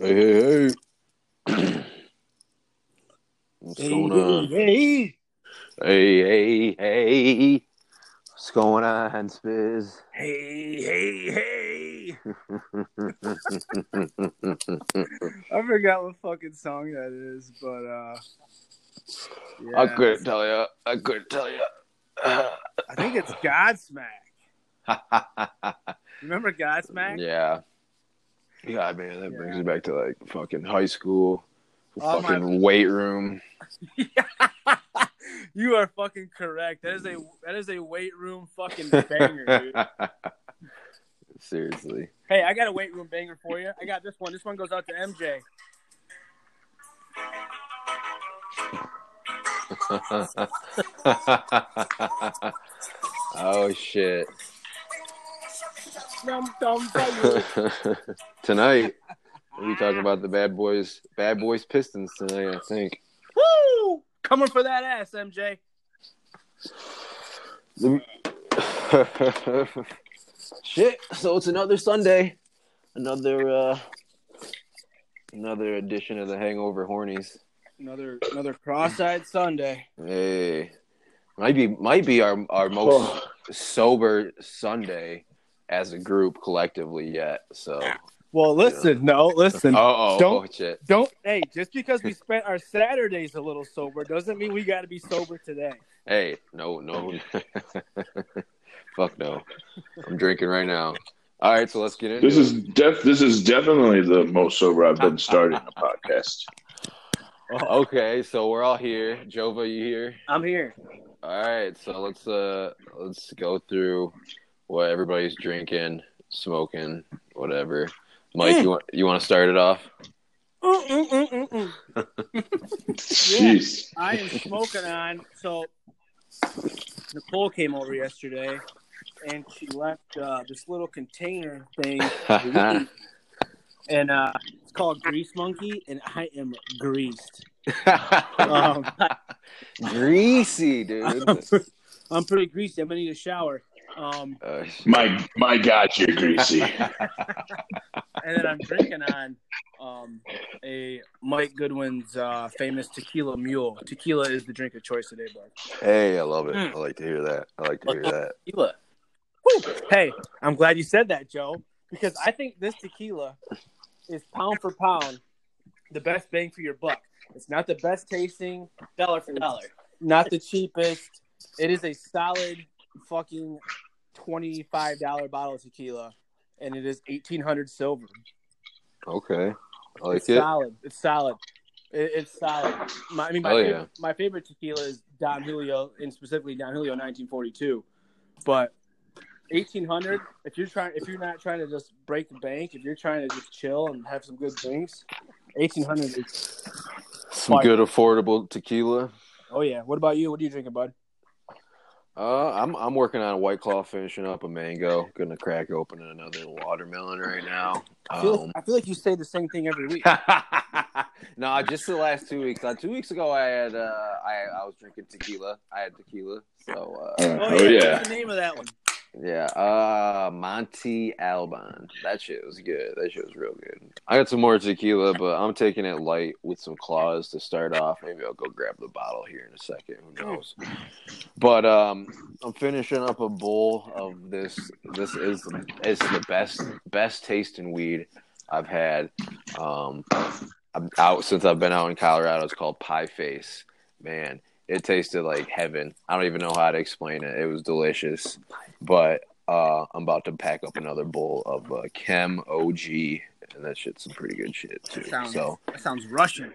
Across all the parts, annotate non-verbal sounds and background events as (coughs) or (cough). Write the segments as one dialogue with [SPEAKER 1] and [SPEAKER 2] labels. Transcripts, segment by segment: [SPEAKER 1] Hey, hey, hey. (clears throat) What's
[SPEAKER 2] Hey,
[SPEAKER 1] going on?
[SPEAKER 2] hey,
[SPEAKER 1] Hey, hey, hey. What's going on, Spiz?
[SPEAKER 2] hey, hey, hey. (laughs) I forgot what fucking song that is, but uh, yeah,
[SPEAKER 1] I couldn't tell you. I couldn't tell you.
[SPEAKER 2] (laughs) I think it's Godsmack. Remember Godsmack?
[SPEAKER 1] yeah. Yeah, man, that brings me back to like fucking high school,
[SPEAKER 2] Oh, my-
[SPEAKER 1] fucking weight room.
[SPEAKER 2] you are fucking correct. That is a that is a weight room fucking banger,
[SPEAKER 1] (laughs)
[SPEAKER 2] dude.
[SPEAKER 1] Seriously. (laughs)
[SPEAKER 2] hey, I got a weight room banger for you. I got this one. This one goes out to MJ.
[SPEAKER 1] oh, shit.
[SPEAKER 2] Dum, (laughs) dum, dum.
[SPEAKER 1] (laughs) tonight, we talking about the Bad Boys, Bad Boys Pistons tonight. I think
[SPEAKER 2] Woo! Coming for that ass, MJ.
[SPEAKER 1] (laughs) shit. So it's another Sunday, another uh, another edition of the Hangover Hornies.
[SPEAKER 2] Another another cross-eyed Sunday.
[SPEAKER 1] Hey, might be might be our our most sober Sunday as a group collectively yet. So
[SPEAKER 2] Well, listen, no, listen.
[SPEAKER 1] oh, oh
[SPEAKER 2] Don't-
[SPEAKER 1] shit.
[SPEAKER 2] Don't hey, just because we spent our Saturdays a little sober doesn't mean we got to be sober today.
[SPEAKER 1] Hey, no, no. (laughs) Fuck no. I'm drinking right now. All right, so let's get into
[SPEAKER 3] This
[SPEAKER 1] it.
[SPEAKER 3] is def. This is definitely the most sober I've been starting a podcast.
[SPEAKER 1] Okay, so we're all here. Jova, you here?
[SPEAKER 2] I'm here.
[SPEAKER 1] All right, so let's uh let's go through what everybody's drinking, smoking, whatever. Mike,
[SPEAKER 2] Eh.
[SPEAKER 1] you want you want to start it off?
[SPEAKER 2] Mm, Mm-mm-mm-mm-mm.
[SPEAKER 3] Jeez,
[SPEAKER 2] I am smoking on. So Nicole came over yesterday, and she left uh, this little container thing, and uh, it's called Grease Monkey, and I am greased. (laughs)
[SPEAKER 1] Oh,
[SPEAKER 2] Um,
[SPEAKER 1] Greasy, dude.
[SPEAKER 2] (laughs) I'm pretty greasy. I'm gonna need a shower. Um,
[SPEAKER 1] Oh, shit.
[SPEAKER 3] my my God, you're greasy.
[SPEAKER 2] and then I'm drinking on um, a Mike Goodwin's uh, famous tequila mule. Tequila is the drink of choice today, bud.
[SPEAKER 1] Hey, I love it.
[SPEAKER 2] Hmm.
[SPEAKER 1] I like to hear that. I like to hear that.
[SPEAKER 2] Tequila. Whew. Hey, I'm glad you said that, Joe, because I think this tequila is pound for pound the best bang for your buck. It's not the best tasting, dollar for dollar, not the cheapest. It is a solid fucking twenty-five dollar bottle of tequila, and it is eighteen hundred silver.
[SPEAKER 1] Okay, I like
[SPEAKER 2] it's
[SPEAKER 1] it.
[SPEAKER 2] solid. It's solid. It, it's solid. My, I mean, my,
[SPEAKER 1] Hell
[SPEAKER 2] favorite,
[SPEAKER 1] yeah.
[SPEAKER 2] my favorite tequila is Don Julio, and specifically Don Julio 1942. But 1800, if you're trying, if you're not trying to just break the bank, if you're trying to just chill and have some good drinks, 1800. Is,
[SPEAKER 1] Some good affordable tequila.
[SPEAKER 2] oh yeah. What about you? What are you drinking, bud?
[SPEAKER 1] Uh, I'm I'm working on a white claw, finishing up a mango, gonna crack open another watermelon right now.
[SPEAKER 2] I feel,
[SPEAKER 1] Um,
[SPEAKER 2] I feel like you say the same thing every week.
[SPEAKER 1] (laughs) no, just the last two weeks. Uh, two weeks ago, I had uh, I I was drinking tequila. I had tequila. So uh,
[SPEAKER 3] Oh yeah,
[SPEAKER 2] What's the name of that one?
[SPEAKER 1] yeah, uh, Monte Alban. That shit was good. That shit was real good. I got some more tequila, but I'm taking it light with some claws to start off. Maybe I'll go grab the bottle here in a second. Who knows? But um, I'm finishing up a bowl of this. This is it's the best best tasting weed I've had. Um, I'm out since I've been out in Colorado. It's called Pie Face. Man, it tasted like heaven. I don't even know how to explain it. It was delicious. But uh, I'm about to pack up another bowl of uh, Chem OG, and that shit's some pretty good shit too.
[SPEAKER 2] Sounds,
[SPEAKER 1] So
[SPEAKER 2] That
[SPEAKER 1] (laughs)
[SPEAKER 2] sounds Russian.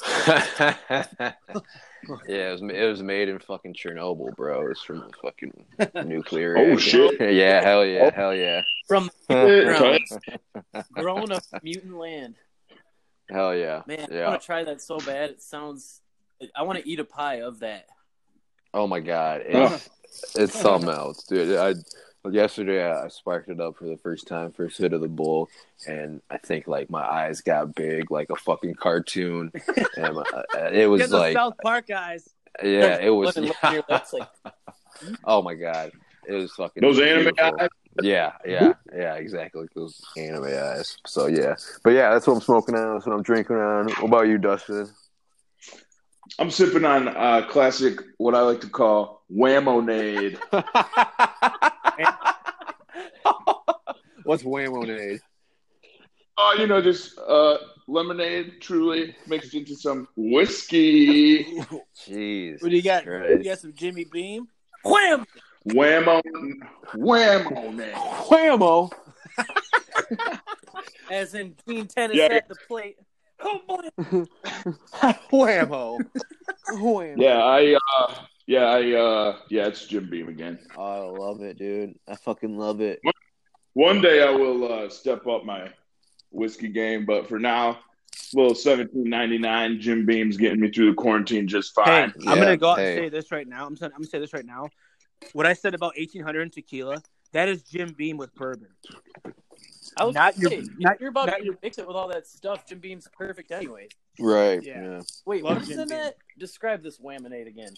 [SPEAKER 1] yeah, it was, it was made in fucking Chernobyl, bro. It's from the fucking nuclear.
[SPEAKER 3] Oh,
[SPEAKER 1] reactor. (laughs)
[SPEAKER 3] shit.
[SPEAKER 1] yeah, hell yeah,
[SPEAKER 3] Oh.
[SPEAKER 1] hell yeah, (laughs)
[SPEAKER 4] From
[SPEAKER 3] Yeah,
[SPEAKER 4] grown up mutant land.
[SPEAKER 1] hell yeah,
[SPEAKER 4] Man, I
[SPEAKER 1] yeah.
[SPEAKER 4] want to try that so bad. It sounds. I want to eat a pie of that.
[SPEAKER 1] Oh my god, it's it's something else, dude. I yesterday I I sparked it up for the first time, first hit of the bowl, and I think like my eyes got big like a fucking cartoon, and my, uh, it
[SPEAKER 2] Get
[SPEAKER 1] was
[SPEAKER 2] the
[SPEAKER 1] like
[SPEAKER 2] South Park guys.
[SPEAKER 1] yeah, it was (laughs)
[SPEAKER 4] Look at your lips, like,
[SPEAKER 1] oh my god, it was fucking
[SPEAKER 3] those anime
[SPEAKER 1] beautiful.
[SPEAKER 3] eyes,
[SPEAKER 1] Yeah, yeah, yeah, exactly. like Those anime eyes. So yeah, but yeah, that's what I'm smoking on. That's what I'm drinking on. What about you,
[SPEAKER 3] (laughs)
[SPEAKER 1] Dustin?
[SPEAKER 3] I'm sipping on uh, classic, what I like to call whamonade.
[SPEAKER 1] What's whamonade?
[SPEAKER 3] Oh, you know, just uh, lemonade, truly mixed into some whiskey.
[SPEAKER 1] Jeez.
[SPEAKER 2] What do you got?
[SPEAKER 1] Christ.
[SPEAKER 2] You got some Jimmy Beam? Wham!
[SPEAKER 3] Whammo, whamonade. (laughs)
[SPEAKER 1] Whammo.
[SPEAKER 4] As in Dean Tennis
[SPEAKER 3] Yeah.
[SPEAKER 4] at the plate. Oh boy.
[SPEAKER 1] Whammo. Whammo.
[SPEAKER 3] Yeah, I, uh, yeah, I, uh, yeah, it's Jim Beam again.
[SPEAKER 1] Oh, I love it, dude. I fucking love it.
[SPEAKER 3] One day I will uh, step up my whiskey game, but for now, little seventeen ninety nine Jim Beam's getting me through the quarantine just
[SPEAKER 2] Hey,
[SPEAKER 3] fine.
[SPEAKER 1] Yeah,
[SPEAKER 2] I'm gonna go out
[SPEAKER 1] hey.
[SPEAKER 2] and say this right now. I'm gonna, I'm gonna say this right now. What I said about 1800 and tequila, that is Jim Beam with bourbon.
[SPEAKER 4] I was
[SPEAKER 2] Not
[SPEAKER 4] not
[SPEAKER 2] your-
[SPEAKER 4] your,
[SPEAKER 2] not-
[SPEAKER 4] you're about
[SPEAKER 2] not
[SPEAKER 4] to
[SPEAKER 2] your-
[SPEAKER 4] mix it with all that stuff. Jim Beam's perfect anyway.
[SPEAKER 1] Right.
[SPEAKER 2] Yeah.
[SPEAKER 1] Yeah.
[SPEAKER 4] Wait,
[SPEAKER 2] Love
[SPEAKER 4] what was
[SPEAKER 2] Jim
[SPEAKER 4] in
[SPEAKER 2] Beam.
[SPEAKER 4] that? Describe this whamonade again.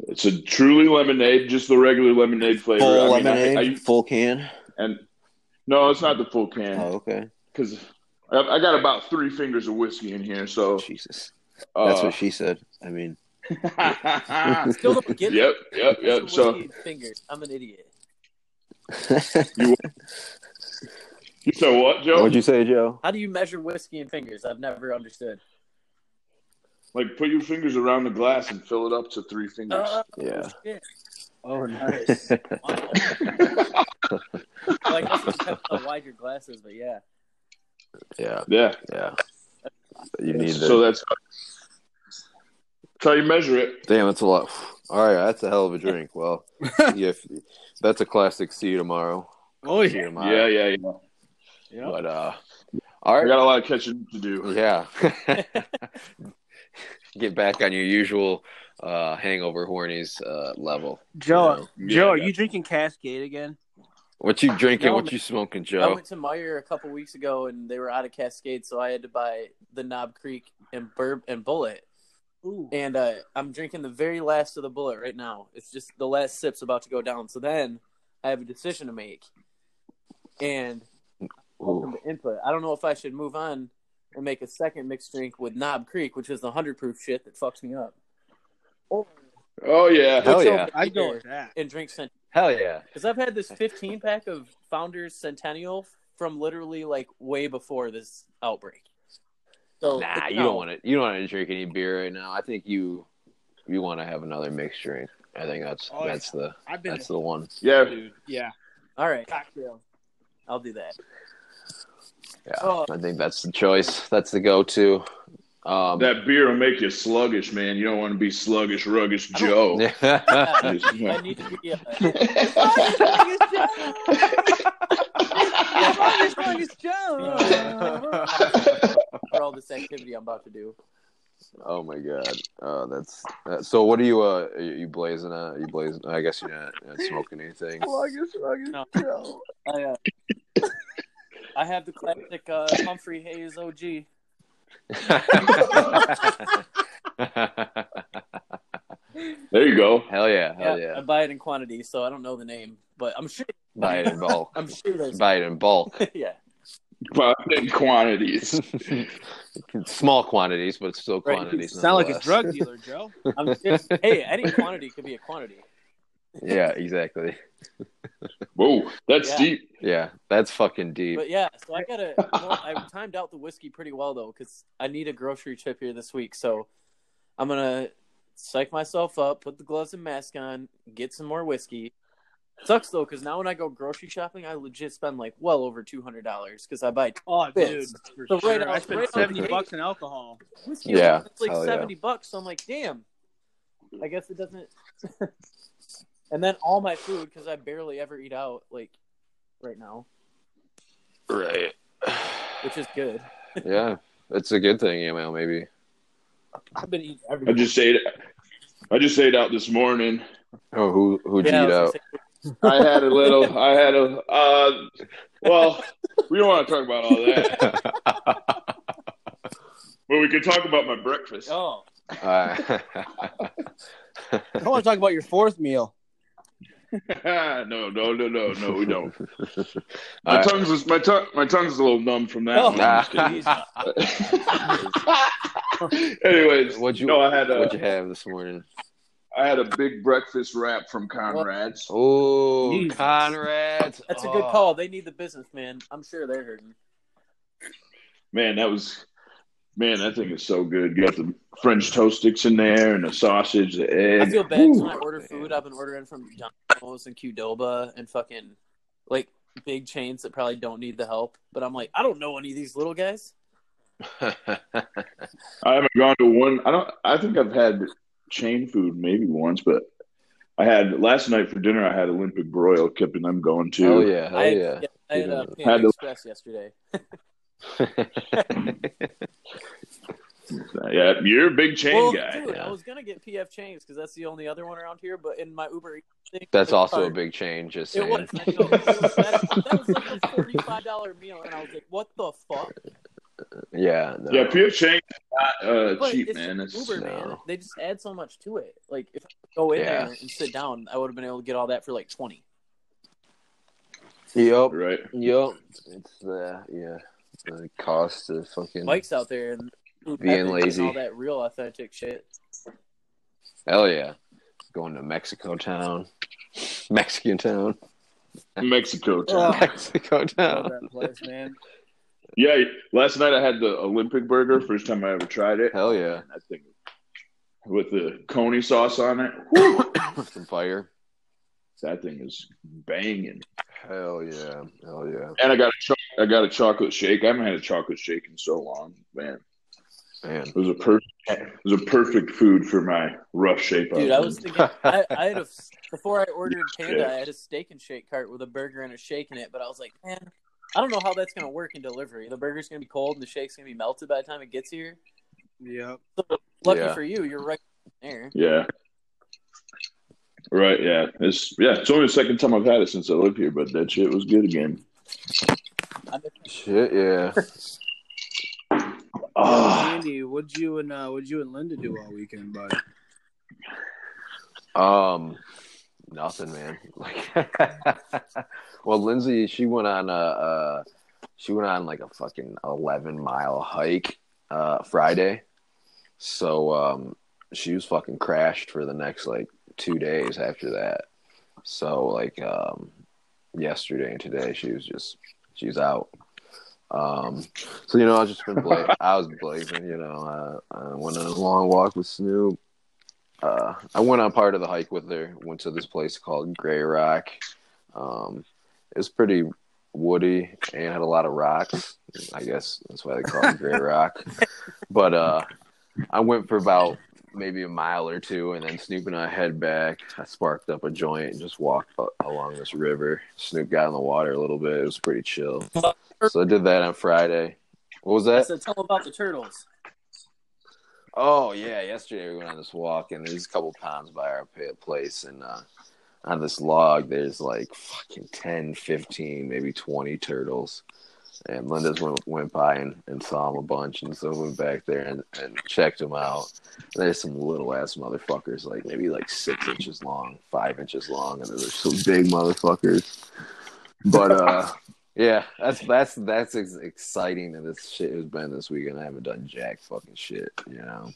[SPEAKER 3] It's a truly lemonade, just the regular lemonade flavor.
[SPEAKER 1] Full
[SPEAKER 3] I mean, I-
[SPEAKER 1] lemonade,
[SPEAKER 3] I-
[SPEAKER 1] full can.
[SPEAKER 3] and no, it's not the full can.
[SPEAKER 1] Oh, okay.
[SPEAKER 3] because I, I got about three fingers of whiskey in here. So
[SPEAKER 1] Jesus,
[SPEAKER 3] uh,
[SPEAKER 1] that's what she said. I mean,
[SPEAKER 3] (laughs)
[SPEAKER 2] Ah,
[SPEAKER 1] (laughs)
[SPEAKER 4] Still don't get
[SPEAKER 3] yep, yep,
[SPEAKER 4] it.
[SPEAKER 3] yep.
[SPEAKER 4] It's a
[SPEAKER 3] So
[SPEAKER 4] whiskey and fingers. I'm an idiot.
[SPEAKER 3] you said what, Joe?
[SPEAKER 1] what'd you say, Joe?
[SPEAKER 4] How do you measure whiskey and fingers? I've never understood.
[SPEAKER 3] like put your fingers around the glass and fill it up to three fingers.
[SPEAKER 4] Oh,
[SPEAKER 1] (laughs) Yeah.
[SPEAKER 4] shit.
[SPEAKER 2] Oh,
[SPEAKER 4] nice. Wow. Uh. well, I guess it depends how wide your glass is, but yeah.
[SPEAKER 1] Yeah,
[SPEAKER 3] (laughs) yeah.
[SPEAKER 1] yeah. You need to.
[SPEAKER 3] So that's, that's how you measure it.
[SPEAKER 1] Damn, that's a lot. All right, that's a hell of a drink.
[SPEAKER 3] (laughs)
[SPEAKER 1] Well, yeah, if- that's a classic. See you tomorrow.
[SPEAKER 2] Oh
[SPEAKER 1] See you tomorrow.
[SPEAKER 3] Yeah, yeah, yeah.
[SPEAKER 1] But uh, all
[SPEAKER 3] I
[SPEAKER 1] right.
[SPEAKER 3] got a lot of catching up to do.
[SPEAKER 1] Yeah. (laughs) Get back on your usual uh, hangover hornies uh, level.
[SPEAKER 2] Joe,
[SPEAKER 3] Yeah.
[SPEAKER 2] Joe, are
[SPEAKER 3] Yeah.
[SPEAKER 2] you drinking Cascade again?
[SPEAKER 1] What you drinking?
[SPEAKER 4] No,
[SPEAKER 1] what
[SPEAKER 4] man.
[SPEAKER 1] you smoking,
[SPEAKER 4] I
[SPEAKER 1] Joe?
[SPEAKER 4] went to Meyer a couple weeks ago and they were out of Cascade, so I had to buy the Knob Creek and Burb and Bullet.
[SPEAKER 2] Ooh.
[SPEAKER 4] And uh, I'm drinking the very last of the Bullet right now. It's just the last sip's about to go down. So then I have a decision to make. And
[SPEAKER 1] Ooh.
[SPEAKER 4] the input. I don't know if I should move on and make a second mixed drink with Knob Creek, which is the 100 proof shit that fucks me up,
[SPEAKER 3] Oh yeah.
[SPEAKER 1] Hell yeah!
[SPEAKER 2] I'd go with that.
[SPEAKER 4] and drink Cent
[SPEAKER 1] Hell yeah!
[SPEAKER 4] Because I've had this 15 pack of Founders Centennial from literally like way before this outbreak. So
[SPEAKER 1] Nah, you don't want to. You don't want to drink any beer right now. I think you you want to have another mixed drink. I think that's
[SPEAKER 2] Oh, yeah.
[SPEAKER 1] that's the
[SPEAKER 2] I've been
[SPEAKER 1] that's the one.
[SPEAKER 3] Yeah.
[SPEAKER 2] dude. Yeah.
[SPEAKER 4] All right,
[SPEAKER 2] Cocktail.
[SPEAKER 4] I'll do that.
[SPEAKER 1] Yeah,
[SPEAKER 4] Oh.
[SPEAKER 1] I think that's the choice. That's the go-to. Um, (laughs)
[SPEAKER 3] That beer will make you sluggish, man. You don't want to be sluggish, ruggish Joe. (laughs)
[SPEAKER 4] I I need to (laughs) be. Uh, (laughs) for all this activity I'm about to do.
[SPEAKER 1] (laughs) oh my god, uh, that's uh, so. What are you? Uh, are you blazing? At? Are you blazing? I guess you're not, not smoking anything.
[SPEAKER 4] No. I, uh, (laughs) I have the classic uh, Humphrey Hayes OG.
[SPEAKER 3] There you go.
[SPEAKER 1] (laughs) hell yeah! Hell
[SPEAKER 4] I
[SPEAKER 1] yeah!
[SPEAKER 4] buy it in quantity, so I don't know the name, but I'm sure.
[SPEAKER 1] Buy it in bulk.
[SPEAKER 4] I'm sure there's.
[SPEAKER 1] Buy it in bulk.
[SPEAKER 4] (laughs)
[SPEAKER 1] (laughs)
[SPEAKER 4] yeah.
[SPEAKER 3] Big quantities.
[SPEAKER 1] Small quantities, but still
[SPEAKER 4] Right, you
[SPEAKER 1] quantities.
[SPEAKER 2] Sound like a
[SPEAKER 1] nonetheless.
[SPEAKER 2] drug dealer,
[SPEAKER 3] (laughs)
[SPEAKER 2] Joe.
[SPEAKER 4] I'm sure- hey, any quantity could be a quantity.
[SPEAKER 1] (laughs) Yeah, exactly.
[SPEAKER 3] Whoa, that's
[SPEAKER 4] Yeah.
[SPEAKER 3] deep.
[SPEAKER 1] Yeah, that's fucking deep.
[SPEAKER 4] But yeah, so I gotta. Well, I timed out the whiskey pretty well though, because I need a grocery trip here this week. So I'm gonna psych myself up, put the gloves and mask on, get some more whiskey. Sucks though, because now when I go grocery shopping, I legit spend like well over two hundred dollars because I buy
[SPEAKER 2] Oh, dude.
[SPEAKER 4] Fits.
[SPEAKER 2] For
[SPEAKER 4] So right
[SPEAKER 2] sure.
[SPEAKER 4] now-
[SPEAKER 2] I spent
[SPEAKER 4] right now-
[SPEAKER 2] 70 bucks on alcohol.
[SPEAKER 4] whiskey.
[SPEAKER 1] Yeah,
[SPEAKER 4] it's like
[SPEAKER 1] hell yeah.
[SPEAKER 4] seventy bucks. So I'm like, damn. I guess it doesn't. (laughs) and then all my food because I barely ever eat out, like right now,
[SPEAKER 1] Right.
[SPEAKER 4] which is good.
[SPEAKER 1] yeah, that's a good thing. You know, maybe.
[SPEAKER 2] I've been eating
[SPEAKER 3] I
[SPEAKER 2] everything.
[SPEAKER 3] just ate. I just ate out this morning.
[SPEAKER 1] Oh, who who would
[SPEAKER 4] Yeah, I
[SPEAKER 1] eat
[SPEAKER 4] was gonna
[SPEAKER 1] out?
[SPEAKER 4] say,
[SPEAKER 3] I had a little. I had a. Uh, well, we don't want to talk about all that,
[SPEAKER 1] (laughs)
[SPEAKER 3] but we could talk about my breakfast.
[SPEAKER 4] oh,
[SPEAKER 1] Uh,
[SPEAKER 2] I want to talk about your fourth meal.
[SPEAKER 3] (laughs) no, no, no, no, no. We
[SPEAKER 1] (laughs)
[SPEAKER 3] don't. My
[SPEAKER 1] All right.
[SPEAKER 3] tongue's my tongue. My tongue's a little numb from that.
[SPEAKER 2] Oh.
[SPEAKER 3] one.
[SPEAKER 1] Nah.
[SPEAKER 3] (laughs) Anyways,
[SPEAKER 1] Ah. (laughs) What'd you-
[SPEAKER 3] no, I had
[SPEAKER 1] What'd you
[SPEAKER 3] a
[SPEAKER 1] have this morning?
[SPEAKER 3] I had a big breakfast wrap from Conrad's.
[SPEAKER 1] Oh,
[SPEAKER 2] Jesus.
[SPEAKER 1] Conrad.
[SPEAKER 4] That's a good
[SPEAKER 1] Oh. (laughs)
[SPEAKER 4] call. They need the business, man. I'm sure they're hurting.
[SPEAKER 3] Man, that was man. That thing is so good. You got the French toast sticks in there and the sausage, the egg.
[SPEAKER 4] I feel bad when I
[SPEAKER 1] Ooh,
[SPEAKER 4] order
[SPEAKER 1] man.
[SPEAKER 4] food. I've been ordering from Domino's and Qdoba and fucking like big chains that probably don't need the help. But I'm like, I don't know any of these little guys.
[SPEAKER 3] I haven't gone to one. I don't. I think I've had chain food maybe once, but I had last night for dinner. I had Olympic broil, kept and I'm going to.
[SPEAKER 1] Hell Oh, yeah.
[SPEAKER 4] I,
[SPEAKER 1] Hell yeah.
[SPEAKER 4] I had a
[SPEAKER 1] Dude,
[SPEAKER 4] Panda
[SPEAKER 3] had to-
[SPEAKER 4] Express yesterday.
[SPEAKER 1] (laughs)
[SPEAKER 3] Yeah, you're a big chain
[SPEAKER 4] well,
[SPEAKER 3] guy.
[SPEAKER 4] dude,
[SPEAKER 1] yeah.
[SPEAKER 4] I was gonna get PF Chains because that's the only other one around here. But in my Uber Eats thing,
[SPEAKER 1] That's
[SPEAKER 4] the
[SPEAKER 1] also a
[SPEAKER 4] card-
[SPEAKER 1] big change. Just
[SPEAKER 4] It
[SPEAKER 1] saying.
[SPEAKER 4] was. I know. It was that, that was like a forty-five dollar meal, and I was like, "What the fuck?"
[SPEAKER 1] yeah. No.
[SPEAKER 3] Yeah, PF Chang's not uh,
[SPEAKER 4] But
[SPEAKER 3] cheap,
[SPEAKER 4] it's
[SPEAKER 3] man. It's,
[SPEAKER 4] Uber, man.
[SPEAKER 1] no.
[SPEAKER 4] They just add so much to it. Like if I go in
[SPEAKER 1] Yeah.
[SPEAKER 4] there and sit down, I would have been able to get all that for like twenty.
[SPEAKER 1] Yup.
[SPEAKER 3] right?
[SPEAKER 1] Yup. It's the yeah. The cost of fucking.
[SPEAKER 4] Mike's out there and food
[SPEAKER 1] Being
[SPEAKER 4] ethics
[SPEAKER 1] lazy.
[SPEAKER 4] and all that real authentic shit.
[SPEAKER 1] Hell yeah. Going to Mexico town. (laughs) Mexican town.
[SPEAKER 3] Mexico. too.
[SPEAKER 2] Oh.
[SPEAKER 1] (laughs) Mexico
[SPEAKER 2] Love
[SPEAKER 1] town.
[SPEAKER 4] (laughs)
[SPEAKER 2] that place, man.
[SPEAKER 3] Yeah, last night I had the Olympic burger, first time I ever tried it.
[SPEAKER 1] Hell yeah.
[SPEAKER 3] And that thing with the coney sauce on it.
[SPEAKER 1] Some fire.
[SPEAKER 3] That thing is banging.
[SPEAKER 1] Hell yeah. Hell yeah.
[SPEAKER 3] And I got a cho- I got a chocolate shake. I haven't had a chocolate shake in so long, man.
[SPEAKER 1] Man.
[SPEAKER 3] It was a perfect it was a perfect food for my rough shape.
[SPEAKER 4] Dude, I was thinking I, I had a before I ordered Panda, I had a steak and shake cart with a burger and a shake in it, but I was like, man, I don't know how that's gonna work in delivery. The burger's gonna be cold and the shake's gonna be melted by the time it gets here.
[SPEAKER 2] Yep.
[SPEAKER 4] Lucky
[SPEAKER 1] Yeah.
[SPEAKER 4] for you, you're right there.
[SPEAKER 3] Yeah. Right, yeah. It's yeah, it's only the second time I've had it since I lived here, but that shit was good again.
[SPEAKER 4] I'm
[SPEAKER 1] Shit, yeah.
[SPEAKER 3] Ah,
[SPEAKER 2] Andy, what'd you and uh, what'd you and Linda do all weekend, buddy?
[SPEAKER 1] Um, nothing, man. (laughs) Like, well, Lindsay, she went on a, uh, she went on like a fucking eleven mile hike uh, Friday, so um, she was fucking crashed for the next like two days after that. So like, um, yesterday and today, she was just she's out. Um, so you know, I've just been bla- I was blazing. You know, uh, I went on a long walk with Snoop uh, I went on part of the hike with her. Went to this place called Gray Rock. Um, it's pretty woody and had a lot of rocks. I guess that's why they call it Gray Rock. But uh, I went for about maybe a mile or two, and then Snoop and I head back. I sparked up a joint and just walked a- along this river. Snoop got in the water a little bit. It was pretty chill. So I did that on Friday. What was
[SPEAKER 4] I
[SPEAKER 1] that?
[SPEAKER 4] said, tell them about the turtles.
[SPEAKER 1] Oh yeah, yesterday we went on this walk, and there's a couple ponds by our pa- place, and uh, on this log there's like fucking 10, 15, maybe twenty turtles. And Linda's went, went by and, and saw them a bunch, and so went back there and, and checked them out. And there's some little ass motherfuckers, like maybe like six inches long, five inches long, and there's some big motherfuckers. But uh, yeah, that's that's that's as exciting as this shit has been this weekend. I haven't done jack fucking shit, you know.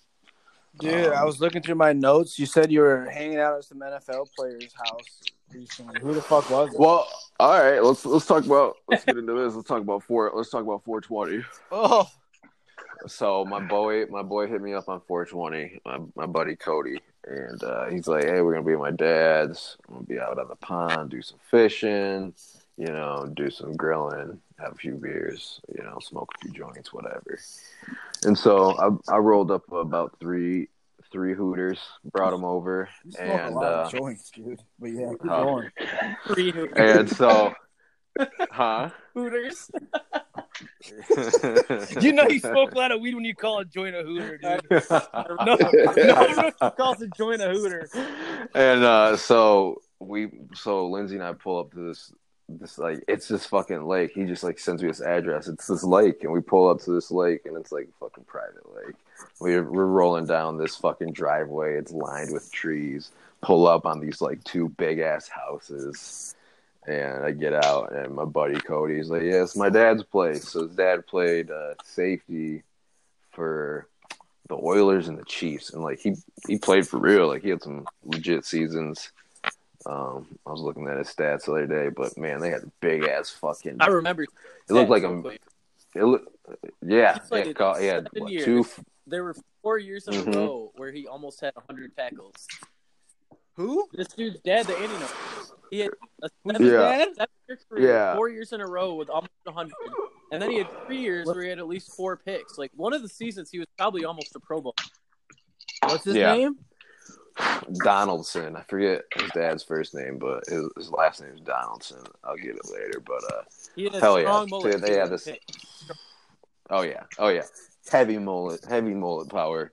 [SPEAKER 2] Dude, I was looking through my notes. You said you were hanging out at some NFL players' house recently. Who the fuck was it?
[SPEAKER 1] Well, all right, let's let's talk about let's get into this. Let's talk about four. Let's talk about 420.
[SPEAKER 2] Oh,
[SPEAKER 1] So my boy, my boy hit me up on 420. My my buddy Cody, and uh, he's like, "Hey, we're gonna be at my dad's. I'm gonna be out on the pond, do some fishing, you know, do some grilling, have a few beers, you know, smoke a few joints, whatever." And so I I rolled up about three three hooters, brought them over,
[SPEAKER 2] you smoke
[SPEAKER 1] and
[SPEAKER 2] a lot
[SPEAKER 1] uh,
[SPEAKER 2] of joints, dude. But yeah, keep
[SPEAKER 1] huh. (laughs)
[SPEAKER 2] going.
[SPEAKER 4] Three hooters.
[SPEAKER 1] and
[SPEAKER 2] (laughs)
[SPEAKER 1] so, huh.
[SPEAKER 4] Hooters.
[SPEAKER 2] You know you (laughs) smoke a lot of weed when you call a joint a hooter, (laughs) dude. (laughs) No, no
[SPEAKER 1] no (laughs)
[SPEAKER 2] one calls a joint a hooter.
[SPEAKER 1] (laughs) and uh, so we, so Lindsay and I pull up to this, this like it's this fucking lake. He just like sends me this address. It's this lake, and we pull up to this lake, and it's like a fucking private lake. We're we're rolling down this fucking driveway. It's lined with trees. pull up on these like two big ass houses. And I get out, and my buddy Cody's like, "Yeah, it's my dad's place." So his dad played uh, safety for the Oilers and the Chiefs, and like he he played for real. Like he had some legit seasons. Um, I was looking at his stats the other day, but man, they had big ass fucking.
[SPEAKER 4] I remember.
[SPEAKER 1] It looked
[SPEAKER 4] that
[SPEAKER 1] like
[SPEAKER 4] real
[SPEAKER 1] a-
[SPEAKER 4] quick.
[SPEAKER 1] It look, yeah,
[SPEAKER 4] He played
[SPEAKER 1] yeah, call, he had
[SPEAKER 4] seven
[SPEAKER 1] what,
[SPEAKER 4] years.
[SPEAKER 1] two
[SPEAKER 4] There were four years in
[SPEAKER 1] Mhm.
[SPEAKER 4] a row where he almost had 100 tackles.
[SPEAKER 2] Who?
[SPEAKER 4] This dude's dad, the Andy knows. He had a seven,
[SPEAKER 1] Yeah.
[SPEAKER 4] seven year career,
[SPEAKER 1] Yeah.
[SPEAKER 4] four years in a row with almost 100. And then he had three years where he had at least four picks. Like one of the seasons, he was probably almost a Pro Bowl.
[SPEAKER 2] What's his
[SPEAKER 1] Yeah.
[SPEAKER 2] name?
[SPEAKER 1] Donaldson. I forget his dad's first name, but his, his last name is Donaldson. I'll get it later. But uh,
[SPEAKER 4] He had a
[SPEAKER 1] Hell yeah.
[SPEAKER 4] strong
[SPEAKER 1] They-
[SPEAKER 4] mullet.
[SPEAKER 1] they had this- oh yeah, oh yeah, heavy mullet, heavy mullet power,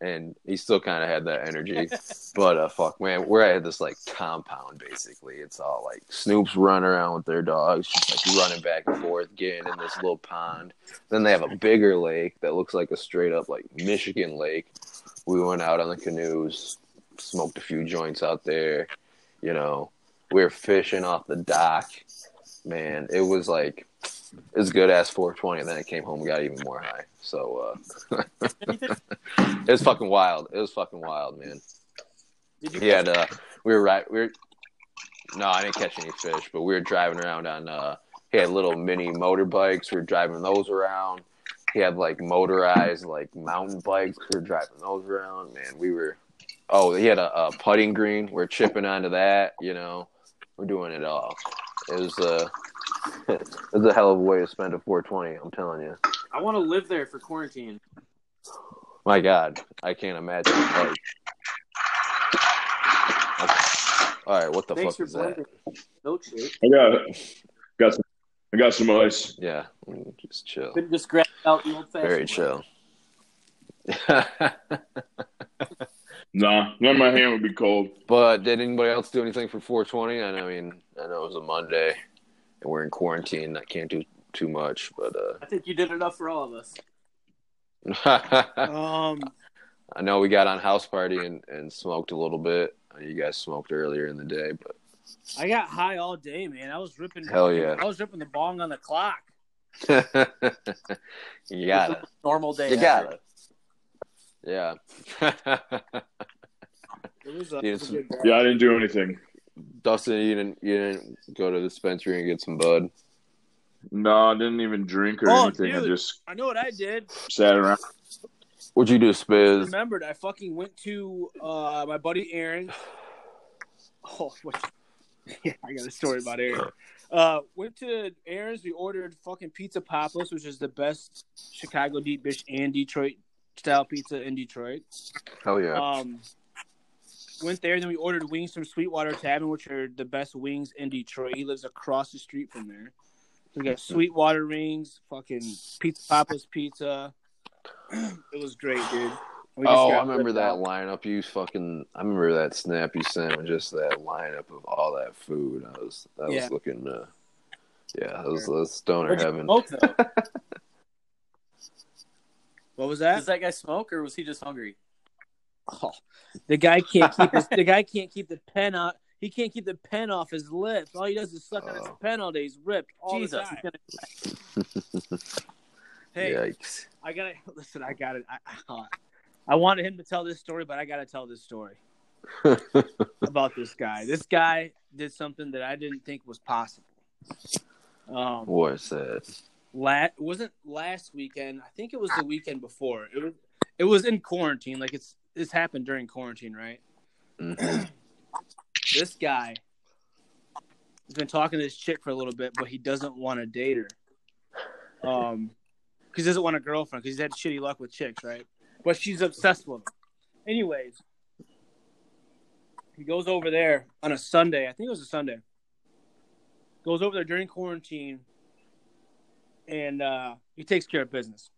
[SPEAKER 1] and he still kind of had that energy. but uh, fuck, man, we're at this like compound basically. It's all like Snoop's running around with their dogs, just like running back and forth, getting in this little pond. Then they have a bigger lake that looks like a straight up like Michigan lake. We went out on the canoes, smoked a few joints out there. You know, we were fishing off the dock. Man, it was like it was good ass 420, and then it came home and got even more high. So (laughs) uh, it was fucking wild. It was fucking wild, man.
[SPEAKER 4] Did you
[SPEAKER 1] He had uh, we were right. We were no, I didn't catch any fish, but we were driving around on. Uh, he had little mini motorbikes. We were driving those around. He had like motorized like mountain bikes. We were driving those around. Man, we were. Oh, he had a, a putting green. We're chipping onto that. You know, we're doing it all. It was uh, (laughs) it was a hell of a way to spend a 420. I'm telling you.
[SPEAKER 4] I want to live there for quarantine.
[SPEAKER 1] My God, I can't imagine. Like, all right, what the fuck
[SPEAKER 2] Thanks for
[SPEAKER 1] is that?
[SPEAKER 2] blending. Milkshake.
[SPEAKER 3] I got got some I got some ice.
[SPEAKER 1] Yeah, mm, just chill.
[SPEAKER 4] Couldn't just grab out the old fashioned.
[SPEAKER 1] Very chill. (laughs) but
[SPEAKER 3] Nah, then my hand would be cold.
[SPEAKER 1] did anybody else do anything for 420? And I mean, I know it was a Monday, and we're in quarantine. I can't do too much, but
[SPEAKER 4] I think you did enough for all of us.
[SPEAKER 1] uh, (laughs)
[SPEAKER 2] Um,
[SPEAKER 1] I know we got on house party and, and smoked a little bit. You guys smoked earlier in the day, but
[SPEAKER 2] I got high all day, man. I was ripping.
[SPEAKER 1] hell yeah,
[SPEAKER 2] I was ripping the bong on the clock.
[SPEAKER 1] (laughs) you gotta,
[SPEAKER 4] Normal day.
[SPEAKER 1] you
[SPEAKER 4] after.
[SPEAKER 1] gotta, yeah.
[SPEAKER 2] It
[SPEAKER 1] Yeah,
[SPEAKER 2] was a, it was a
[SPEAKER 1] it's-
[SPEAKER 2] good day.
[SPEAKER 3] Yeah, I didn't do anything.
[SPEAKER 1] (laughs) Dustin, you didn't you didn't go to the dispensary and get some bud.
[SPEAKER 3] No, I didn't even drink or
[SPEAKER 2] Oh,
[SPEAKER 3] anything. I
[SPEAKER 2] dude.
[SPEAKER 3] just
[SPEAKER 2] I know what I did.
[SPEAKER 3] sat around.
[SPEAKER 1] What'd you do, Spiz?
[SPEAKER 2] remembered I fucking went to uh, my buddy Aaron. (sighs) Oh, what? (laughs) yeah, I got a story about Aaron. Uh, went to Aaron's. We ordered fucking pizza poplos, which is the best Chicago deep dish and Detroit style pizza in Detroit.
[SPEAKER 1] Hell yeah.
[SPEAKER 2] Um, went there, then we ordered wings from Sweetwater Tavern, which are the best wings in Detroit. He lives across the street from there. We got Sweetwater rings, fucking pizza papa's pizza. (clears throat) It was great, dude. We just
[SPEAKER 1] oh,
[SPEAKER 2] got
[SPEAKER 1] I remember
[SPEAKER 2] ripped
[SPEAKER 1] that
[SPEAKER 2] out.
[SPEAKER 1] lineup you fucking I remember that snap you sent with just that lineup of all that food. I was I
[SPEAKER 2] Yeah.
[SPEAKER 1] was looking uh yeah, that was, that was stoner
[SPEAKER 4] What'd you
[SPEAKER 1] heaven.
[SPEAKER 4] smoke, though?
[SPEAKER 2] What was
[SPEAKER 1] (laughs)
[SPEAKER 4] Does
[SPEAKER 2] that?
[SPEAKER 4] that guy smoke or was he just hungry?
[SPEAKER 2] Oh, the guy can't keep his.
[SPEAKER 1] (laughs)
[SPEAKER 2] the guy can't keep the pen out. He can't keep the pen off his lips. All he does is suck on his
[SPEAKER 1] Oh.
[SPEAKER 2] pen all day. He's ripped all
[SPEAKER 4] Jesus.
[SPEAKER 2] the time. Hey,
[SPEAKER 1] Yikes.
[SPEAKER 2] I gotta (laughs) listen. I got it. I, I wanted him to tell this story, but I gotta tell this story about this guy. This guy did something that I didn't think was possible. Um,
[SPEAKER 1] What's that?
[SPEAKER 2] la- it wasn't last weekend. I think it was the weekend before. It was. It was in quarantine. Like it's. This happened during quarantine, right?
[SPEAKER 1] Mhm.
[SPEAKER 2] This guy has been talking to this chick for a little bit, but he doesn't want to date her. Um, because he doesn't want a girlfriend because he's had shitty luck with chicks, right? But she's obsessed with him. Anyways, he goes over there on a Sunday. I think it was a Sunday. Goes over there during quarantine, and uh, he takes care of business.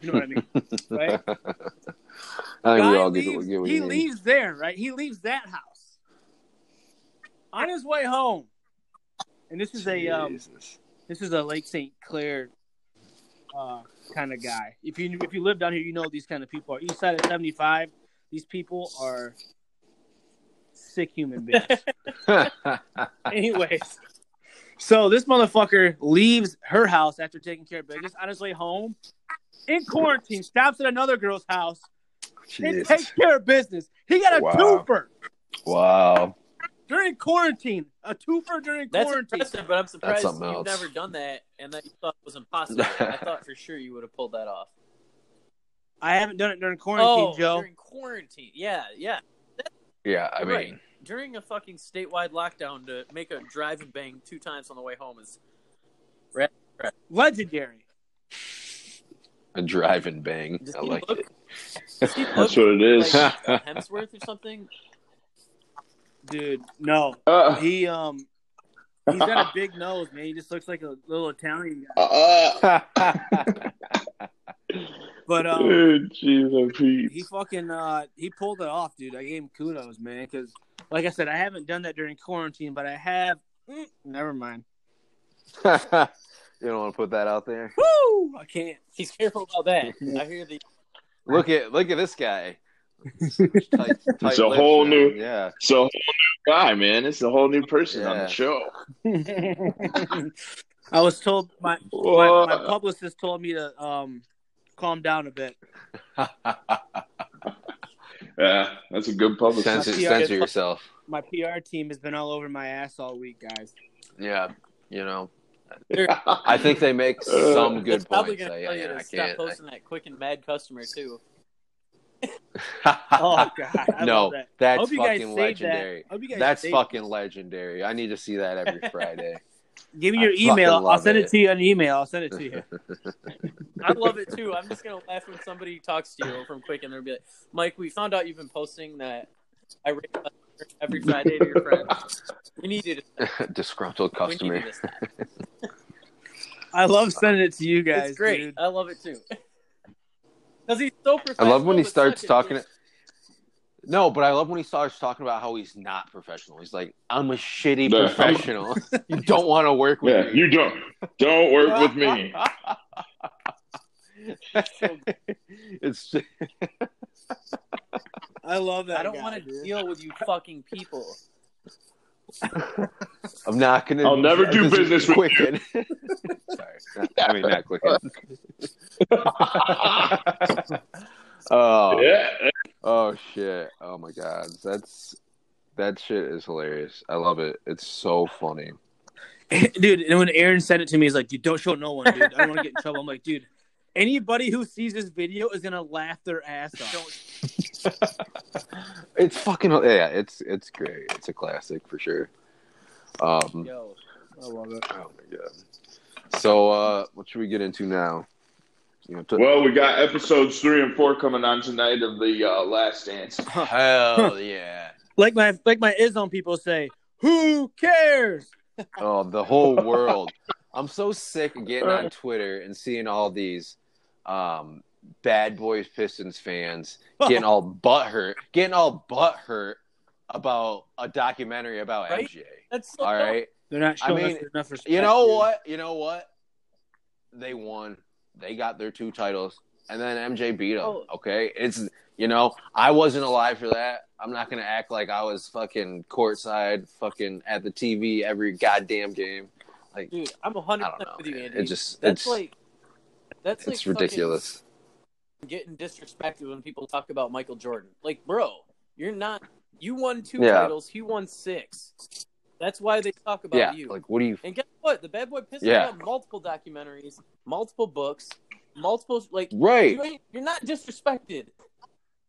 [SPEAKER 2] You know what
[SPEAKER 1] (laughs)
[SPEAKER 2] I mean, right?
[SPEAKER 1] I think we
[SPEAKER 2] Guy
[SPEAKER 1] all get,
[SPEAKER 2] leaves-
[SPEAKER 1] get what
[SPEAKER 2] he
[SPEAKER 1] you mean.
[SPEAKER 2] leaves there, right? He leaves that house on his way home. And this is a um,
[SPEAKER 1] Jesus. (laughs)
[SPEAKER 2] this is a Lake St. Clair uh, kind of guy. If you if you live down here, you know these kind of people are. East side of seventy five, these people are sick human being. Anyways, so this motherfucker leaves her house after taking care of business on his way home. In quarantine, stops at another girl's house and
[SPEAKER 1] Jeez.
[SPEAKER 2] takes care of business. He got a
[SPEAKER 1] Wow.
[SPEAKER 2] twofer
[SPEAKER 1] Wow.
[SPEAKER 2] during quarantine. A twofer during
[SPEAKER 4] That's
[SPEAKER 2] quarantine.
[SPEAKER 4] impressive, but I'm surprised you've
[SPEAKER 1] something else.
[SPEAKER 4] never done that and that you thought it was impossible. I
[SPEAKER 1] (laughs)
[SPEAKER 4] thought for sure you would have pulled that off.
[SPEAKER 2] I haven't done it during quarantine,
[SPEAKER 4] oh,
[SPEAKER 2] Joe.
[SPEAKER 4] during quarantine. Yeah, yeah.
[SPEAKER 1] Yeah, I mean,
[SPEAKER 4] Right. During a fucking statewide lockdown to make a drive and bang two times on the way home is
[SPEAKER 2] Legendary.
[SPEAKER 1] a drive and bang.
[SPEAKER 4] Does
[SPEAKER 1] I
[SPEAKER 4] he
[SPEAKER 1] like
[SPEAKER 4] look-
[SPEAKER 1] it.
[SPEAKER 4] does
[SPEAKER 1] (laughs)
[SPEAKER 4] he
[SPEAKER 3] That's
[SPEAKER 4] look
[SPEAKER 3] what it is. (laughs)
[SPEAKER 4] like Hemsworth or something?
[SPEAKER 2] Dude, no.
[SPEAKER 3] Uh,
[SPEAKER 2] He um he's got a big nose, man. He just looks like a little Italian guy.
[SPEAKER 3] uh,
[SPEAKER 2] But um
[SPEAKER 3] dude, jeez, oh, Pete.
[SPEAKER 2] he fucking uh he pulled it off, dude. I gave him kudos, man, because like I said, I haven't done that during quarantine, but I have. Mm, never mind.
[SPEAKER 1] (laughs) you don't want to put that out there.
[SPEAKER 2] Woo! I can't.
[SPEAKER 4] He's careful about that. I hear the
[SPEAKER 1] Look at look at this guy. Tight- tight
[SPEAKER 3] a
[SPEAKER 1] lips,
[SPEAKER 3] whole
[SPEAKER 1] man.
[SPEAKER 3] new-
[SPEAKER 1] Yeah.
[SPEAKER 3] It's a whole new guy, man. It's a whole new person on
[SPEAKER 1] Yeah.
[SPEAKER 3] the show.
[SPEAKER 2] I was told my, my
[SPEAKER 3] Whoa.
[SPEAKER 2] my publicist told me to um calm down a bit.
[SPEAKER 3] (laughs) Yeah, that's a good public.
[SPEAKER 1] censor
[SPEAKER 2] see, I
[SPEAKER 1] censor
[SPEAKER 2] guess-
[SPEAKER 1] yourself.
[SPEAKER 2] My PR team has been all over my ass all
[SPEAKER 1] (laughs)
[SPEAKER 2] week, guys.
[SPEAKER 1] Yeah. You know, I think they make
[SPEAKER 3] Uh,
[SPEAKER 1] some
[SPEAKER 4] it's
[SPEAKER 1] good
[SPEAKER 4] probably
[SPEAKER 1] points.
[SPEAKER 4] gonna
[SPEAKER 1] I,
[SPEAKER 4] tell you
[SPEAKER 1] I,
[SPEAKER 4] to
[SPEAKER 1] I
[SPEAKER 4] stop
[SPEAKER 1] can't. (laughs)
[SPEAKER 4] posting that quick and mad customer too.
[SPEAKER 2] Oh god, I
[SPEAKER 1] no,
[SPEAKER 2] love that.
[SPEAKER 1] that's
[SPEAKER 2] Hope you guys
[SPEAKER 1] fucking
[SPEAKER 2] saved
[SPEAKER 1] legendary.
[SPEAKER 2] that. Hope you guys
[SPEAKER 1] That's
[SPEAKER 2] saved
[SPEAKER 1] fucking legendary. I need to see that every Friday.
[SPEAKER 3] (laughs)
[SPEAKER 2] Give me
[SPEAKER 1] I
[SPEAKER 2] your
[SPEAKER 1] fucking
[SPEAKER 2] email. I'll
[SPEAKER 1] love
[SPEAKER 2] send it.
[SPEAKER 1] it.
[SPEAKER 2] to you on email. I'll send it
[SPEAKER 1] (laughs)
[SPEAKER 2] to you.
[SPEAKER 4] I love it too. I'm just gonna laugh when somebody talks to you from Quick and they'll be like, "Mike, we found out you've been posting that I rate customers every Friday to your friends. We need you to
[SPEAKER 1] Disgruntled
[SPEAKER 4] we need you
[SPEAKER 1] customer.
[SPEAKER 4] to stop."
[SPEAKER 2] I love sending it to you guys.
[SPEAKER 4] It's great.
[SPEAKER 2] dude.
[SPEAKER 4] I love it too. (laughs) Because he's so
[SPEAKER 1] I
[SPEAKER 4] professional.
[SPEAKER 1] love when he
[SPEAKER 4] but
[SPEAKER 1] starts
[SPEAKER 4] such a
[SPEAKER 1] talking.
[SPEAKER 4] dick.
[SPEAKER 1] No, but I love when he starts talking about how he's not professional. He's like, I'm a shitty
[SPEAKER 3] Yeah. (laughs)
[SPEAKER 1] professional. you don't want to work with
[SPEAKER 3] (laughs) Yeah,
[SPEAKER 1] me.
[SPEAKER 3] you don't don't work with me.
[SPEAKER 1] (laughs) it's
[SPEAKER 2] I love that.
[SPEAKER 4] I don't
[SPEAKER 2] guy,
[SPEAKER 4] want to
[SPEAKER 2] dude.
[SPEAKER 4] deal with you fucking people.
[SPEAKER 1] I'm not gonna.
[SPEAKER 3] I'll never do
[SPEAKER 1] this is
[SPEAKER 3] business
[SPEAKER 1] (laughs)
[SPEAKER 3] with
[SPEAKER 1] Quicken. Sorry, Not- I mean not Quicken. (laughs) oh,
[SPEAKER 3] Yeah,
[SPEAKER 1] oh shit! Oh my god, that's that shit is hilarious. I love it. It's so funny.
[SPEAKER 2] (laughs) dude. And when Aaron sent it to me, he's like, "Dude, don't show no one, dude. I don't want to get in trouble." I'm like, "Dude, anybody who sees this video is gonna laugh their ass off."
[SPEAKER 1] It's fucking yeah. It's it's great. It's a classic for sure. Um.
[SPEAKER 4] Yo,
[SPEAKER 2] I love it.
[SPEAKER 1] Oh my god. So uh, what should we get into now? You know, to-
[SPEAKER 3] Well, we got episodes three and four coming on tonight of the uh, Last Dance.
[SPEAKER 1] hell yeah.
[SPEAKER 2] Like my like my ism people say, "Who cares?"
[SPEAKER 1] Oh, the whole world. I'm so sick of getting on Twitter and seeing all these um, bad boys Pistons fans getting all butthurt, getting all butthurt about a documentary about
[SPEAKER 4] Right?
[SPEAKER 1] MJ.
[SPEAKER 4] that's so
[SPEAKER 1] All right.
[SPEAKER 2] They're not
[SPEAKER 1] I
[SPEAKER 2] showing
[SPEAKER 1] mean,
[SPEAKER 2] us enough respect.
[SPEAKER 1] You know
[SPEAKER 2] dude.
[SPEAKER 1] what? You know what? They won. They got their two titles, and then MJ beat them.
[SPEAKER 4] Oh.
[SPEAKER 1] Okay, it's you know I wasn't alive for that. I'm not gonna act like I was fucking courtside, fucking at the TV every goddamn game.
[SPEAKER 4] Dude, I'm
[SPEAKER 1] I
[SPEAKER 4] 100
[SPEAKER 1] don't
[SPEAKER 4] percent
[SPEAKER 1] know.
[SPEAKER 4] with you,
[SPEAKER 1] man.
[SPEAKER 4] Andy.
[SPEAKER 1] It just
[SPEAKER 4] that's
[SPEAKER 1] it's
[SPEAKER 4] like that's like
[SPEAKER 1] it's
[SPEAKER 4] fucking
[SPEAKER 1] ridiculous.
[SPEAKER 4] Getting disrespected when people talk about Michael Jordan. Like, bro, you're not. You won two
[SPEAKER 1] Yeah.
[SPEAKER 4] titles. He won six. That's why they talk about
[SPEAKER 1] Yeah,
[SPEAKER 4] you.
[SPEAKER 1] like what do you?
[SPEAKER 4] and guess what? The Bad Boy Pistons
[SPEAKER 1] Yeah.
[SPEAKER 4] got multiple documentaries, multiple books, multiple like.
[SPEAKER 1] Right?
[SPEAKER 4] You ain't, you're not disrespected.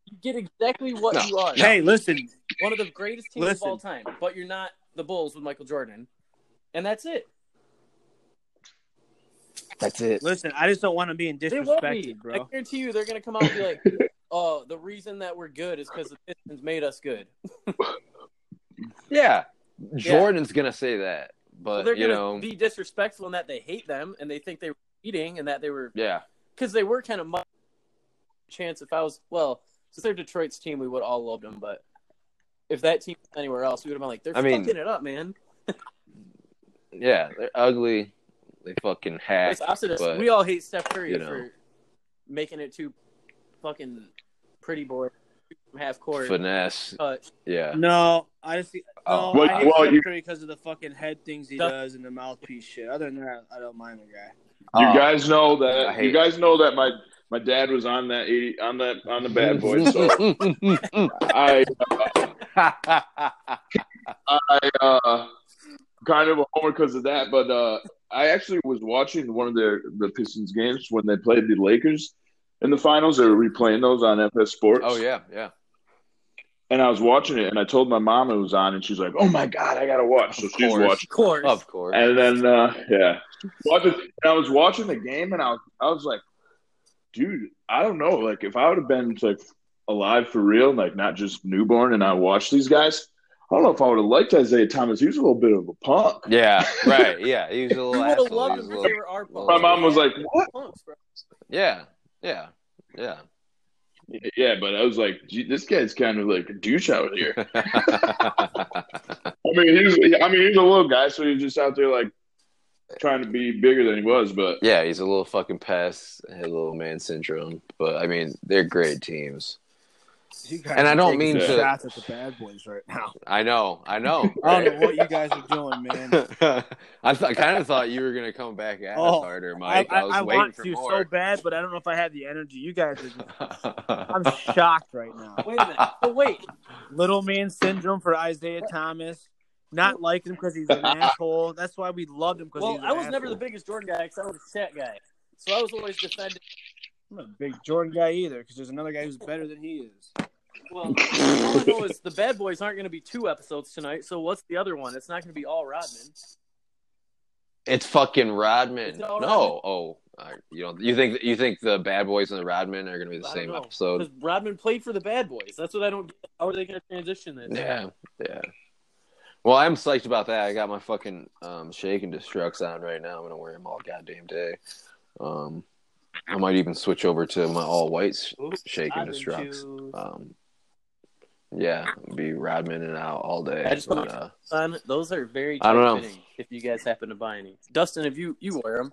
[SPEAKER 4] You get exactly what
[SPEAKER 1] No,
[SPEAKER 4] you are.
[SPEAKER 2] Hey, listen,
[SPEAKER 4] One of the greatest teams
[SPEAKER 2] Listen.
[SPEAKER 4] of all time, but you're not the Bulls with Michael Jordan, and that's it.
[SPEAKER 1] That's it.
[SPEAKER 2] listen. I just don't want to be
[SPEAKER 4] They won't be.
[SPEAKER 2] disrespected,
[SPEAKER 4] I
[SPEAKER 2] bro.
[SPEAKER 4] guarantee you, they're gonna come out and be like,
[SPEAKER 1] (laughs)
[SPEAKER 4] "Oh, the reason that we're good is because the Pistons made us good."
[SPEAKER 1] Yeah, Jordan's gonna say that,
[SPEAKER 4] So
[SPEAKER 1] but
[SPEAKER 4] they're
[SPEAKER 1] you
[SPEAKER 4] gonna
[SPEAKER 1] know,
[SPEAKER 4] be disrespectful in that they hate them and they think they were cheating and that they were
[SPEAKER 1] yeah,
[SPEAKER 4] because they were kind of my chance. If I was well, since they're Detroit's team, we would all love them, but. If that team was anywhere else, we would have been like, they're
[SPEAKER 1] I mean-
[SPEAKER 4] fucking it up, man.
[SPEAKER 1] yeah. They're ugly. They fucking hack.
[SPEAKER 4] It's opposite. us.
[SPEAKER 1] but-
[SPEAKER 4] we all hate Steph Curry
[SPEAKER 1] you know.
[SPEAKER 4] for making it too fucking pretty boy. from half court.
[SPEAKER 1] Finesse.
[SPEAKER 4] Cut.
[SPEAKER 1] Yeah.
[SPEAKER 2] No, I just no,
[SPEAKER 1] Oh.
[SPEAKER 3] What-
[SPEAKER 2] I hate
[SPEAKER 3] well,
[SPEAKER 2] Steph
[SPEAKER 3] you-
[SPEAKER 2] Curry because of the fucking head things he
[SPEAKER 4] Does-
[SPEAKER 2] does and the mouthpiece shit. Other than that, I don't mind the guy.
[SPEAKER 3] You
[SPEAKER 1] Oh,
[SPEAKER 3] guys know
[SPEAKER 1] I
[SPEAKER 3] that.
[SPEAKER 1] hate
[SPEAKER 3] You guys know that my my dad was on that 80, on that on the
[SPEAKER 1] (laughs)
[SPEAKER 3] bad (laughs) boy. So I I uh, kind of a homer because of that, but uh, I actually was watching one of their the Pistons games when they played the Lakers in the finals. They were replaying those on FS Sports.
[SPEAKER 1] oh yeah, yeah.
[SPEAKER 3] And I was watching it, and I told my mom it was on, and she's like, "Oh my god, I gotta watch." So
[SPEAKER 1] Of
[SPEAKER 3] she's
[SPEAKER 1] course.
[SPEAKER 3] watching,
[SPEAKER 4] Of course.
[SPEAKER 1] Of course.
[SPEAKER 3] and then uh, yeah, watching. And I was watching the game, and I was, I was like, "Dude, I don't know. Like, if I would have been like alive for real, like not just newborn, and I watched these guys." I don't know if I would have liked Isaiah Thomas. He was a little bit of a punk.
[SPEAKER 1] Yeah, right. Yeah, he was a
[SPEAKER 4] We
[SPEAKER 1] little
[SPEAKER 4] would have
[SPEAKER 1] asshole. He
[SPEAKER 4] loved
[SPEAKER 1] was
[SPEAKER 4] them
[SPEAKER 1] a
[SPEAKER 4] if they
[SPEAKER 1] little,
[SPEAKER 4] were our
[SPEAKER 1] little-
[SPEAKER 3] My mom was like, "What?"
[SPEAKER 4] punks, bro.
[SPEAKER 1] yeah, yeah, yeah. (laughs)
[SPEAKER 3] Yeah, but I was like, "Gee, "This guy's kind of like a douche out here." I mean, he was, I mean, he's a little guy, so he was just out there like trying to be bigger than he was. But
[SPEAKER 1] yeah, he's a little fucking pest, had a little man syndrome. But I mean, they're great teams.
[SPEAKER 2] You guys
[SPEAKER 1] And I
[SPEAKER 2] are
[SPEAKER 1] don't mean
[SPEAKER 2] taking
[SPEAKER 1] to-
[SPEAKER 2] shots at the bad boys right now.
[SPEAKER 1] I know, I
[SPEAKER 2] (laughs)
[SPEAKER 1] know.
[SPEAKER 2] I don't know what you guys are doing, Oh, man.
[SPEAKER 1] (laughs) I, th- I kind of thought you were gonna come back at
[SPEAKER 2] Oh,
[SPEAKER 1] us harder, Mike. I,
[SPEAKER 2] I,
[SPEAKER 1] was
[SPEAKER 2] I
[SPEAKER 1] waiting
[SPEAKER 2] want
[SPEAKER 1] for
[SPEAKER 2] to
[SPEAKER 1] more.
[SPEAKER 2] so bad, but I don't know if I have the energy. You guys are. Just,
[SPEAKER 1] (laughs)
[SPEAKER 2] I'm shocked right now.
[SPEAKER 4] Wait a minute. Oh, wait.
[SPEAKER 2] (laughs) Little man syndrome for Isaiah Thomas. Not like him because
[SPEAKER 1] (laughs)
[SPEAKER 2] he's an asshole. That's why we loved him because
[SPEAKER 4] Well,
[SPEAKER 2] he's an
[SPEAKER 4] I was never the
[SPEAKER 2] asshole.
[SPEAKER 4] biggest Jordan guy because I was a stat guy. So I was always defending.
[SPEAKER 2] I'm not a big Jordan guy either because there's another guy who's better than he is.
[SPEAKER 4] Well, all I know is the bad boys aren't going to be two episodes tonight. So what's the other one? It's not going to be all Rodman.
[SPEAKER 1] it's fucking Rodman.
[SPEAKER 4] Is it
[SPEAKER 1] no,
[SPEAKER 4] all
[SPEAKER 1] oh, I- you don't. You think you think the Bad Boys and the Rodman are gonna be the
[SPEAKER 4] I
[SPEAKER 1] same
[SPEAKER 4] don't know.
[SPEAKER 1] episode?
[SPEAKER 4] Because Rodman played for the bad boys. That's what I don't. Get. How are they going to transition this?
[SPEAKER 1] Yeah, yeah. Well, I'm psyched about that. I got my fucking um, shake and destructs on right now. I'm gonna wear them all goddamn day. Um, I might even switch over to my all whites
[SPEAKER 4] Ooh,
[SPEAKER 1] shake and
[SPEAKER 4] Rodman
[SPEAKER 1] destructs.
[SPEAKER 4] shoes.
[SPEAKER 1] Um, yeah, be Rodman and out all day.
[SPEAKER 4] I just
[SPEAKER 1] But,
[SPEAKER 4] want-
[SPEAKER 1] uh,
[SPEAKER 4] Son, those are very.
[SPEAKER 1] I don't know.
[SPEAKER 4] tight-fitting, If you guys happen to buy any, Dustin, if you you wear them,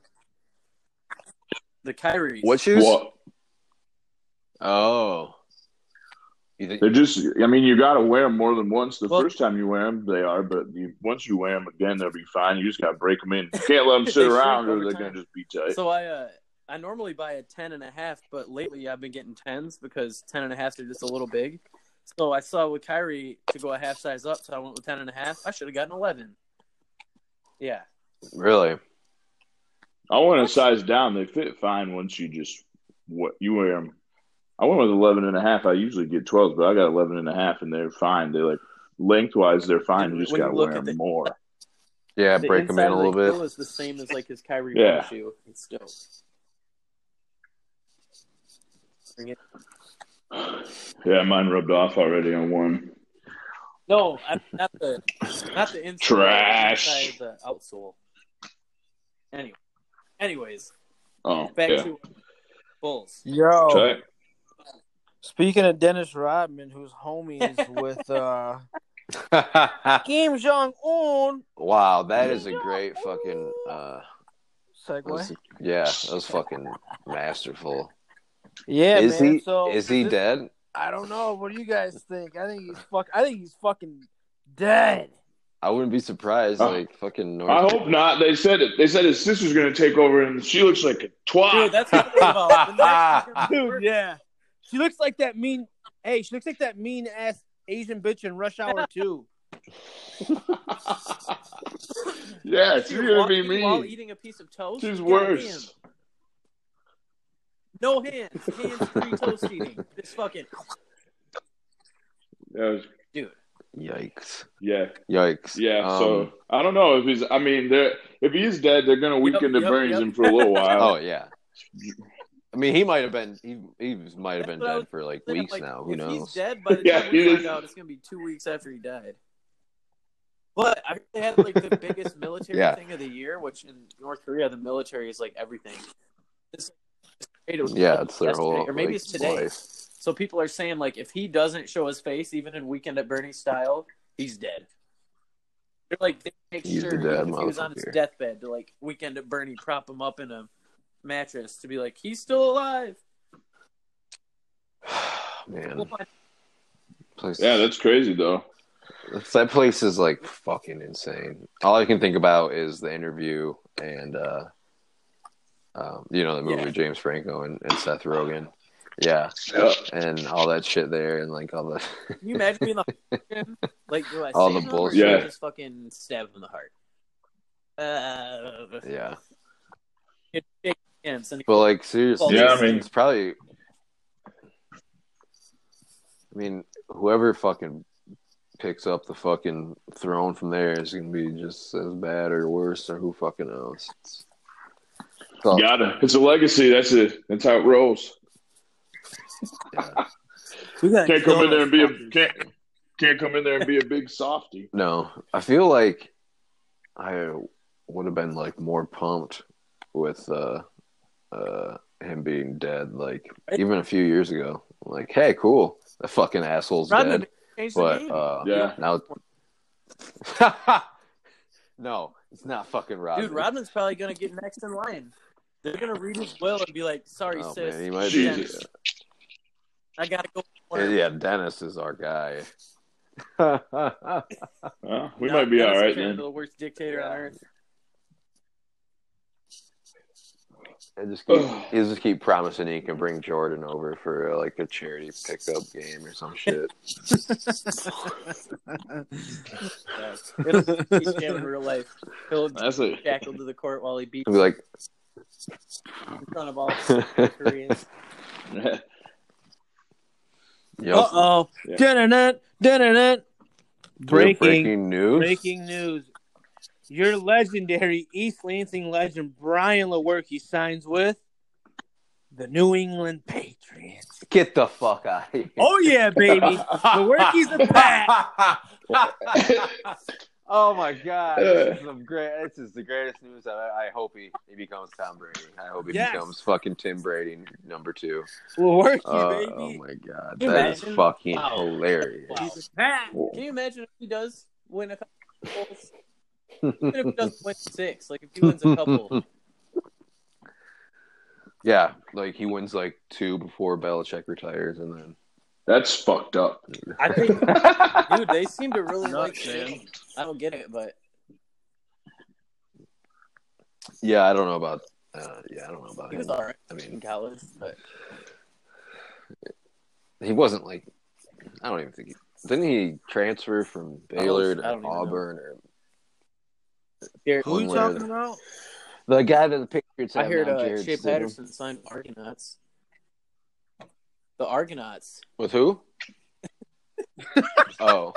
[SPEAKER 4] the Kyrie.
[SPEAKER 1] what shoes?
[SPEAKER 3] what?
[SPEAKER 1] Oh, you think?
[SPEAKER 3] They're just. I mean, you got to wear them more than once. The
[SPEAKER 4] Well-
[SPEAKER 3] first time you wear them, they are, but you, once you wear them again, they'll be fine. You just got to break them in. You can't
[SPEAKER 4] (laughs)
[SPEAKER 3] let them
[SPEAKER 4] They
[SPEAKER 3] sit
[SPEAKER 4] shrink
[SPEAKER 3] around,
[SPEAKER 4] over
[SPEAKER 3] or they're
[SPEAKER 4] time.
[SPEAKER 3] gonna just be tight.
[SPEAKER 4] So I uh, I normally buy a ten and a half, but lately I've been getting tens because ten and a halfs are just a little big. So I saw with Kyrie to go a half size up, so I went with ten and a half. I should have gotten eleven. Yeah,
[SPEAKER 1] Really?
[SPEAKER 3] I went a size down. They fit fine once you just what you wear them. I went with 11 and a half. I usually get 12, but I got 11 and a half, and they're fine. They're like lengthwise, they're fine. You just
[SPEAKER 4] When you
[SPEAKER 3] got to
[SPEAKER 4] look
[SPEAKER 3] wear
[SPEAKER 4] at
[SPEAKER 3] them
[SPEAKER 4] the-
[SPEAKER 3] more.
[SPEAKER 4] (laughs)
[SPEAKER 1] Yeah,
[SPEAKER 4] The
[SPEAKER 1] break them
[SPEAKER 4] inside
[SPEAKER 1] in
[SPEAKER 4] of
[SPEAKER 1] a
[SPEAKER 4] the
[SPEAKER 1] little bit.
[SPEAKER 4] heel Is the same as like his Kyrie
[SPEAKER 3] Yeah.
[SPEAKER 4] one shoe. It's dope.
[SPEAKER 3] Yeah, mine rubbed off already on one.
[SPEAKER 4] No, I, not the not the inside.
[SPEAKER 3] Trash.
[SPEAKER 4] inside the outsole. Anyway, anyways,
[SPEAKER 3] Oh,
[SPEAKER 4] back
[SPEAKER 3] yeah.
[SPEAKER 4] to Bulls.
[SPEAKER 2] Yo,
[SPEAKER 3] Tight.
[SPEAKER 2] speaking of Dennis Rodman, who's homies (laughs) with uh, Kim Jong Un.
[SPEAKER 1] (laughs) wow, that is a great fucking. Uh, that
[SPEAKER 2] Segue.
[SPEAKER 1] was- yeah, that was fucking masterful.
[SPEAKER 2] Yeah,
[SPEAKER 1] is
[SPEAKER 2] man.
[SPEAKER 1] he
[SPEAKER 2] so
[SPEAKER 1] is he
[SPEAKER 2] this-
[SPEAKER 1] dead?
[SPEAKER 2] I don't know. What do you guys think? I think he's fuck. I think he's fucking dead.
[SPEAKER 1] I wouldn't be surprised.
[SPEAKER 3] Uh,
[SPEAKER 1] like fucking North.
[SPEAKER 3] I hope not. They said it. They said his sister's gonna take over, and she looks like a twat.
[SPEAKER 4] Dude, that's what I'm about. The
[SPEAKER 1] (laughs)
[SPEAKER 4] next one's gonna be
[SPEAKER 2] Dude, yeah. She looks like that mean. Hey, she looks like that mean ass Asian bitch in Rush Hour (laughs) Two.
[SPEAKER 3] (laughs) yeah,
[SPEAKER 4] If
[SPEAKER 3] she's
[SPEAKER 4] you're
[SPEAKER 3] gonna be
[SPEAKER 4] walking While
[SPEAKER 3] mean.
[SPEAKER 4] eating a piece of toast,
[SPEAKER 3] She's
[SPEAKER 4] no
[SPEAKER 3] worse.
[SPEAKER 4] hands. No hands. Hands free toast eating. This fucking
[SPEAKER 3] That was-
[SPEAKER 4] dude.
[SPEAKER 1] Yikes!
[SPEAKER 3] yeah,
[SPEAKER 1] Yikes!
[SPEAKER 3] yeah.
[SPEAKER 1] Um,
[SPEAKER 3] so I don't know if he's. I mean, they're if he's dead, they're gonna weaken the
[SPEAKER 4] yep,
[SPEAKER 3] brains
[SPEAKER 4] yep.
[SPEAKER 3] in for a little
[SPEAKER 1] (laughs) Oh
[SPEAKER 3] while.
[SPEAKER 1] yeah. I mean, he might have been he he might have been
[SPEAKER 4] That's what I was
[SPEAKER 1] dead for like weeks
[SPEAKER 4] Like,
[SPEAKER 1] now. Who
[SPEAKER 4] if
[SPEAKER 1] knows?
[SPEAKER 4] He's dead by the
[SPEAKER 3] Yeah,
[SPEAKER 4] time
[SPEAKER 3] he
[SPEAKER 4] we
[SPEAKER 3] is.
[SPEAKER 4] find out. It's gonna be two weeks after he died. But I heard they had like the biggest military
[SPEAKER 1] Yeah.
[SPEAKER 4] thing of the year, which in North Korea the military is like everything. This- it was
[SPEAKER 1] Yeah, it's their
[SPEAKER 4] yesterday,
[SPEAKER 1] whole
[SPEAKER 4] or maybe
[SPEAKER 1] like,
[SPEAKER 4] it's today.
[SPEAKER 1] life. (sighs)
[SPEAKER 4] So people are saying like if he doesn't show his face, even in Weekend at Bernie style, he's dead. They're like they make
[SPEAKER 1] He's
[SPEAKER 4] sure
[SPEAKER 1] the dead
[SPEAKER 4] even if he was on his
[SPEAKER 1] motherfucker.
[SPEAKER 4] deathbed to like Weekend at Bernie prop him up in a mattress to be like he's still alive.
[SPEAKER 1] Man,
[SPEAKER 4] We'll find-
[SPEAKER 1] Place,
[SPEAKER 3] Yeah, that's crazy though.
[SPEAKER 1] that's- that place is like fucking insane. All I can think about is the interview and, uh, um, you know, the movie
[SPEAKER 4] Yeah.
[SPEAKER 1] with James Franco and, and Seth Rogen. Yeah,
[SPEAKER 3] Yeah.
[SPEAKER 1] and all that shit there, and like all the (laughs)
[SPEAKER 4] Can you imagine being like, (laughs) like, do I
[SPEAKER 1] All
[SPEAKER 4] save
[SPEAKER 1] the
[SPEAKER 4] him or
[SPEAKER 1] bullshit.
[SPEAKER 4] should I
[SPEAKER 3] Yeah.
[SPEAKER 4] just fucking stab him in the heart. Uh,
[SPEAKER 1] yeah.
[SPEAKER 4] and send-
[SPEAKER 1] But like seriously,
[SPEAKER 3] Yeah, I
[SPEAKER 1] it's-
[SPEAKER 3] mean-
[SPEAKER 1] it's probably. I mean, whoever fucking picks up the fucking throne from there is gonna be just as bad or worse or who fucking knows. It's- So,
[SPEAKER 3] Gotta. It's a legacy. That's it. That's how it rolls.
[SPEAKER 1] yeah.
[SPEAKER 2] We gotta
[SPEAKER 3] Can't
[SPEAKER 2] kill
[SPEAKER 3] come in there and be
[SPEAKER 2] those
[SPEAKER 3] a
[SPEAKER 2] fuckers.
[SPEAKER 3] can't can't come in there and be a big
[SPEAKER 4] (laughs)
[SPEAKER 3] softy.
[SPEAKER 1] No, I feel like I would have been like more pumped with uh, uh, him being dead, like even a few years ago. Like, hey, cool, the fucking asshole's
[SPEAKER 4] Rodman
[SPEAKER 1] dead.
[SPEAKER 4] changed the
[SPEAKER 1] But
[SPEAKER 4] name.
[SPEAKER 1] uh,
[SPEAKER 3] Yeah.
[SPEAKER 1] Now, (laughs) no, it's not fucking Rodman.
[SPEAKER 4] Dude, Rodman's probably gonna get next in line. They're gonna read his will and be like, "Sorry,
[SPEAKER 1] Oh,
[SPEAKER 4] sis,
[SPEAKER 1] man, he might
[SPEAKER 3] Jesus.
[SPEAKER 1] be.
[SPEAKER 4] I gotta go."
[SPEAKER 1] Yeah, yeah, Dennis is our guy. (laughs)
[SPEAKER 3] Well, we
[SPEAKER 4] No,
[SPEAKER 3] might be
[SPEAKER 4] Dennis
[SPEAKER 3] all right
[SPEAKER 4] Kucinich,
[SPEAKER 3] then.
[SPEAKER 4] The worst dictator on earth.
[SPEAKER 1] I just keep, you just keep promising he can bring Jordan over for uh, like a charity pickup game or some shit.
[SPEAKER 4] Yeah.
[SPEAKER 1] (laughs)
[SPEAKER 4] It'll teach him in real life.
[SPEAKER 3] (laughs)
[SPEAKER 4] He'll be
[SPEAKER 3] That's it.
[SPEAKER 4] shackled to the court while he beats
[SPEAKER 1] And be like,
[SPEAKER 4] in
[SPEAKER 1] (laughs)
[SPEAKER 4] front of all the
[SPEAKER 1] yep,
[SPEAKER 4] Koreans.
[SPEAKER 2] Uh oh.
[SPEAKER 3] Yeah.
[SPEAKER 2] Dun-dun-dun, dun-dun-dun.
[SPEAKER 1] breaking,
[SPEAKER 2] Breaking
[SPEAKER 1] news.
[SPEAKER 2] breaking news. Your legendary East Lansing legend Brian Lewerke signs with the New England Patriots.
[SPEAKER 1] Get the fuck out of here.
[SPEAKER 2] Oh yeah, baby. Lewerke's a pack.
[SPEAKER 1] (laughs) oh my god, this is, the great, this is the greatest news. I, I hope he, he becomes Tom Brady. I hope he
[SPEAKER 2] Yes.
[SPEAKER 1] becomes fucking Tim Brady number two.
[SPEAKER 2] (laughs) Lewerke,
[SPEAKER 1] Uh,
[SPEAKER 2] baby.
[SPEAKER 1] oh my god,
[SPEAKER 4] Can you
[SPEAKER 1] that is
[SPEAKER 4] imagine?
[SPEAKER 1] fucking
[SPEAKER 4] Wow.
[SPEAKER 1] hilarious.
[SPEAKER 4] Wow.
[SPEAKER 2] He's a pack.
[SPEAKER 4] Can you imagine if he does win a couple? of goals?
[SPEAKER 1] (laughs)
[SPEAKER 4] Even if he doesn't win six, like if he wins a couple,
[SPEAKER 1] Yeah, like he wins like two before Belichick retires, and then
[SPEAKER 3] (laughs) That's fucked up.
[SPEAKER 2] I think
[SPEAKER 4] dude, they seem to really like
[SPEAKER 2] Nuts,
[SPEAKER 4] him. I don't get it, but
[SPEAKER 1] yeah, I don't know about uh, yeah, I don't know about
[SPEAKER 4] he was
[SPEAKER 1] him.
[SPEAKER 4] all right
[SPEAKER 1] I
[SPEAKER 4] in
[SPEAKER 1] mean,
[SPEAKER 4] college. But
[SPEAKER 1] he wasn't like I don't even think he didn't he transfer from Baylor
[SPEAKER 4] I
[SPEAKER 1] to
[SPEAKER 4] don't even know.
[SPEAKER 1] Auburn or
[SPEAKER 4] Jared-
[SPEAKER 2] who you talking about?
[SPEAKER 1] the guy that the Patriots.
[SPEAKER 4] I
[SPEAKER 1] have
[SPEAKER 4] heard
[SPEAKER 1] now,
[SPEAKER 4] uh,
[SPEAKER 1] Jared
[SPEAKER 4] Shea
[SPEAKER 1] Stidham.
[SPEAKER 4] Patterson signed Argonauts. The Argonauts.
[SPEAKER 1] with
[SPEAKER 4] (laughs)
[SPEAKER 1] who? oh,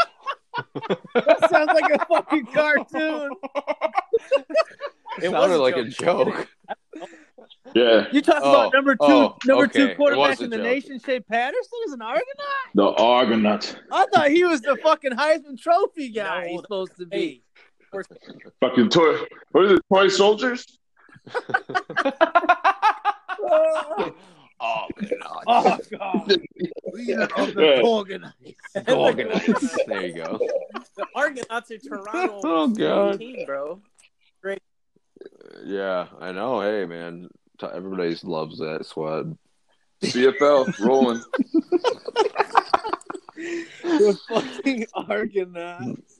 [SPEAKER 2] That sounds like a fucking cartoon.
[SPEAKER 1] it,
[SPEAKER 4] It was
[SPEAKER 1] sounded
[SPEAKER 4] a
[SPEAKER 1] like a
[SPEAKER 4] joke.
[SPEAKER 1] joke.
[SPEAKER 3] Yeah,
[SPEAKER 2] You talking
[SPEAKER 1] Oh,
[SPEAKER 2] about number two,
[SPEAKER 1] oh,
[SPEAKER 2] number
[SPEAKER 1] okay.
[SPEAKER 2] two
[SPEAKER 1] It
[SPEAKER 2] quarterback
[SPEAKER 1] was a
[SPEAKER 2] in the
[SPEAKER 1] joke.
[SPEAKER 2] nation, Shea Patterson is an Argonaut.
[SPEAKER 3] the Argonauts.
[SPEAKER 2] I thought he was the fucking Heisman Trophy guy.
[SPEAKER 4] No,
[SPEAKER 2] he's supposed to
[SPEAKER 4] Hey,
[SPEAKER 2] be.
[SPEAKER 3] Fucking toy. What is it? Toy soldiers.
[SPEAKER 1] (laughs) Oh,
[SPEAKER 4] (laughs)
[SPEAKER 2] Oh
[SPEAKER 1] (laughs)
[SPEAKER 2] god. These are all the
[SPEAKER 3] Yeah.
[SPEAKER 2] organized.
[SPEAKER 1] Organized. There you go.
[SPEAKER 4] the Argonauts are Toronto
[SPEAKER 1] (laughs) Oh, God.
[SPEAKER 4] team, bro.
[SPEAKER 1] Yeah, I know. Hey, man, T- everybody loves that squad.
[SPEAKER 3] CFL rolling.
[SPEAKER 2] the fucking Argonaut.
[SPEAKER 4] (laughs)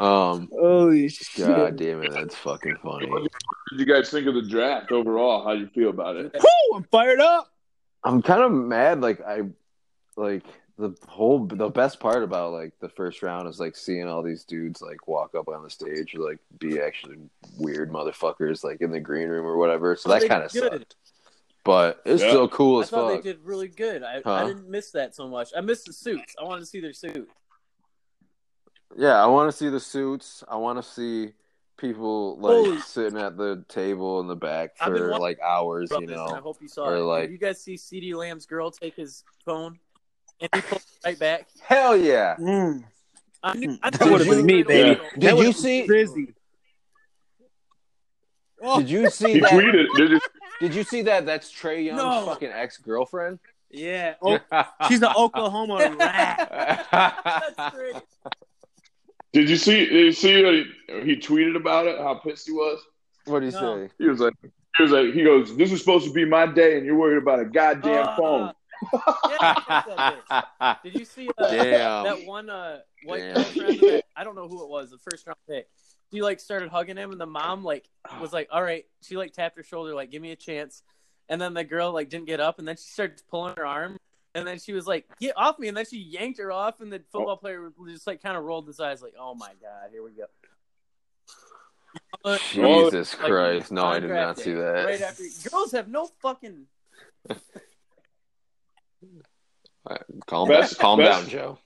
[SPEAKER 1] Um,
[SPEAKER 2] Holy shit.
[SPEAKER 1] god damn it, that's fucking funny.
[SPEAKER 3] (laughs) What did you guys think of the draft overall? How you feel about it?
[SPEAKER 2] Woo, I'm fired up.
[SPEAKER 1] I'm kind of mad. Like I, like the whole the best part about like the first round is like seeing all these dudes like walk up on the stage or like be actually weird motherfuckers like in the green room or whatever. So
[SPEAKER 4] They
[SPEAKER 1] that kind of
[SPEAKER 4] did good.
[SPEAKER 1] sucked. But it's
[SPEAKER 3] Yeah.
[SPEAKER 1] still cool
[SPEAKER 4] I
[SPEAKER 1] as
[SPEAKER 4] thought
[SPEAKER 1] fuck.
[SPEAKER 4] they did really good. I, I
[SPEAKER 1] Huh?
[SPEAKER 4] didn't miss that so much. I missed the suits. I wanted to see their suit.
[SPEAKER 1] Yeah, I want to see the suits. I want to see people like
[SPEAKER 4] Holy-
[SPEAKER 1] sitting at the table in the back
[SPEAKER 4] I've been
[SPEAKER 1] for
[SPEAKER 4] watching
[SPEAKER 1] like hours, you
[SPEAKER 4] Brothers, and I
[SPEAKER 1] know.
[SPEAKER 4] hope you saw
[SPEAKER 1] or
[SPEAKER 4] it.
[SPEAKER 1] like-
[SPEAKER 4] Did you guys see CD Lamb's girl take his phone and he pulled it right back?
[SPEAKER 1] Hell yeah.
[SPEAKER 4] I knew, I
[SPEAKER 2] Hmm. That
[SPEAKER 4] knew
[SPEAKER 2] would've
[SPEAKER 4] it was
[SPEAKER 2] been me,
[SPEAKER 4] right
[SPEAKER 2] baby.
[SPEAKER 4] away.
[SPEAKER 1] Did
[SPEAKER 2] That
[SPEAKER 1] you
[SPEAKER 2] was
[SPEAKER 1] see-
[SPEAKER 2] Drizzy. Oh,
[SPEAKER 1] Did you see
[SPEAKER 3] He
[SPEAKER 1] that?
[SPEAKER 3] tweeted. Did you?
[SPEAKER 1] Did you see that? That's Trey Young's
[SPEAKER 2] No.
[SPEAKER 1] fucking ex girlfriend. (laughs)
[SPEAKER 2] yeah. Oh, she's an (laughs) Oklahoma rat.
[SPEAKER 4] That's great.
[SPEAKER 3] Did you see? Did you see? That he, he tweeted about it. How pissed he was.
[SPEAKER 1] what do you
[SPEAKER 2] No.
[SPEAKER 1] say?
[SPEAKER 3] He was like, he was like, he goes, "This was supposed to be my day, and you're worried about a goddamn
[SPEAKER 2] Uh,
[SPEAKER 3] phone."
[SPEAKER 1] (laughs)
[SPEAKER 4] Yeah, I think that is. Did you see uh,
[SPEAKER 1] Damn.
[SPEAKER 4] that one uh, white
[SPEAKER 1] Damn.
[SPEAKER 4] girlfriend? That, I don't know who it was. The first round pick. She like started hugging him, and the mom like was like, "All right." She like tapped her shoulder, like, "Give me a chance." And then the girl like didn't get up, and then she started pulling her arm, and then she was like, "Get off me!" And then she yanked her off, and the football player just like kind of rolled his eyes, like, "Oh my god, here we go." But-
[SPEAKER 1] Jesus
[SPEAKER 4] like,
[SPEAKER 1] Christ! No, I did not
[SPEAKER 4] contract
[SPEAKER 1] see
[SPEAKER 4] day,
[SPEAKER 1] that.
[SPEAKER 4] Right after girls have no fucking
[SPEAKER 1] Calm,
[SPEAKER 3] Best-
[SPEAKER 1] calm
[SPEAKER 3] best-
[SPEAKER 1] down, Joe.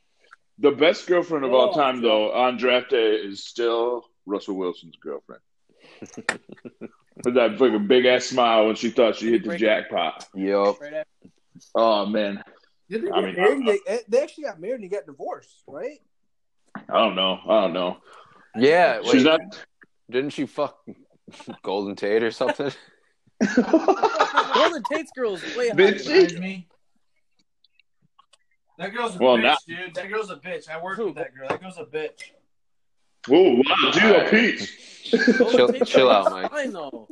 [SPEAKER 3] The best girlfriend of all
[SPEAKER 4] Oh,
[SPEAKER 3] time, though, on draft day is still Russell Wilson's (laughs) girlfriend. With that fucking big ass smile when she thought she hit the jackpot.
[SPEAKER 1] Yep.
[SPEAKER 4] right after.
[SPEAKER 3] Oh man,
[SPEAKER 2] Did they
[SPEAKER 3] I
[SPEAKER 2] get
[SPEAKER 3] mean,
[SPEAKER 2] married?
[SPEAKER 3] I-
[SPEAKER 2] They- they, actually got married and got divorced, right?
[SPEAKER 3] I don't know. I don't know.
[SPEAKER 1] Yeah. Wait,
[SPEAKER 3] She's not. (laughs)
[SPEAKER 1] Didn't she fuck (laughs) Golden Tate or something?
[SPEAKER 4] Golden Tate's girls way higher.
[SPEAKER 3] Bitch.
[SPEAKER 2] Reminds me. That girl's a
[SPEAKER 3] Well,
[SPEAKER 2] bitch,
[SPEAKER 3] now-
[SPEAKER 2] dude. That girl's a bitch. I worked with that girl. That girl's a bitch.
[SPEAKER 3] oh wow, dude, a peach.
[SPEAKER 4] (laughs) Golden
[SPEAKER 1] Chill-
[SPEAKER 4] Tate's
[SPEAKER 1] chill
[SPEAKER 4] girls
[SPEAKER 1] out, Mike.
[SPEAKER 4] Fine though.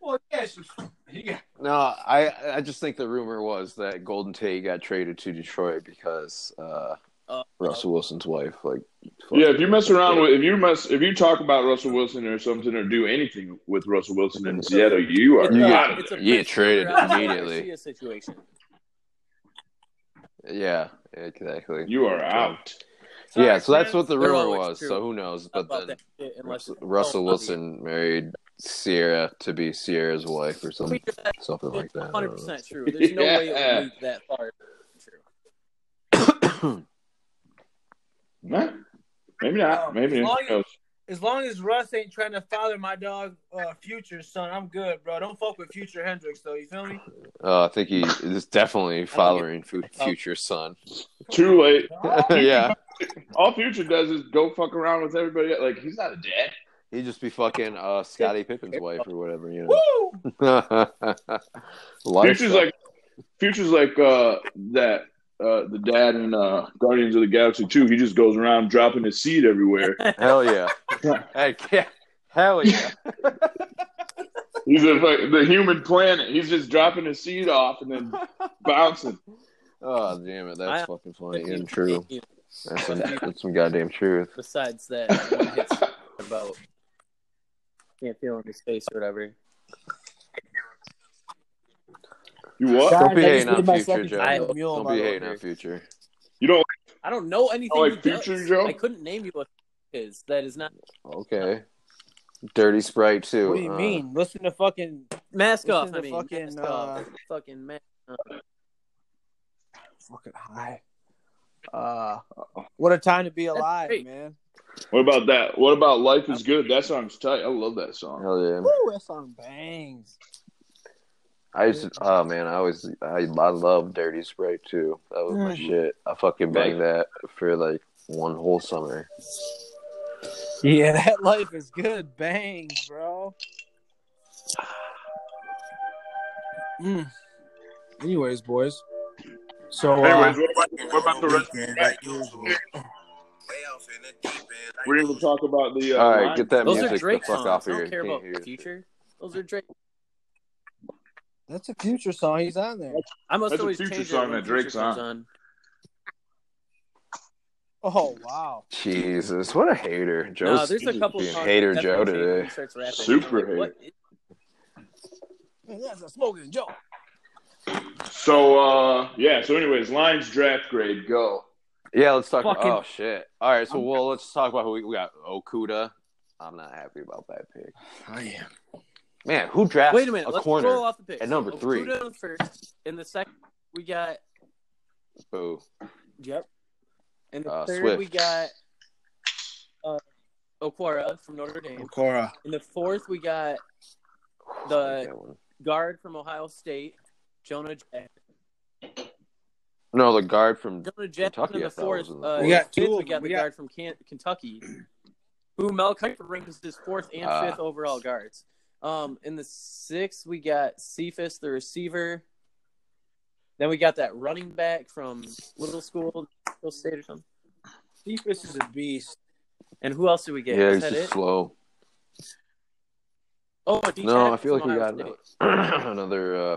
[SPEAKER 2] Well, yeah, she's. Yeah.
[SPEAKER 1] No, I I just think the rumor was that Golden Tate got traded to Detroit because uh,
[SPEAKER 4] Uh,
[SPEAKER 1] Russell Wilson's wife, like, fucked-
[SPEAKER 3] Yeah, if you mess around with, if you mess, if you talk about Russell Wilson or something, or do anything with Russell Wilson in Seattle, you are
[SPEAKER 4] It's a-
[SPEAKER 3] out of
[SPEAKER 4] it's a
[SPEAKER 1] You get
[SPEAKER 4] Prince
[SPEAKER 1] traded
[SPEAKER 4] Garcia
[SPEAKER 1] immediately.
[SPEAKER 4] situation.
[SPEAKER 1] yeah, exactly.
[SPEAKER 3] there. You are out.
[SPEAKER 1] yeah, so that's what the
[SPEAKER 4] They're
[SPEAKER 1] rumor
[SPEAKER 4] always
[SPEAKER 1] was.
[SPEAKER 4] true
[SPEAKER 1] So who knows? But
[SPEAKER 4] about
[SPEAKER 1] then
[SPEAKER 4] that shit, unless
[SPEAKER 1] Russell,
[SPEAKER 4] it's
[SPEAKER 1] Russell
[SPEAKER 4] all
[SPEAKER 1] Wilson married Sierra to be Sierra's wife or something,
[SPEAKER 4] funny. That's
[SPEAKER 1] something like that. I don't know.
[SPEAKER 4] 100% true. There's no way it
[SPEAKER 1] (laughs)
[SPEAKER 3] Yeah.
[SPEAKER 4] would leak that far. True.
[SPEAKER 3] Nah, maybe not. Maybe
[SPEAKER 2] As long
[SPEAKER 3] who knows?
[SPEAKER 2] As long as Russ ain't trying to father my dog, uh, Future son, I'm good, bro. Don't fuck with Future Hendrix, though. You feel me?
[SPEAKER 1] Uh, I think he is definitely following fu- future
[SPEAKER 2] (laughs)
[SPEAKER 1] son.
[SPEAKER 3] Too late.
[SPEAKER 1] (laughs) yeah,
[SPEAKER 3] All Future does is go fuck around with everybody. Like he's not a dad.
[SPEAKER 1] he'd just be fucking uh, Scottie Pippen's wife or whatever. You know.
[SPEAKER 2] Woo!
[SPEAKER 1] (laughs) Life
[SPEAKER 3] Future's like Future's like uh, that uh, the dad in uh, Guardians of the Galaxy 2. He just goes around dropping his seed
[SPEAKER 4] (laughs)
[SPEAKER 3] everywhere.
[SPEAKER 1] hell yeah. Heck yeah. Hell yeah.
[SPEAKER 3] He's a, like, the human planet. He's just dropping his seed off and
[SPEAKER 4] (laughs)
[SPEAKER 3] then bouncing.
[SPEAKER 1] Oh damn it, that's
[SPEAKER 4] I-
[SPEAKER 1] fucking funny and true.
[SPEAKER 4] You know,
[SPEAKER 1] That's some, that's some goddamn truth.
[SPEAKER 4] Besides
[SPEAKER 3] (laughs)
[SPEAKER 4] that, when it hits (laughs) about can't feel in his face or whatever.
[SPEAKER 3] You what?
[SPEAKER 2] Sorry.
[SPEAKER 1] Don't be
[SPEAKER 2] I just
[SPEAKER 1] hating on
[SPEAKER 2] did my
[SPEAKER 1] future,
[SPEAKER 2] second time
[SPEAKER 1] Joe.
[SPEAKER 2] with Mule,
[SPEAKER 1] Don't
[SPEAKER 2] by
[SPEAKER 1] be
[SPEAKER 2] the way.
[SPEAKER 1] hating on future.
[SPEAKER 3] You don't
[SPEAKER 4] I don't know anything.
[SPEAKER 3] like
[SPEAKER 4] he does.
[SPEAKER 3] Future Joe?
[SPEAKER 4] I couldn't name you what it is. That is not
[SPEAKER 1] Okay. Dirty Sprite too.
[SPEAKER 2] What do you
[SPEAKER 1] Uh,
[SPEAKER 2] mean? Listen to fucking.
[SPEAKER 4] mask
[SPEAKER 2] This
[SPEAKER 4] off.
[SPEAKER 2] is
[SPEAKER 4] I
[SPEAKER 2] a
[SPEAKER 4] mean,
[SPEAKER 2] fucking,
[SPEAKER 4] mask
[SPEAKER 2] uh,
[SPEAKER 4] off. fucking mask.
[SPEAKER 2] Fucking high. Uh, what a time to be alive,
[SPEAKER 4] great.
[SPEAKER 2] man.
[SPEAKER 3] What about that? What about Life is Good? That song's tight. I love that song.
[SPEAKER 1] Hell yeah.
[SPEAKER 2] Woo, that song bangs.
[SPEAKER 1] I used to, oh man, I always I I love Dirty Sprite too. That was my
[SPEAKER 2] Mm.
[SPEAKER 1] shit. I fucking banged that for like one whole summer.
[SPEAKER 2] Yeah, (laughs) that life is good. Bangs, bro. Mm. Anyways, boys. So, uh,
[SPEAKER 3] Anyways, what about, what about the rest? We're going to talk about the. Uh,
[SPEAKER 1] All right,
[SPEAKER 3] line-
[SPEAKER 1] get that
[SPEAKER 4] Those
[SPEAKER 1] music
[SPEAKER 4] are Drake
[SPEAKER 1] the fuck
[SPEAKER 4] songs.
[SPEAKER 1] off
[SPEAKER 4] I
[SPEAKER 1] of
[SPEAKER 4] don't
[SPEAKER 1] here.
[SPEAKER 4] care
[SPEAKER 1] Can't
[SPEAKER 4] about
[SPEAKER 1] hear it.
[SPEAKER 4] Future. Those are Drake.
[SPEAKER 2] that's a future song. He's on there.
[SPEAKER 4] I must
[SPEAKER 3] That's a
[SPEAKER 4] always
[SPEAKER 3] Future
[SPEAKER 4] change it
[SPEAKER 3] song
[SPEAKER 4] when
[SPEAKER 3] that Drake's
[SPEAKER 4] Future comes
[SPEAKER 3] on.
[SPEAKER 4] on.
[SPEAKER 2] Oh, wow.
[SPEAKER 1] Jesus, what a hater. Joe's
[SPEAKER 4] no, there's a couple
[SPEAKER 1] being
[SPEAKER 4] songs
[SPEAKER 1] hater
[SPEAKER 4] that
[SPEAKER 1] Joe
[SPEAKER 4] definitely change when
[SPEAKER 1] today.
[SPEAKER 4] he starts rapping.
[SPEAKER 3] Super
[SPEAKER 4] I'm like, what
[SPEAKER 2] Man, that's a smoking joke.
[SPEAKER 3] So, uh, yeah. So, anyways, Lions draft grade.
[SPEAKER 1] (laughs)
[SPEAKER 3] Go.
[SPEAKER 1] Yeah, let's talk
[SPEAKER 2] Fucking-
[SPEAKER 1] about. Oh shit! All right, so well, let's talk about who we, we got. Okuda. I'm not happy about that pick.
[SPEAKER 2] I am.
[SPEAKER 1] Man, who drafts
[SPEAKER 4] Wait a minute.
[SPEAKER 1] a
[SPEAKER 4] let's
[SPEAKER 1] corner?
[SPEAKER 4] roll off the picks.
[SPEAKER 1] at number three.
[SPEAKER 4] Okuda in first. In the second, we got
[SPEAKER 1] Boo.
[SPEAKER 4] yep. In the
[SPEAKER 1] Uh,
[SPEAKER 4] third,
[SPEAKER 1] Swift.
[SPEAKER 4] we got uh, Okwara from Notre Dame.
[SPEAKER 2] Cora.
[SPEAKER 4] In the fourth, we got The-
[SPEAKER 1] I like that one.
[SPEAKER 4] guard from Ohio State, Jonah Jackson.
[SPEAKER 1] no, the guard from
[SPEAKER 4] Jonah Jackson
[SPEAKER 1] Kentucky,
[SPEAKER 4] in
[SPEAKER 1] I
[SPEAKER 4] the
[SPEAKER 1] thought
[SPEAKER 4] fourth.
[SPEAKER 1] was in the
[SPEAKER 4] uh,
[SPEAKER 1] fourth.
[SPEAKER 2] We got
[SPEAKER 4] fifth,
[SPEAKER 2] two
[SPEAKER 4] we
[SPEAKER 2] of
[SPEAKER 4] got
[SPEAKER 2] them.
[SPEAKER 4] the
[SPEAKER 2] We got-
[SPEAKER 4] guard from Can- Kentucky, who Mel Kiper ranks his fourth and
[SPEAKER 1] Ah.
[SPEAKER 4] fifth overall guards. Um, in the sixth, we got Cephas, the receiver. Then we got that running back from Little School, Little State or something.
[SPEAKER 2] Cephas is a beast.
[SPEAKER 4] And who else did we
[SPEAKER 1] yeah,
[SPEAKER 4] get? Is
[SPEAKER 1] he's
[SPEAKER 4] that
[SPEAKER 1] just
[SPEAKER 4] it?
[SPEAKER 1] slow.
[SPEAKER 4] Oh, a D
[SPEAKER 1] No,
[SPEAKER 4] tackle
[SPEAKER 1] I feel like
[SPEAKER 4] from
[SPEAKER 1] we
[SPEAKER 4] Ohio
[SPEAKER 1] got
[SPEAKER 4] State.
[SPEAKER 1] (clears throat) another, another uh,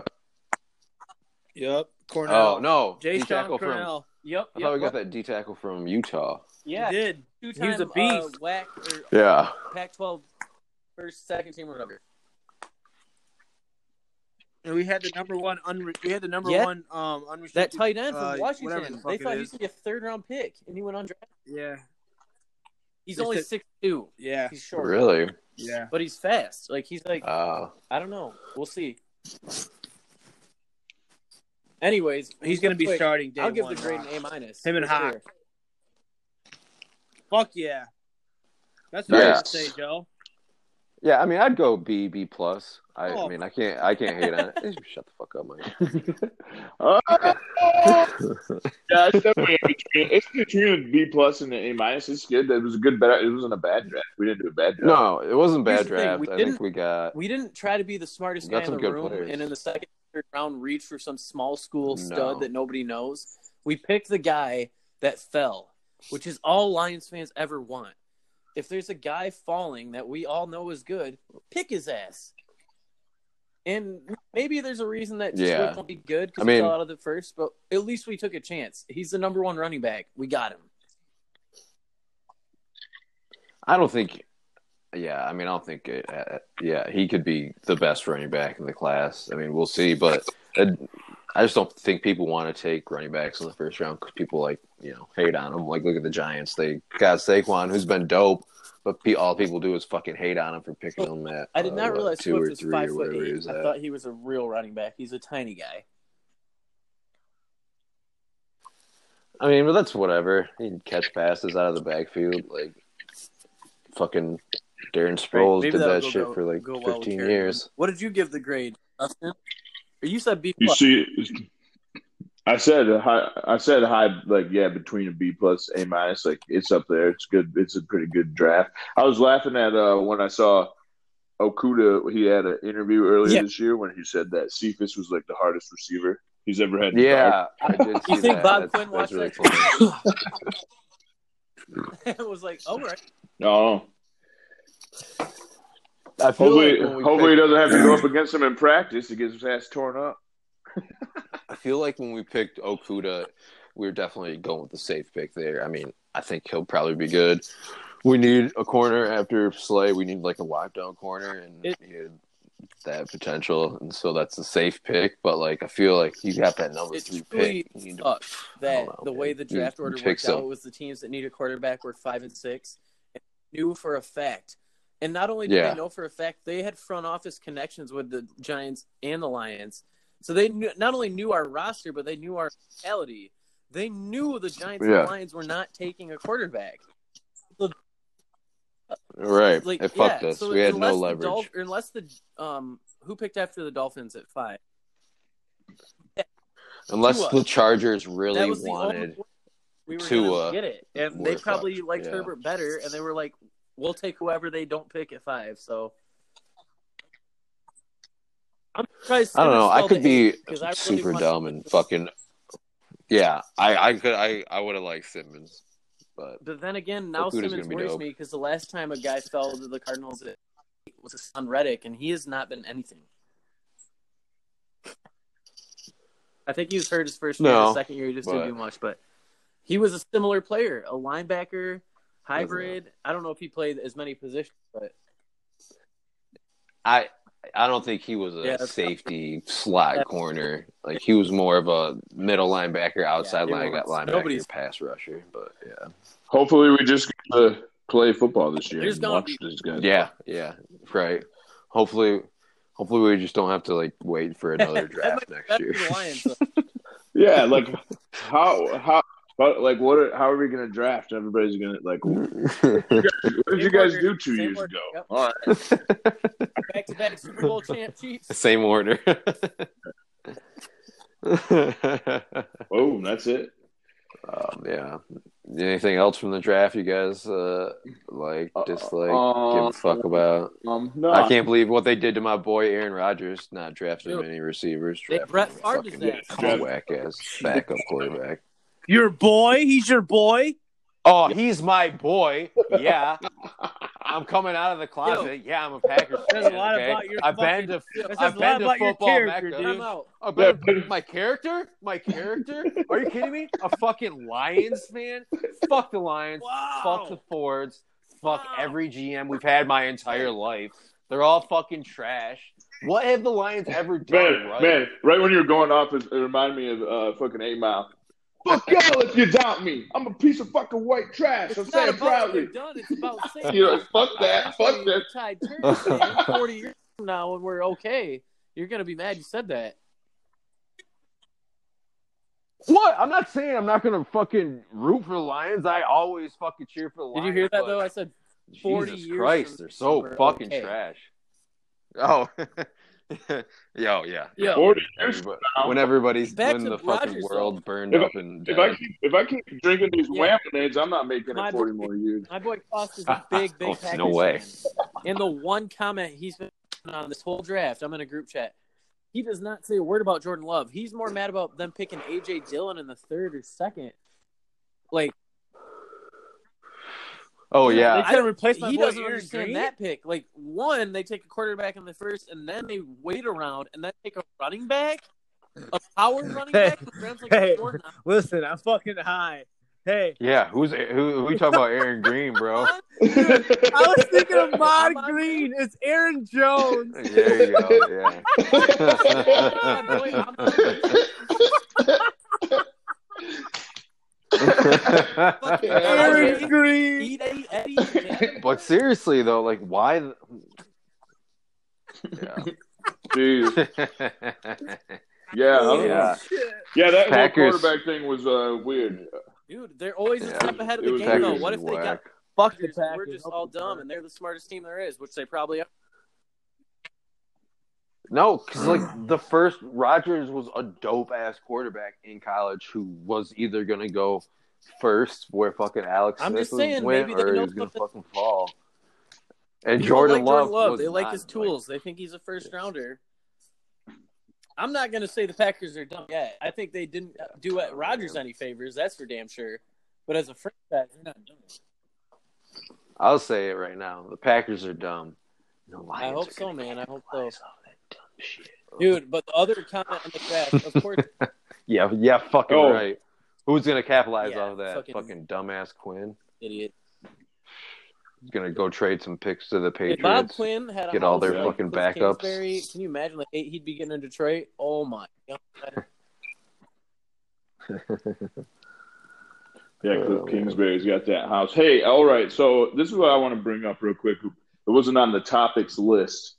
[SPEAKER 2] Yep. Cornell.
[SPEAKER 1] Oh no,
[SPEAKER 2] Jay
[SPEAKER 1] D
[SPEAKER 2] Sean
[SPEAKER 1] tackle from.
[SPEAKER 2] Cornell.
[SPEAKER 4] Yep.
[SPEAKER 1] I thought we got that D tackle from Utah.
[SPEAKER 4] Yeah.
[SPEAKER 2] He did.
[SPEAKER 4] Two-time,
[SPEAKER 2] He was a beast.
[SPEAKER 4] Uh, whack or
[SPEAKER 1] Yeah,
[SPEAKER 4] Pac-12 first, second team, or whatever.
[SPEAKER 2] And we had the number one unre- we had the number
[SPEAKER 4] Yeah.
[SPEAKER 2] one um
[SPEAKER 4] That
[SPEAKER 2] unrestricted
[SPEAKER 4] tight end from
[SPEAKER 2] uh, whatever the
[SPEAKER 4] Washington.
[SPEAKER 2] fuck
[SPEAKER 4] They
[SPEAKER 2] it
[SPEAKER 4] thought he
[SPEAKER 2] is.
[SPEAKER 4] was gonna be a third round pick, and he went undrafted.
[SPEAKER 2] Yeah.
[SPEAKER 4] He's
[SPEAKER 2] They
[SPEAKER 4] only
[SPEAKER 2] said-
[SPEAKER 4] six two.
[SPEAKER 2] Yeah.
[SPEAKER 4] He's short,
[SPEAKER 1] really.
[SPEAKER 2] Yeah.
[SPEAKER 4] but he's fast. Like he's like
[SPEAKER 1] Uh,
[SPEAKER 4] I don't know. We'll see. Anyways,
[SPEAKER 2] He's gonna be
[SPEAKER 4] quick,
[SPEAKER 2] starting day
[SPEAKER 4] I'll give
[SPEAKER 2] one,
[SPEAKER 4] the grade
[SPEAKER 2] Rock.
[SPEAKER 4] an A minus.
[SPEAKER 2] Him and
[SPEAKER 4] for
[SPEAKER 2] Hawk.
[SPEAKER 4] sure.
[SPEAKER 2] Fuck yeah. That's what I
[SPEAKER 1] Nice.
[SPEAKER 2] would say, Joe.
[SPEAKER 1] yeah, I mean, I'd go B B plus. I,
[SPEAKER 2] Oh.
[SPEAKER 1] I mean, I can't, I can't hate on it. (laughs) Shut the fuck up, Mike.
[SPEAKER 3] Oh, yeah, it's definitely in between. It's between a B plus and an A minus. It's good. That was a good bet. It wasn't a bad draft. We didn't do a bad draft.
[SPEAKER 1] No, it wasn't
[SPEAKER 4] Here's
[SPEAKER 1] bad
[SPEAKER 4] the thing,
[SPEAKER 1] draft.
[SPEAKER 4] we
[SPEAKER 1] I think
[SPEAKER 4] didn't-
[SPEAKER 1] we got
[SPEAKER 4] We didn't try to be the smartest
[SPEAKER 1] We got
[SPEAKER 4] guy in
[SPEAKER 1] some
[SPEAKER 4] the
[SPEAKER 1] good
[SPEAKER 4] room,
[SPEAKER 1] players.
[SPEAKER 4] and in the second, third round, reach for some small
[SPEAKER 1] No.
[SPEAKER 4] school stud that nobody knows. We picked the guy that fell, which is all Lions fans ever want. If there's a guy falling that we all know is good, pick his ass. And maybe there's a reason that
[SPEAKER 1] Yeah.
[SPEAKER 4] Swift won't be good because
[SPEAKER 1] I
[SPEAKER 4] he
[SPEAKER 1] mean-
[SPEAKER 4] fell out of the first, but at least we took a chance. He's the number one running back. We got him.
[SPEAKER 1] I don't think. Yeah, I mean, I don't think. It, uh, yeah, he could be the best running back in the class. I mean, we'll see, but uh I just don't think people want to take running backs in the first round because people like you know hate on them. Like, look at the Giants; they got Saquon, who's been dope, but pe- all people do is fucking hate on him for picking him at.
[SPEAKER 4] I did
[SPEAKER 1] uh,
[SPEAKER 4] not
[SPEAKER 1] what,
[SPEAKER 4] realize
[SPEAKER 1] two
[SPEAKER 4] Swift
[SPEAKER 1] or
[SPEAKER 4] was
[SPEAKER 1] three
[SPEAKER 4] five
[SPEAKER 1] or
[SPEAKER 4] foot
[SPEAKER 1] whatever he
[SPEAKER 4] eight.
[SPEAKER 1] was
[SPEAKER 4] I
[SPEAKER 1] at.
[SPEAKER 4] thought he was a real running back. He's a tiny guy.
[SPEAKER 1] I mean, but that's whatever. He can catch passes out of the backfield, like fucking Darren Sproles
[SPEAKER 4] Maybe
[SPEAKER 1] did
[SPEAKER 4] that'll
[SPEAKER 1] that
[SPEAKER 4] go-
[SPEAKER 1] shit
[SPEAKER 4] go-
[SPEAKER 1] for like
[SPEAKER 4] go well with
[SPEAKER 1] fifteen
[SPEAKER 4] Terry.
[SPEAKER 1] years.
[SPEAKER 4] What did you give the grade, Dustin? Or you said B
[SPEAKER 3] You
[SPEAKER 4] plus.
[SPEAKER 3] see, I said a high. I said a high. Like yeah, between a B plus, A minus. Like it's up there. It's good. It's a pretty good draft. I was laughing at uh, when I saw Okuda. He had an interview earlier
[SPEAKER 4] Yeah.
[SPEAKER 3] this year when he said that Cephas was like the hardest receiver he's ever had. to guard.
[SPEAKER 1] Yeah, I did see
[SPEAKER 4] You think
[SPEAKER 1] that.
[SPEAKER 4] Bob
[SPEAKER 1] That's-
[SPEAKER 4] Quinn
[SPEAKER 1] that's
[SPEAKER 4] watched
[SPEAKER 1] really
[SPEAKER 4] that?
[SPEAKER 1] funny.
[SPEAKER 4] (laughs) it was like, all right.
[SPEAKER 3] No.
[SPEAKER 1] I feel
[SPEAKER 3] Hopefully,
[SPEAKER 1] like when we
[SPEAKER 3] hopefully he
[SPEAKER 1] picked,
[SPEAKER 3] doesn't have to go up against him in practice. He gets his ass torn up.
[SPEAKER 1] I feel like when we picked Okuda, we were definitely going with the safe pick there. I mean, I think he'll probably be good. We need a corner after Slay. We need like a lockdown corner, and
[SPEAKER 2] It-
[SPEAKER 1] he had that potential, and so that's the safe pick. But like, I feel like you got that number
[SPEAKER 4] It
[SPEAKER 1] three
[SPEAKER 4] truly
[SPEAKER 1] pick. You need to-
[SPEAKER 4] sucks
[SPEAKER 1] I
[SPEAKER 4] That
[SPEAKER 1] don't know,
[SPEAKER 4] the way
[SPEAKER 1] man.
[SPEAKER 4] the
[SPEAKER 1] You-
[SPEAKER 4] draft
[SPEAKER 1] you
[SPEAKER 4] order
[SPEAKER 1] pick
[SPEAKER 4] worked out
[SPEAKER 1] some-
[SPEAKER 4] was the teams that needed quarterback were five and six. Knew for a fact. And not only did
[SPEAKER 1] Yeah.
[SPEAKER 4] they know for a fact, they had front office connections with the Giants and the Lions. So they knew, not only knew our roster, but they knew our mentality. They knew the Giants
[SPEAKER 1] Yeah.
[SPEAKER 4] and Lions were not taking a quarterback.
[SPEAKER 1] right.
[SPEAKER 4] like
[SPEAKER 1] it fucked
[SPEAKER 4] yeah,
[SPEAKER 1] us.
[SPEAKER 4] so
[SPEAKER 1] we had
[SPEAKER 4] unless
[SPEAKER 1] no
[SPEAKER 4] the
[SPEAKER 1] leverage.
[SPEAKER 4] Dolph- unless the um, who picked after the Dolphins at five?
[SPEAKER 1] unless
[SPEAKER 4] Tua.
[SPEAKER 1] the Chargers really
[SPEAKER 4] that was the only
[SPEAKER 1] wanted.
[SPEAKER 4] way we were
[SPEAKER 1] Tua,
[SPEAKER 4] gonna get it, and they
[SPEAKER 1] we're
[SPEAKER 4] probably
[SPEAKER 1] fucked,
[SPEAKER 4] liked
[SPEAKER 1] yeah.
[SPEAKER 4] Herbert better, and they were like, "We'll take whoever they don't pick at five. So I'm surprised.
[SPEAKER 1] I don't know. I could be super
[SPEAKER 4] super
[SPEAKER 1] dumb and fucking. Yeah, I, I could I I would have liked Simmons, but
[SPEAKER 4] But then again, now
[SPEAKER 1] Okuda's gonna
[SPEAKER 4] Simmons
[SPEAKER 1] be
[SPEAKER 4] worries
[SPEAKER 1] dope.
[SPEAKER 4] me because the last time a guy fell to the Cardinals it was his son Reddick, and he has not been anything. I think he was hurt his first year.
[SPEAKER 1] No,
[SPEAKER 4] his second year, he just
[SPEAKER 1] but-
[SPEAKER 4] didn't do much. But he was a similar player, a linebacker, hybrid. I don't know if he played as many positions, but
[SPEAKER 1] I I don't think he was a
[SPEAKER 4] Yeah, that's-
[SPEAKER 1] safety slot corner. Like he was more of a middle linebacker, outside
[SPEAKER 4] he
[SPEAKER 1] line
[SPEAKER 4] was.
[SPEAKER 1] linebacker,
[SPEAKER 4] Nobody's-
[SPEAKER 1] pass rusher. But yeah,
[SPEAKER 3] Hopefully, we just get to play football this year
[SPEAKER 4] There's
[SPEAKER 3] and
[SPEAKER 4] gonna
[SPEAKER 3] watch
[SPEAKER 4] be-
[SPEAKER 3] these guys.
[SPEAKER 1] yeah, yeah, right. Hopefully, hopefully we just don't have to like wait
[SPEAKER 4] (laughs)
[SPEAKER 1] for another
[SPEAKER 4] That
[SPEAKER 1] draft next
[SPEAKER 4] that's
[SPEAKER 1] year.
[SPEAKER 4] the Lions. though.
[SPEAKER 1] (laughs)
[SPEAKER 3] Yeah, like how how but like what are, how are we gonna draft? Everybody's gonna like what did you
[SPEAKER 4] Same
[SPEAKER 3] guys
[SPEAKER 4] order,
[SPEAKER 3] do two
[SPEAKER 4] same
[SPEAKER 3] years
[SPEAKER 4] order,
[SPEAKER 3] ago?
[SPEAKER 4] yep.
[SPEAKER 3] All right.
[SPEAKER 4] Back-to-back
[SPEAKER 3] (laughs)
[SPEAKER 4] Super Bowl champ Chiefs.
[SPEAKER 1] (laughs) Same
[SPEAKER 4] (laughs)
[SPEAKER 1] order.
[SPEAKER 3] Boom, that's it.
[SPEAKER 1] Um, yeah. Anything else from the draft you guys uh, like, dislike, give
[SPEAKER 3] um,
[SPEAKER 1] a fuck about?
[SPEAKER 3] um, no,
[SPEAKER 1] I can't believe what they did to my boy Aaron Rodgers, not drafting
[SPEAKER 4] Dude.
[SPEAKER 1] any receivers.
[SPEAKER 4] They-
[SPEAKER 1] drafting
[SPEAKER 4] Brett
[SPEAKER 1] a
[SPEAKER 4] Favre is
[SPEAKER 1] fucking
[SPEAKER 4] that.
[SPEAKER 1] Whack ass backup quarterback.
[SPEAKER 2] Your boy, he's your boy.
[SPEAKER 1] (laughs) Oh, he's my boy. Yeah. I'm coming out of the closet. yeah, I'm a Packers fan.
[SPEAKER 2] There's a lot
[SPEAKER 1] okay?
[SPEAKER 2] about your
[SPEAKER 1] I've been to
[SPEAKER 2] This
[SPEAKER 1] I've
[SPEAKER 2] is a lot
[SPEAKER 1] been to
[SPEAKER 2] about your
[SPEAKER 1] football
[SPEAKER 2] character,
[SPEAKER 1] Mecca.
[SPEAKER 4] Time
[SPEAKER 2] dude.
[SPEAKER 4] out.
[SPEAKER 1] a
[SPEAKER 3] Yeah,
[SPEAKER 1] better,
[SPEAKER 3] but-
[SPEAKER 1] my character, my character. Are you kidding me? A fucking Lions fan. Fuck the Lions. Fuck
[SPEAKER 4] Oh.
[SPEAKER 1] the
[SPEAKER 2] Wow.
[SPEAKER 1] Fords. Fuck
[SPEAKER 2] Wow.
[SPEAKER 1] every GM we've had my entire life. They're all fucking trash. What have the Lions ever done?
[SPEAKER 3] Man,
[SPEAKER 1] right?
[SPEAKER 3] man, right when you were going off, it, it reminded me of uh, fucking Eight Mile. Fuck
[SPEAKER 1] (laughs)
[SPEAKER 3] y'all if you doubt me. I'm a piece of fucking white trash.
[SPEAKER 4] It's
[SPEAKER 3] I'm
[SPEAKER 4] not
[SPEAKER 3] saying
[SPEAKER 4] about what
[SPEAKER 3] proudly.
[SPEAKER 4] you've done. It's
[SPEAKER 3] (laughs)
[SPEAKER 4] about saying
[SPEAKER 3] You know, fuck that.
[SPEAKER 4] Actually,
[SPEAKER 3] Fuck that.
[SPEAKER 4] you're Tied Turner, man. forty years from now, when we're okay, you're gonna be mad you said that.
[SPEAKER 1] What? I'm not saying I'm not gonna fucking root for the Lions. I always fucking cheer for the
[SPEAKER 4] Did
[SPEAKER 1] Lions.
[SPEAKER 4] you hear that
[SPEAKER 1] but-
[SPEAKER 4] though? I said
[SPEAKER 1] Jesus
[SPEAKER 4] 40 years
[SPEAKER 1] Christ,
[SPEAKER 4] from-
[SPEAKER 1] they're so
[SPEAKER 4] from-
[SPEAKER 1] fucking
[SPEAKER 4] okay.
[SPEAKER 1] trash. Oh, (laughs) yo, yeah.
[SPEAKER 4] Yo.
[SPEAKER 3] Forty years
[SPEAKER 1] Everybody-
[SPEAKER 3] now.
[SPEAKER 1] when everybody's
[SPEAKER 4] Back
[SPEAKER 1] when
[SPEAKER 4] to
[SPEAKER 1] the fucking
[SPEAKER 4] Rodgers,
[SPEAKER 1] world burned
[SPEAKER 3] um, If I-
[SPEAKER 1] up and
[SPEAKER 3] If
[SPEAKER 1] dead.
[SPEAKER 3] I keep if I keep drinking these
[SPEAKER 4] Yeah.
[SPEAKER 3] lemonades, I'm not making
[SPEAKER 4] My
[SPEAKER 3] it 40 more years.
[SPEAKER 4] my boy Foster's a big, big.
[SPEAKER 1] Oh,
[SPEAKER 4] Packers
[SPEAKER 1] no way.
[SPEAKER 4] fan. And the one comment he's been on this whole draft, I'm in a group chat. He does not say a word about Jordan Love. He's more mad about them picking AJ Dillon in the third or second. Like
[SPEAKER 1] oh
[SPEAKER 2] They
[SPEAKER 1] yeah,
[SPEAKER 2] could have replaced my
[SPEAKER 4] he
[SPEAKER 2] boy
[SPEAKER 4] doesn't
[SPEAKER 2] Aaron
[SPEAKER 4] understand
[SPEAKER 2] Green.
[SPEAKER 4] that pick. Like one, they take a quarterback in the first, and then they wait around and then take a running back, a power running
[SPEAKER 2] Hey,
[SPEAKER 4] back. who runs like a
[SPEAKER 2] hey.
[SPEAKER 4] four nine.
[SPEAKER 2] Listen, I'm fucking high. Hey,
[SPEAKER 1] yeah. Who's who? who we talking about Aaron Green, bro?
[SPEAKER 2] (laughs)
[SPEAKER 3] (laughs)
[SPEAKER 2] I was thinking of Mod
[SPEAKER 4] Ahmad
[SPEAKER 2] Green. It's
[SPEAKER 1] (laughs)
[SPEAKER 2] Aaron Jones.
[SPEAKER 1] There you go. Yeah.
[SPEAKER 4] My boy, I'm not
[SPEAKER 2] Aaron Green.
[SPEAKER 4] Eat Eddie, Eddie,
[SPEAKER 1] (laughs)
[SPEAKER 4] Eddie.
[SPEAKER 1] but seriously though, like why? the- Yeah. (laughs)
[SPEAKER 3] Jeez. Yeah, I don't know.
[SPEAKER 1] Oh, Yeah.
[SPEAKER 3] yeah. That whole
[SPEAKER 1] Packers.
[SPEAKER 3] quarterback thing was uh, weird.
[SPEAKER 4] Dude, they're always a
[SPEAKER 1] Yeah.
[SPEAKER 4] step ahead of
[SPEAKER 3] It
[SPEAKER 4] the
[SPEAKER 3] was
[SPEAKER 4] game, though.
[SPEAKER 3] Packers
[SPEAKER 4] What
[SPEAKER 1] is
[SPEAKER 4] if they got
[SPEAKER 1] whack.
[SPEAKER 2] Fuck
[SPEAKER 4] Packers? and We're just all dumb, and they're the smartest team there is, which they probably are.
[SPEAKER 1] No, because like the first Rodgers was a dope ass quarterback in college who was either gonna go first where fucking Alex
[SPEAKER 4] I'm
[SPEAKER 1] Smith
[SPEAKER 4] just
[SPEAKER 1] was-
[SPEAKER 4] saying,
[SPEAKER 1] went,
[SPEAKER 4] maybe they
[SPEAKER 1] or he
[SPEAKER 4] know
[SPEAKER 1] was gonna
[SPEAKER 4] something.
[SPEAKER 1] fucking fall. And
[SPEAKER 4] People
[SPEAKER 1] Jordan,
[SPEAKER 4] like
[SPEAKER 1] Love, was
[SPEAKER 4] They like
[SPEAKER 1] not,
[SPEAKER 4] his tools. they think he's a first rounder. I'm not going to say the Packers are dumb yet. I think they didn't do at Rodgers any favors. That's for damn sure. But as a franchise, they're not dumb.
[SPEAKER 1] I'll say it right now: the Packers are dumb. The
[SPEAKER 4] I
[SPEAKER 1] Lions
[SPEAKER 4] hope
[SPEAKER 1] are
[SPEAKER 4] so,
[SPEAKER 1] gonna
[SPEAKER 4] man. I hope so,
[SPEAKER 1] capitalize on that dumb shit.
[SPEAKER 4] dude. But the other comment on the draft,
[SPEAKER 1] (laughs)
[SPEAKER 4] of course,
[SPEAKER 1] Yeah, yeah, fucking
[SPEAKER 3] Oh.
[SPEAKER 1] right. Who's gonna capitalize
[SPEAKER 4] Yeah,
[SPEAKER 1] off of that
[SPEAKER 4] fucking-
[SPEAKER 1] fucking, dumbass Quinn?
[SPEAKER 4] idiot.
[SPEAKER 1] He's gonna go trade some picks to the
[SPEAKER 4] If
[SPEAKER 1] Patriots.
[SPEAKER 4] Bob Quinn had a
[SPEAKER 1] Get all their
[SPEAKER 4] house
[SPEAKER 1] fucking
[SPEAKER 4] like Cliff
[SPEAKER 1] backups.
[SPEAKER 4] Kingsbury, Can you imagine the hate he'd be getting in Detroit? Oh my god!
[SPEAKER 3] Yeah, Cliff
[SPEAKER 1] Oh.
[SPEAKER 3] Kingsbury's got that house. Hey, all right. So this is what I want to bring up real quick. It wasn't on the topics list,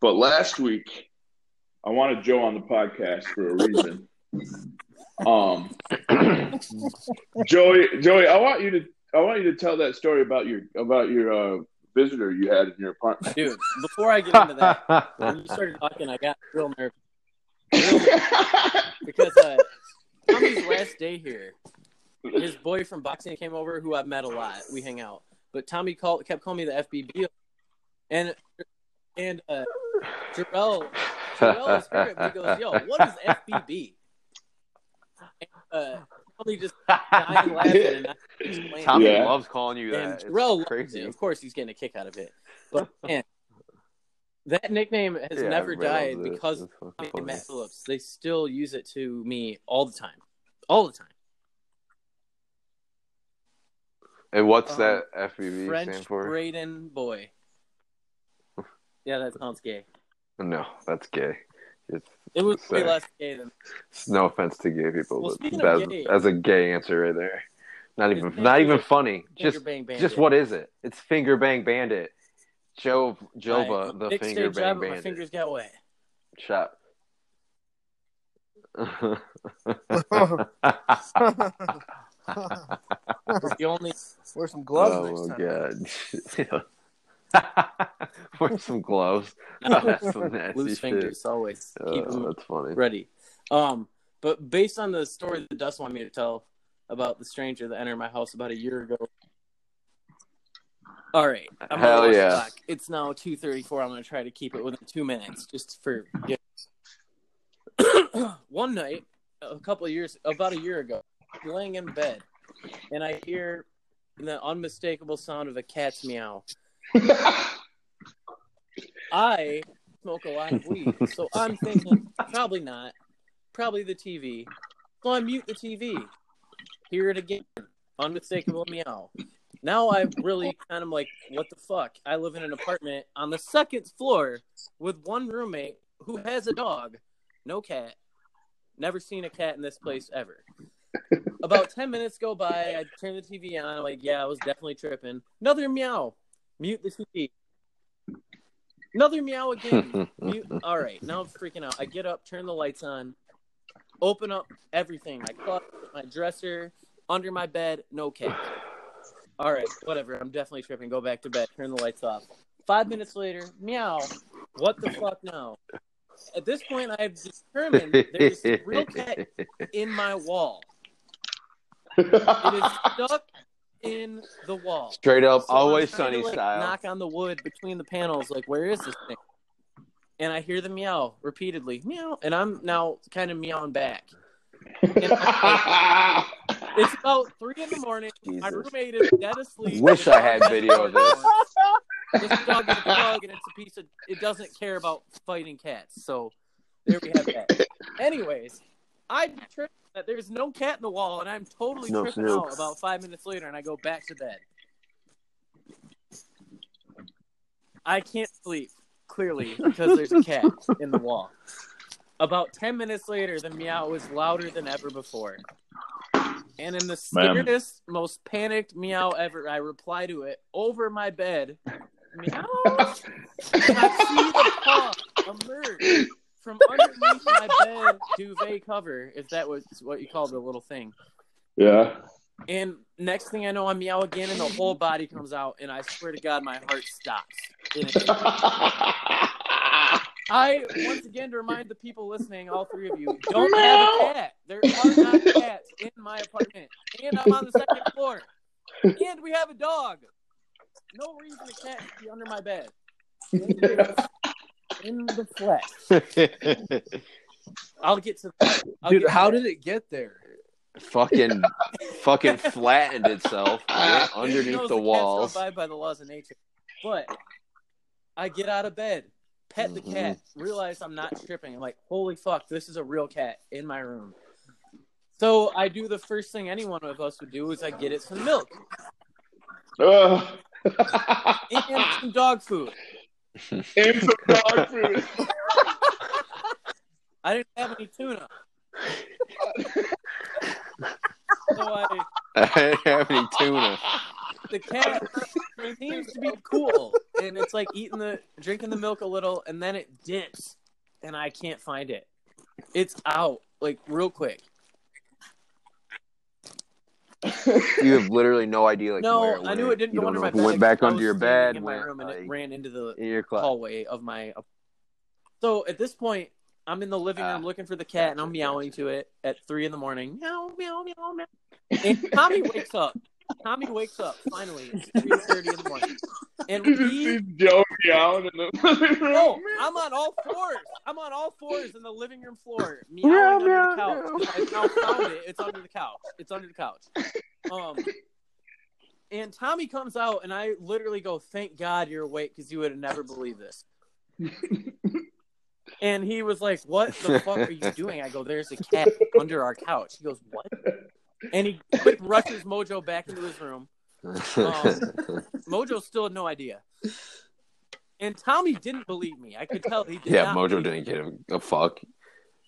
[SPEAKER 3] but last week I wanted Joe on the podcast for a reason. um, Joey, Joey, I want you to I want you to tell that story about your about your uh, visitor you had in your apartment.
[SPEAKER 4] Dude, before I get
[SPEAKER 1] (laughs)
[SPEAKER 4] into that, when you started talking, I got real nervous because uh,
[SPEAKER 1] (laughs)
[SPEAKER 4] Tommy's last day here, his boy from boxing came over, who I've met a lot. We hang out, but Tommy called, kept calling me the FBB, and and uh, Jarrell Joel is here, and he goes,
[SPEAKER 1] (laughs)
[SPEAKER 4] "Yo, what is FBB?" And, uh, Tommy just died laughing, and I
[SPEAKER 1] (laughs)
[SPEAKER 4] explained.
[SPEAKER 1] Tommy
[SPEAKER 3] Yeah.
[SPEAKER 1] loves calling you
[SPEAKER 4] and
[SPEAKER 1] that. It's
[SPEAKER 4] Jarrell loves
[SPEAKER 1] crazy.
[SPEAKER 4] it. Of course, he's getting a kick out of it. But man, that nickname has
[SPEAKER 1] Yeah,
[SPEAKER 4] never
[SPEAKER 1] everybody
[SPEAKER 4] died
[SPEAKER 1] loves it.
[SPEAKER 4] because of
[SPEAKER 1] It's fucking
[SPEAKER 4] Tommy
[SPEAKER 1] funny.
[SPEAKER 4] and Matt Phillips. They still use it to me all the time, all the time.
[SPEAKER 1] And what's
[SPEAKER 4] Um,
[SPEAKER 1] that FBB stand
[SPEAKER 4] French
[SPEAKER 1] for?
[SPEAKER 4] Braden
[SPEAKER 1] (laughs)
[SPEAKER 4] boy. Yeah, that sounds gay.
[SPEAKER 1] No, that's gay. It's,
[SPEAKER 4] It was way
[SPEAKER 1] Sorry.
[SPEAKER 4] less gay than
[SPEAKER 1] it's no offense to gay people,
[SPEAKER 4] Well,
[SPEAKER 1] but
[SPEAKER 4] speaking of
[SPEAKER 1] that's,
[SPEAKER 4] gay-
[SPEAKER 1] that's a gay answer right there. Not
[SPEAKER 4] Isn't
[SPEAKER 1] even
[SPEAKER 4] that
[SPEAKER 1] not even
[SPEAKER 4] gay?
[SPEAKER 1] funny. Just
[SPEAKER 4] Finger Bang
[SPEAKER 1] just
[SPEAKER 4] Bandit.
[SPEAKER 1] what is it? It's finger bang bandit. Jove
[SPEAKER 4] Alright,
[SPEAKER 1] Jova
[SPEAKER 4] my
[SPEAKER 1] the
[SPEAKER 4] big
[SPEAKER 1] finger
[SPEAKER 4] stage job,
[SPEAKER 1] bang
[SPEAKER 4] but My
[SPEAKER 1] bandit.
[SPEAKER 4] fingers got wet.
[SPEAKER 1] (laughs) Shop.
[SPEAKER 4] It's the only
[SPEAKER 2] (laughs) Wear some gloves
[SPEAKER 1] oh
[SPEAKER 2] next time.
[SPEAKER 1] god. (laughs) Wear some gloves. Oh, that's some nasty
[SPEAKER 4] (laughs) loose
[SPEAKER 1] shit.
[SPEAKER 4] fingers always. Keep
[SPEAKER 1] Oh,
[SPEAKER 4] them
[SPEAKER 1] that's funny.
[SPEAKER 4] ready. Um, but based on the story that Dust wanted me to tell about the stranger that entered my house about a year ago. All right, I'm gonna
[SPEAKER 1] Hell
[SPEAKER 4] watch the
[SPEAKER 1] yeah.
[SPEAKER 4] clock. It's now 2:34. I'm gonna try to keep it within two minutes, just for. (clears throat) One night, a couple of years, about a year ago, I'm
[SPEAKER 1] (laughs)
[SPEAKER 4] laying in bed, and I hear the unmistakable sound of a cat's meow, I smoke a lot of weed, so I'm thinking probably not. Probably the TV. So I mute the TV. Hear it again. Unmistakable meow. Now I really kind of like, what the fuck? I live in an apartment on the second floor with one roommate who has a dog, no cat. Never seen a cat in this place ever. About 10 minutes go by. I turn the TV on. I'm like, yeah, I was definitely tripping. Another meow. Mute the TV. Another
[SPEAKER 1] (laughs)
[SPEAKER 4] meow again. You, all right, now I'm freaking out. I get up, turn the lights on, open up everything my closet, my dresser, under my bed, no cat. All right, whatever. I'm definitely tripping. Go back to bed, turn the lights off. Five minutes later, meow. What the fuck now? At this point, I've determined there's a
[SPEAKER 1] (laughs)
[SPEAKER 4] real cat in my wall. It is stuck in the wall.
[SPEAKER 1] Straight up,
[SPEAKER 4] So I'm
[SPEAKER 1] always
[SPEAKER 4] trying to,
[SPEAKER 1] sunny
[SPEAKER 4] like,
[SPEAKER 1] style.
[SPEAKER 4] Knock on the wood between the panels, like where is this thing? And I hear the meow repeatedly, meow, and I'm now kind of meowing back. And I'm like- it's about three in the morning. My
[SPEAKER 1] Jesus.
[SPEAKER 4] roommate is dead asleep.
[SPEAKER 1] Wish I had video of this.
[SPEAKER 4] This dog is a dog, and it's a piece of. It doesn't care about fighting cats. So there we have that. Anyways, I tripped that there's no cat in the wall, and I'm totally
[SPEAKER 1] No
[SPEAKER 4] tripping
[SPEAKER 1] snoop.
[SPEAKER 4] out about five minutes later, and I go back to bed. I can't sleep clearly because there's a cat in the wall. About ten minutes later, the meow was louder than ever before, and in the
[SPEAKER 3] Ma'am.
[SPEAKER 4] scariest, most panicked meow ever, I reply to it over my bed, meow. And I see the paw emerge from underneath my bed duvet cover, if that was what you call the little thing.
[SPEAKER 3] yeah.
[SPEAKER 4] And next thing I know, I meow again, and the whole body comes out, and I swear to God, my heart stops. in it.
[SPEAKER 3] (laughs)
[SPEAKER 4] I once again to remind the people listening, all three of you, don't have a cat. There are not cats in my apartment, and I'm on the second floor, and we have a dog. No reason a cat should be under my bed. In the flesh. I'll get to that. I'll
[SPEAKER 2] Dude,
[SPEAKER 4] get to
[SPEAKER 2] how
[SPEAKER 4] that.
[SPEAKER 2] did it get (laughs) there?
[SPEAKER 1] (laughs) fucking, fucking flattened itself
[SPEAKER 4] (laughs)
[SPEAKER 1] went underneath the walls.
[SPEAKER 4] By, by the laws of nature. But I get out of bed, pet
[SPEAKER 1] Mm-hmm.
[SPEAKER 4] the cat, realize I'm not tripping. I'm like, holy fuck, this is a real cat in my room. So I do the first thing any one of us would do is I get it some milk
[SPEAKER 3] Ugh.
[SPEAKER 1] (laughs)
[SPEAKER 4] and some dog food.
[SPEAKER 3] And some dog (laughs) food.
[SPEAKER 4] I didn't have any
[SPEAKER 1] (laughs)
[SPEAKER 4] tuna. so I,
[SPEAKER 1] I (laughs) didn't have any tuna.
[SPEAKER 4] the cat seems to be cool, and it's like eating the drinking the milk a little, and then it dips, and I can't find it. It's out like real quick.
[SPEAKER 1] You have literally no idea. Like, where
[SPEAKER 4] no, I knew
[SPEAKER 1] went.
[SPEAKER 4] it didn't
[SPEAKER 1] You
[SPEAKER 4] go
[SPEAKER 1] don't
[SPEAKER 4] under
[SPEAKER 1] know
[SPEAKER 4] my
[SPEAKER 1] if it
[SPEAKER 4] bed.
[SPEAKER 1] Went back
[SPEAKER 4] I was
[SPEAKER 1] under your
[SPEAKER 4] standing
[SPEAKER 1] bed.
[SPEAKER 4] in my
[SPEAKER 1] went,
[SPEAKER 4] room, and it
[SPEAKER 1] like,
[SPEAKER 4] ran into the
[SPEAKER 1] in your closet.
[SPEAKER 4] hallway of my. So at this point, I'm in the living room
[SPEAKER 1] Ah.
[SPEAKER 4] looking for the cat, and I'm meowing to it at three in the morning. Meow, meow, meow, meow. And Tommy wakes up. Tommy wakes up finally. It's three thirty in the morning, and
[SPEAKER 3] (laughs) You just see
[SPEAKER 4] he.
[SPEAKER 3] Joe meowing in the living (laughs) room.
[SPEAKER 4] No, I'm on all fours. I'm on all fours in the living room floor, meowing under the couch. I now found it. It's under the couch. It's under the couch. Um, and Tommy comes out, and I literally go, "Thank God you're awake, because you would have never believed this." and he was like, "What the fuck are you doing?" I go, "There's a cat under our couch." He goes, "What?" And he quick rushes Mojo back into his room.
[SPEAKER 1] (laughs)
[SPEAKER 4] Um, Mojo still had no idea. And Tommy didn't believe me. I could tell he did
[SPEAKER 1] yeah,
[SPEAKER 4] not
[SPEAKER 1] Mojo
[SPEAKER 4] believe me.
[SPEAKER 1] didn't get him a fuck.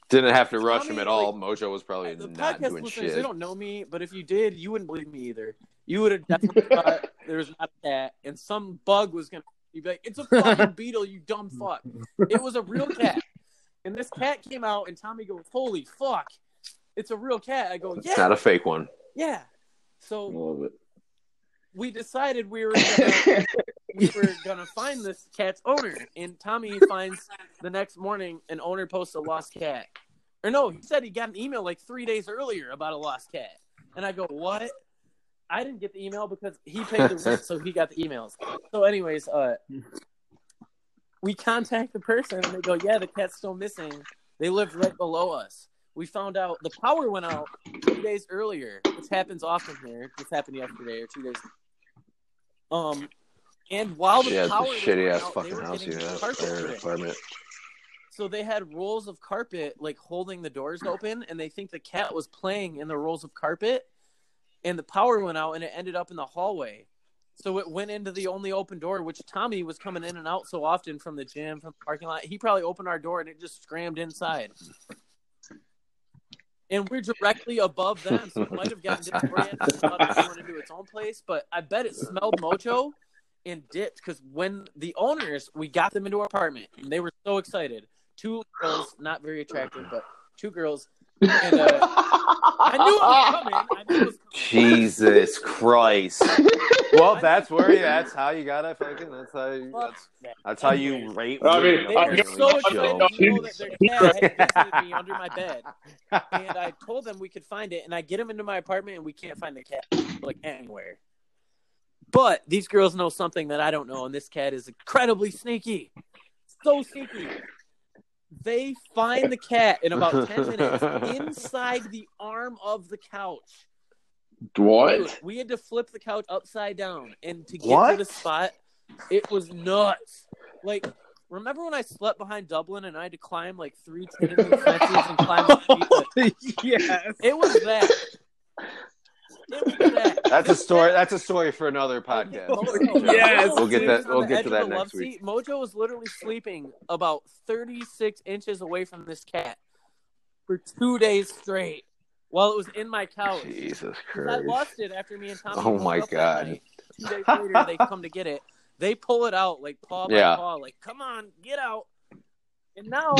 [SPEAKER 1] Didn't have to rush
[SPEAKER 4] Tommy,
[SPEAKER 1] him at all. Mojo was probably
[SPEAKER 4] the
[SPEAKER 1] not
[SPEAKER 4] podcast
[SPEAKER 1] doing
[SPEAKER 4] listeners,
[SPEAKER 1] shit.
[SPEAKER 4] they don't know me, but if you did, you wouldn't believe me either. You would have definitely
[SPEAKER 1] (laughs)
[SPEAKER 4] thought there was not a cat, and some bug was gonna you'd be like, "It's
[SPEAKER 1] (laughs)
[SPEAKER 4] a fucking beetle, you dumb fuck." It was a real cat, and this cat came out, and Tommy goes, "Holy fuck, it's a real cat!" I go,
[SPEAKER 1] It's
[SPEAKER 4] "Yeah,
[SPEAKER 1] not a fake one.
[SPEAKER 4] yeah." So
[SPEAKER 3] love it.
[SPEAKER 4] we decided we were gonna, we were gonna find this cat's owner, and Tommy finds the next morning an owner posts a lost cat. Or no, he said he got an email like three days earlier about a lost cat, and I go, "What?" I didn't get the email because he paid the rent, so he got the emails. So, anyways, uh, we contact the person, and they go, "Yeah, the cat's still missing. They lived right below us." We found out the power went out two days earlier. This happens often here. This happened yesterday or two days um, And while the
[SPEAKER 1] She has a
[SPEAKER 4] power they
[SPEAKER 1] shitty
[SPEAKER 4] were
[SPEAKER 1] ass
[SPEAKER 4] out, they
[SPEAKER 1] fucking
[SPEAKER 4] were
[SPEAKER 1] house
[SPEAKER 4] getting
[SPEAKER 1] here.
[SPEAKER 4] carpet
[SPEAKER 1] Her
[SPEAKER 4] today.
[SPEAKER 1] apartment.
[SPEAKER 4] So they had rolls of carpet like holding the doors open, and they think the cat was playing in the rolls of carpet, and the power went out, and it ended up in the hallway. So it went into the only open door, which Tommy was coming in and out so often from the gym, from the parking lot. He probably opened our door, and it just scrammed inside. And we're directly above them, so it might have gotten disoriented and thought it was going into its own place. But I bet it smelled mojo and dipped because when the owners, we got them into our apartment, and they were so excited two girls, not very attractive, but two girls. And, uh, I knew it was coming. I knew it was coming.
[SPEAKER 1] Jesus Christ. well, that's where you, that's how you gotta fucking that's how you that's, that's how you rate
[SPEAKER 3] I mean,
[SPEAKER 1] women,
[SPEAKER 4] They
[SPEAKER 3] I'm
[SPEAKER 4] were
[SPEAKER 1] apparently,
[SPEAKER 4] so excited
[SPEAKER 1] Joe.
[SPEAKER 3] about
[SPEAKER 4] to know that their cat had visited me under my bed, and I told them we could find it. And I get them into my apartment, and we can't find the cat like anywhere. But these girls know something that I don't know, and this cat is incredibly sneaky. So sneaky. They find the cat in about ten minutes inside the arm of the couch.
[SPEAKER 3] (laughs)
[SPEAKER 4] Dude,
[SPEAKER 3] What?
[SPEAKER 4] we had to flip the couch upside down, and to get to
[SPEAKER 1] What?
[SPEAKER 4] the spot, it was nuts. Like, remember when I slept behind Dublin and I had to climb like three chain link fences and climb? up the-
[SPEAKER 2] (laughs) yes.
[SPEAKER 4] It was that. It was that.
[SPEAKER 1] (laughs) That's a story that's a story for another (laughs) podcast.
[SPEAKER 4] Mojo-
[SPEAKER 2] Yes.
[SPEAKER 1] We'll get
[SPEAKER 4] Mojo
[SPEAKER 1] that-
[SPEAKER 4] was on
[SPEAKER 1] we'll
[SPEAKER 4] the
[SPEAKER 1] get to
[SPEAKER 4] edge of
[SPEAKER 1] that
[SPEAKER 4] the
[SPEAKER 1] next
[SPEAKER 4] love
[SPEAKER 1] week.
[SPEAKER 4] seat. Mojo was literally sleeping about 36 inches away from this cat for two days straight while it was in my couch.
[SPEAKER 1] Jesus
[SPEAKER 4] 'Cause I
[SPEAKER 1] Christ.
[SPEAKER 4] lost it after me and Tommy.
[SPEAKER 1] (laughs) Oh
[SPEAKER 4] woke
[SPEAKER 1] my
[SPEAKER 4] up that
[SPEAKER 1] God.
[SPEAKER 4] night. Two days later, they come to get it. They pull it out like paw by
[SPEAKER 1] Yeah.
[SPEAKER 4] paw, like "Come on, get out!" And now,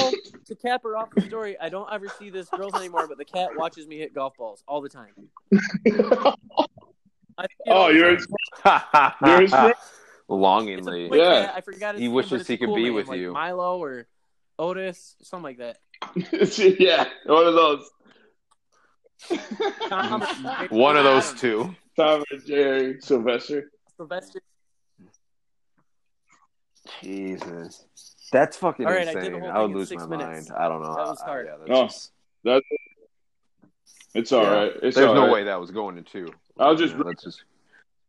[SPEAKER 4] to cap her off the story, I don't ever see this girls anymore, but the cat watches me hit golf balls all the time. I see it all
[SPEAKER 3] Oh,
[SPEAKER 4] the
[SPEAKER 3] you're
[SPEAKER 4] time.
[SPEAKER 3] (laughs) There's no-
[SPEAKER 4] It's
[SPEAKER 1] (laughs)
[SPEAKER 4] a
[SPEAKER 1] Longingly.
[SPEAKER 4] boy
[SPEAKER 3] Yeah.
[SPEAKER 4] cat. I forgot. His
[SPEAKER 1] He
[SPEAKER 4] name,
[SPEAKER 1] wishes
[SPEAKER 4] but it's
[SPEAKER 1] he
[SPEAKER 4] a
[SPEAKER 1] could
[SPEAKER 4] cool
[SPEAKER 1] be
[SPEAKER 4] name,
[SPEAKER 1] with
[SPEAKER 4] like
[SPEAKER 1] you.
[SPEAKER 4] Milo or Otis, something like that.
[SPEAKER 3] (laughs) yeah, one of those.
[SPEAKER 1] One of those
[SPEAKER 4] Adam,
[SPEAKER 1] two.
[SPEAKER 3] Tom and Jerry, Sylvester.
[SPEAKER 4] Sylvester.
[SPEAKER 1] Jesus. That's fucking
[SPEAKER 4] All right, I did the
[SPEAKER 1] insane.
[SPEAKER 4] whole
[SPEAKER 1] I, would
[SPEAKER 4] thing in
[SPEAKER 1] lose my
[SPEAKER 4] six minutes.
[SPEAKER 1] mind. I don't know.
[SPEAKER 4] That was
[SPEAKER 1] I-
[SPEAKER 4] hard.
[SPEAKER 1] yeah, that's
[SPEAKER 3] Oh,
[SPEAKER 1] just-
[SPEAKER 3] It's all
[SPEAKER 1] Yeah.
[SPEAKER 3] right. It's
[SPEAKER 1] There's
[SPEAKER 3] all
[SPEAKER 1] no
[SPEAKER 3] right.
[SPEAKER 1] way that was going to two.
[SPEAKER 3] I'll just-
[SPEAKER 1] Yeah, that's just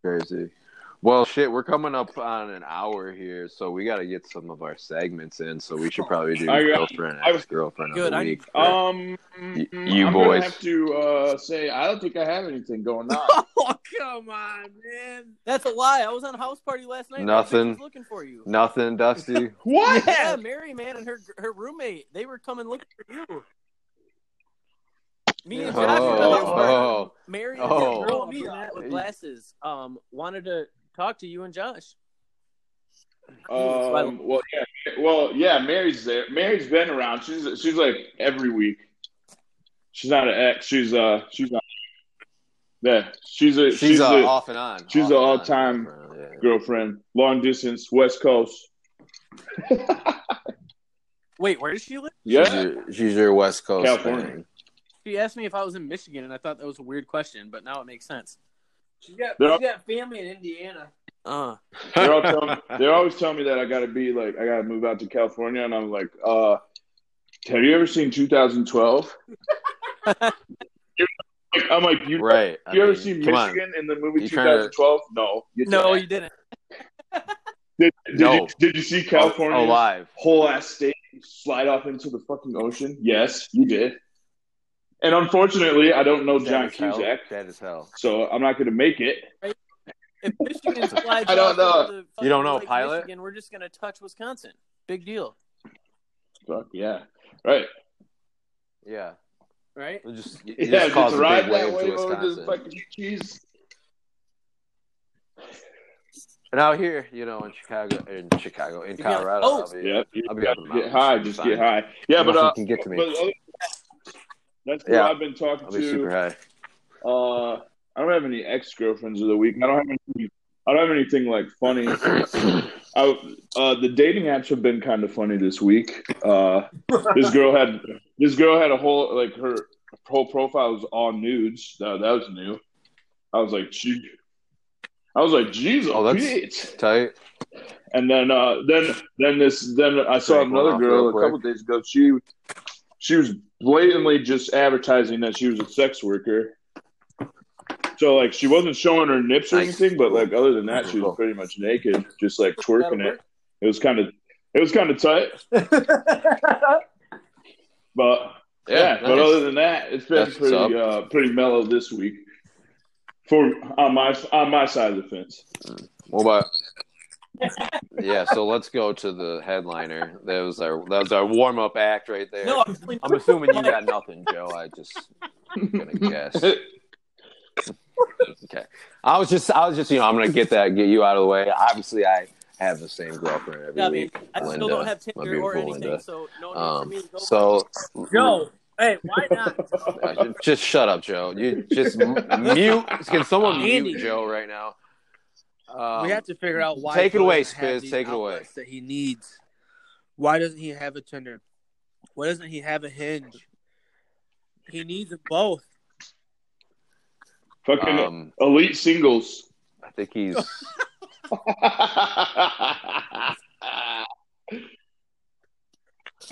[SPEAKER 1] crazy. Well, shit, we're coming up on an hour here, so we got to get some of our segments in. So we should probably do
[SPEAKER 3] I-
[SPEAKER 1] girlfriend,
[SPEAKER 3] I-
[SPEAKER 1] ex girlfriend of
[SPEAKER 4] Good,
[SPEAKER 1] the
[SPEAKER 4] I-
[SPEAKER 1] week.
[SPEAKER 3] Um,
[SPEAKER 1] Y-
[SPEAKER 3] mm,
[SPEAKER 1] you
[SPEAKER 3] I'm
[SPEAKER 1] boys.
[SPEAKER 3] gonna have to uh, say I don't think I have anything going (laughs) on.
[SPEAKER 2] Oh, come on, man.
[SPEAKER 4] That's a lie. I was on a house party last night.
[SPEAKER 1] Nothing.
[SPEAKER 4] That bitch was looking for you.
[SPEAKER 1] Nothing,
[SPEAKER 3] (laughs)
[SPEAKER 1] Dusty.
[SPEAKER 3] what?
[SPEAKER 1] (laughs)
[SPEAKER 4] Yeah, Mary, man, and her her roommate. They were coming looking for you. Me and
[SPEAKER 1] Oh,
[SPEAKER 4] Josh, were on this part.
[SPEAKER 1] oh.
[SPEAKER 4] Mary,
[SPEAKER 1] Oh.
[SPEAKER 4] and the girl me and Matt with glasses, um, wanted to talk to you and Josh.
[SPEAKER 3] Um, well, yeah. Well, yeah. Mary's there. Mary's been around. She's she's like every week. She's not an ex. She's uh she's not. Yeah, she's a
[SPEAKER 1] She's,
[SPEAKER 3] she's,
[SPEAKER 1] uh,
[SPEAKER 3] a
[SPEAKER 1] off and on. off
[SPEAKER 3] she's a
[SPEAKER 1] and on
[SPEAKER 3] all-time
[SPEAKER 1] girlfriend, yeah.
[SPEAKER 3] girlfriend, long distance, West Coast.
[SPEAKER 4] Wait, where does she live?
[SPEAKER 1] She's,
[SPEAKER 3] Yeah,
[SPEAKER 1] your, she's your West Coast.
[SPEAKER 3] California.
[SPEAKER 1] fan.
[SPEAKER 4] She asked me if I was in Michigan, and I thought that was a weird question, but now it makes sense.
[SPEAKER 2] She's got,
[SPEAKER 3] They're
[SPEAKER 2] she's
[SPEAKER 3] all-
[SPEAKER 2] got family in Indiana.
[SPEAKER 4] Uh,
[SPEAKER 3] they're
[SPEAKER 1] (laughs)
[SPEAKER 3] all telling, they're always telling me that I gotta be like I gotta move out to California, and I'm like, uh, have you ever
[SPEAKER 1] (laughs)
[SPEAKER 3] seen 2012? I'm like, you
[SPEAKER 1] Right. I
[SPEAKER 3] you ever
[SPEAKER 1] mean,
[SPEAKER 3] seen
[SPEAKER 1] come on. Oh,
[SPEAKER 3] Michigan in the movie
[SPEAKER 1] You trying to-
[SPEAKER 3] 2012? No. You
[SPEAKER 4] no,
[SPEAKER 3] didn't.
[SPEAKER 4] you didn't.
[SPEAKER 3] Did, did
[SPEAKER 1] No.
[SPEAKER 3] You, did you see
[SPEAKER 1] oh,
[SPEAKER 3] California
[SPEAKER 1] alive.
[SPEAKER 3] whole ass state slide off into the fucking ocean? Yes, you did. And unfortunately, I don't know John
[SPEAKER 1] Dead as hell.
[SPEAKER 3] Cusack,
[SPEAKER 1] Dead as hell.
[SPEAKER 3] so I'm not going to make it.
[SPEAKER 4] If
[SPEAKER 1] (laughs)
[SPEAKER 4] Michigan slides
[SPEAKER 3] I don't
[SPEAKER 4] off into the
[SPEAKER 1] You don't
[SPEAKER 4] fucking
[SPEAKER 1] know,
[SPEAKER 4] Lake
[SPEAKER 1] pilot?
[SPEAKER 4] Michigan, we're just gonna touch Wisconsin. Big deal,
[SPEAKER 3] Fuck yeah, right?
[SPEAKER 1] Yeah.
[SPEAKER 4] right?
[SPEAKER 1] It just, it
[SPEAKER 3] Yeah,
[SPEAKER 1] just
[SPEAKER 3] just,
[SPEAKER 1] caused a
[SPEAKER 3] ride
[SPEAKER 1] big
[SPEAKER 3] that
[SPEAKER 1] wave
[SPEAKER 3] way
[SPEAKER 1] to
[SPEAKER 3] over the
[SPEAKER 1] Wisconsin.
[SPEAKER 3] fucking cheese.
[SPEAKER 1] And out here, you know, in Chicago, in Chicago, in
[SPEAKER 4] You'd be like,
[SPEAKER 1] Colorado,
[SPEAKER 4] "Oh."
[SPEAKER 1] I'll be,
[SPEAKER 3] Yep, you
[SPEAKER 1] I'll be up
[SPEAKER 3] gotta
[SPEAKER 1] in the mountains.
[SPEAKER 3] get high, just
[SPEAKER 1] Fine.
[SPEAKER 3] get high. Yeah, but
[SPEAKER 1] Nothing
[SPEAKER 3] uh,
[SPEAKER 1] can get to me.
[SPEAKER 3] but other- that's who
[SPEAKER 1] Yeah.
[SPEAKER 3] I've been talking
[SPEAKER 1] I'll be super
[SPEAKER 3] to.
[SPEAKER 1] high.
[SPEAKER 3] Uh, I don't have any ex girlfriends of the week. I don't have any. I don't have anything like
[SPEAKER 1] (coughs)
[SPEAKER 3] funny. I, uh, the dating apps have been kind of funny this week. Uh, this girl had this girl had a whole like her whole profile was all nudes. That, that was new. I was like, gee. I was like, Jesus,
[SPEAKER 1] Oh, that's-
[SPEAKER 3] bitch.
[SPEAKER 1] Tight.
[SPEAKER 3] And then, uh, then, then this, then I saw
[SPEAKER 1] Drink one
[SPEAKER 3] another
[SPEAKER 1] off
[SPEAKER 3] girl
[SPEAKER 1] real
[SPEAKER 3] a
[SPEAKER 1] quick.
[SPEAKER 3] couple days ago. She, she was blatantly just advertising that she was a sex worker, So like she wasn't showing her nips or
[SPEAKER 1] Nice.
[SPEAKER 3] anything, but like other than that, she was pretty much naked, just like twerking it. It was kind of it was kind of tight, but yeah.
[SPEAKER 1] nice.
[SPEAKER 3] But other than that, it's been
[SPEAKER 1] That's what's
[SPEAKER 3] pretty uh, pretty mellow this week for on my on my side of the fence.
[SPEAKER 1] What about?
[SPEAKER 4] (laughs)
[SPEAKER 1] yeah, so let's go to the headliner. That was our that was our warm up act right there.
[SPEAKER 4] No, I'm really
[SPEAKER 1] I'm assuming you
[SPEAKER 4] (laughs)
[SPEAKER 1] got nothing, Joe. I just I'm
[SPEAKER 3] (laughs)
[SPEAKER 1] gonna guess. okay, I was just I was just you know I'm gonna get that get you out of the way. Obviously, I have the same girlfriend every
[SPEAKER 4] I mean,
[SPEAKER 1] week.
[SPEAKER 4] I still
[SPEAKER 1] Linda,
[SPEAKER 4] don't have
[SPEAKER 1] my
[SPEAKER 4] Tinder
[SPEAKER 1] beautiful
[SPEAKER 4] or anything,
[SPEAKER 1] Linda.
[SPEAKER 4] so no need for
[SPEAKER 1] Um,
[SPEAKER 4] me to go.
[SPEAKER 1] so (laughs)
[SPEAKER 2] Joe, hey, (laughs) why not?
[SPEAKER 1] Uh, just shut up, Joe. You just m- mute. Can someone
[SPEAKER 2] Andy.
[SPEAKER 1] mute Joe right now? Um,
[SPEAKER 2] we have to figure out why.
[SPEAKER 1] take it
[SPEAKER 2] he
[SPEAKER 1] away,
[SPEAKER 2] doesn't have
[SPEAKER 1] Spiz,
[SPEAKER 2] these
[SPEAKER 1] take it away.
[SPEAKER 2] outlets That he needs. Why doesn't he have a Tinder? Why doesn't he have a Hinge? He needs them both.
[SPEAKER 3] Fucking
[SPEAKER 1] um,
[SPEAKER 3] elite singles.
[SPEAKER 1] I think he's.
[SPEAKER 3] That's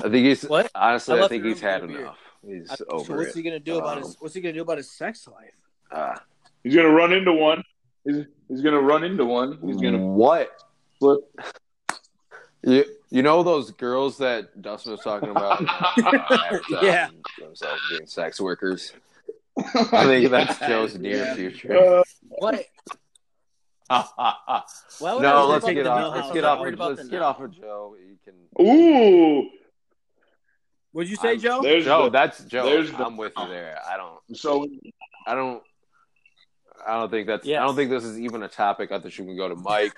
[SPEAKER 1] I think he's.
[SPEAKER 2] What?
[SPEAKER 1] Honestly,
[SPEAKER 4] I
[SPEAKER 1] I,
[SPEAKER 4] left
[SPEAKER 1] think
[SPEAKER 4] your
[SPEAKER 1] he's
[SPEAKER 4] room
[SPEAKER 1] had
[SPEAKER 4] for your
[SPEAKER 1] enough. He's
[SPEAKER 2] So
[SPEAKER 1] over
[SPEAKER 2] what's
[SPEAKER 1] it.
[SPEAKER 2] he gonna do about
[SPEAKER 1] Um,
[SPEAKER 2] his? What's he gonna do about his sex life?
[SPEAKER 1] Uh,
[SPEAKER 3] (laughs) He's gonna run into one. He's, he's gonna run into one. He's gonna
[SPEAKER 1] what?
[SPEAKER 3] flip.
[SPEAKER 1] You, you know those girls that Dustin was talking
[SPEAKER 3] (laughs)
[SPEAKER 1] about? uh, have, um,
[SPEAKER 2] Yeah.
[SPEAKER 1] Themselves being sex
[SPEAKER 3] (laughs)
[SPEAKER 1] workers. Mm. I think that's Joe's near
[SPEAKER 2] Yeah.
[SPEAKER 1] future.
[SPEAKER 3] Uh,
[SPEAKER 4] What?
[SPEAKER 1] Ah, ah, ah.
[SPEAKER 4] Why would I
[SPEAKER 1] No,
[SPEAKER 4] worry
[SPEAKER 1] let's
[SPEAKER 4] about
[SPEAKER 1] get
[SPEAKER 4] the
[SPEAKER 1] off.
[SPEAKER 4] Millhouse?
[SPEAKER 1] Let's get
[SPEAKER 4] I'm
[SPEAKER 1] off.
[SPEAKER 4] worried
[SPEAKER 1] Of,
[SPEAKER 4] about
[SPEAKER 1] let's
[SPEAKER 4] the
[SPEAKER 1] get
[SPEAKER 4] now.
[SPEAKER 1] off of Joe. You can.
[SPEAKER 3] ooh,
[SPEAKER 2] Would you say,
[SPEAKER 1] I'm-
[SPEAKER 2] Joe?
[SPEAKER 3] there's
[SPEAKER 1] Joe,
[SPEAKER 3] the-
[SPEAKER 1] that's Joe.
[SPEAKER 3] there's the-
[SPEAKER 1] I'm with you there. I don't.
[SPEAKER 3] so
[SPEAKER 1] I don't. I don't think that's.
[SPEAKER 4] Yes.
[SPEAKER 1] I don't think this is even a topic. I think you can go to Mike.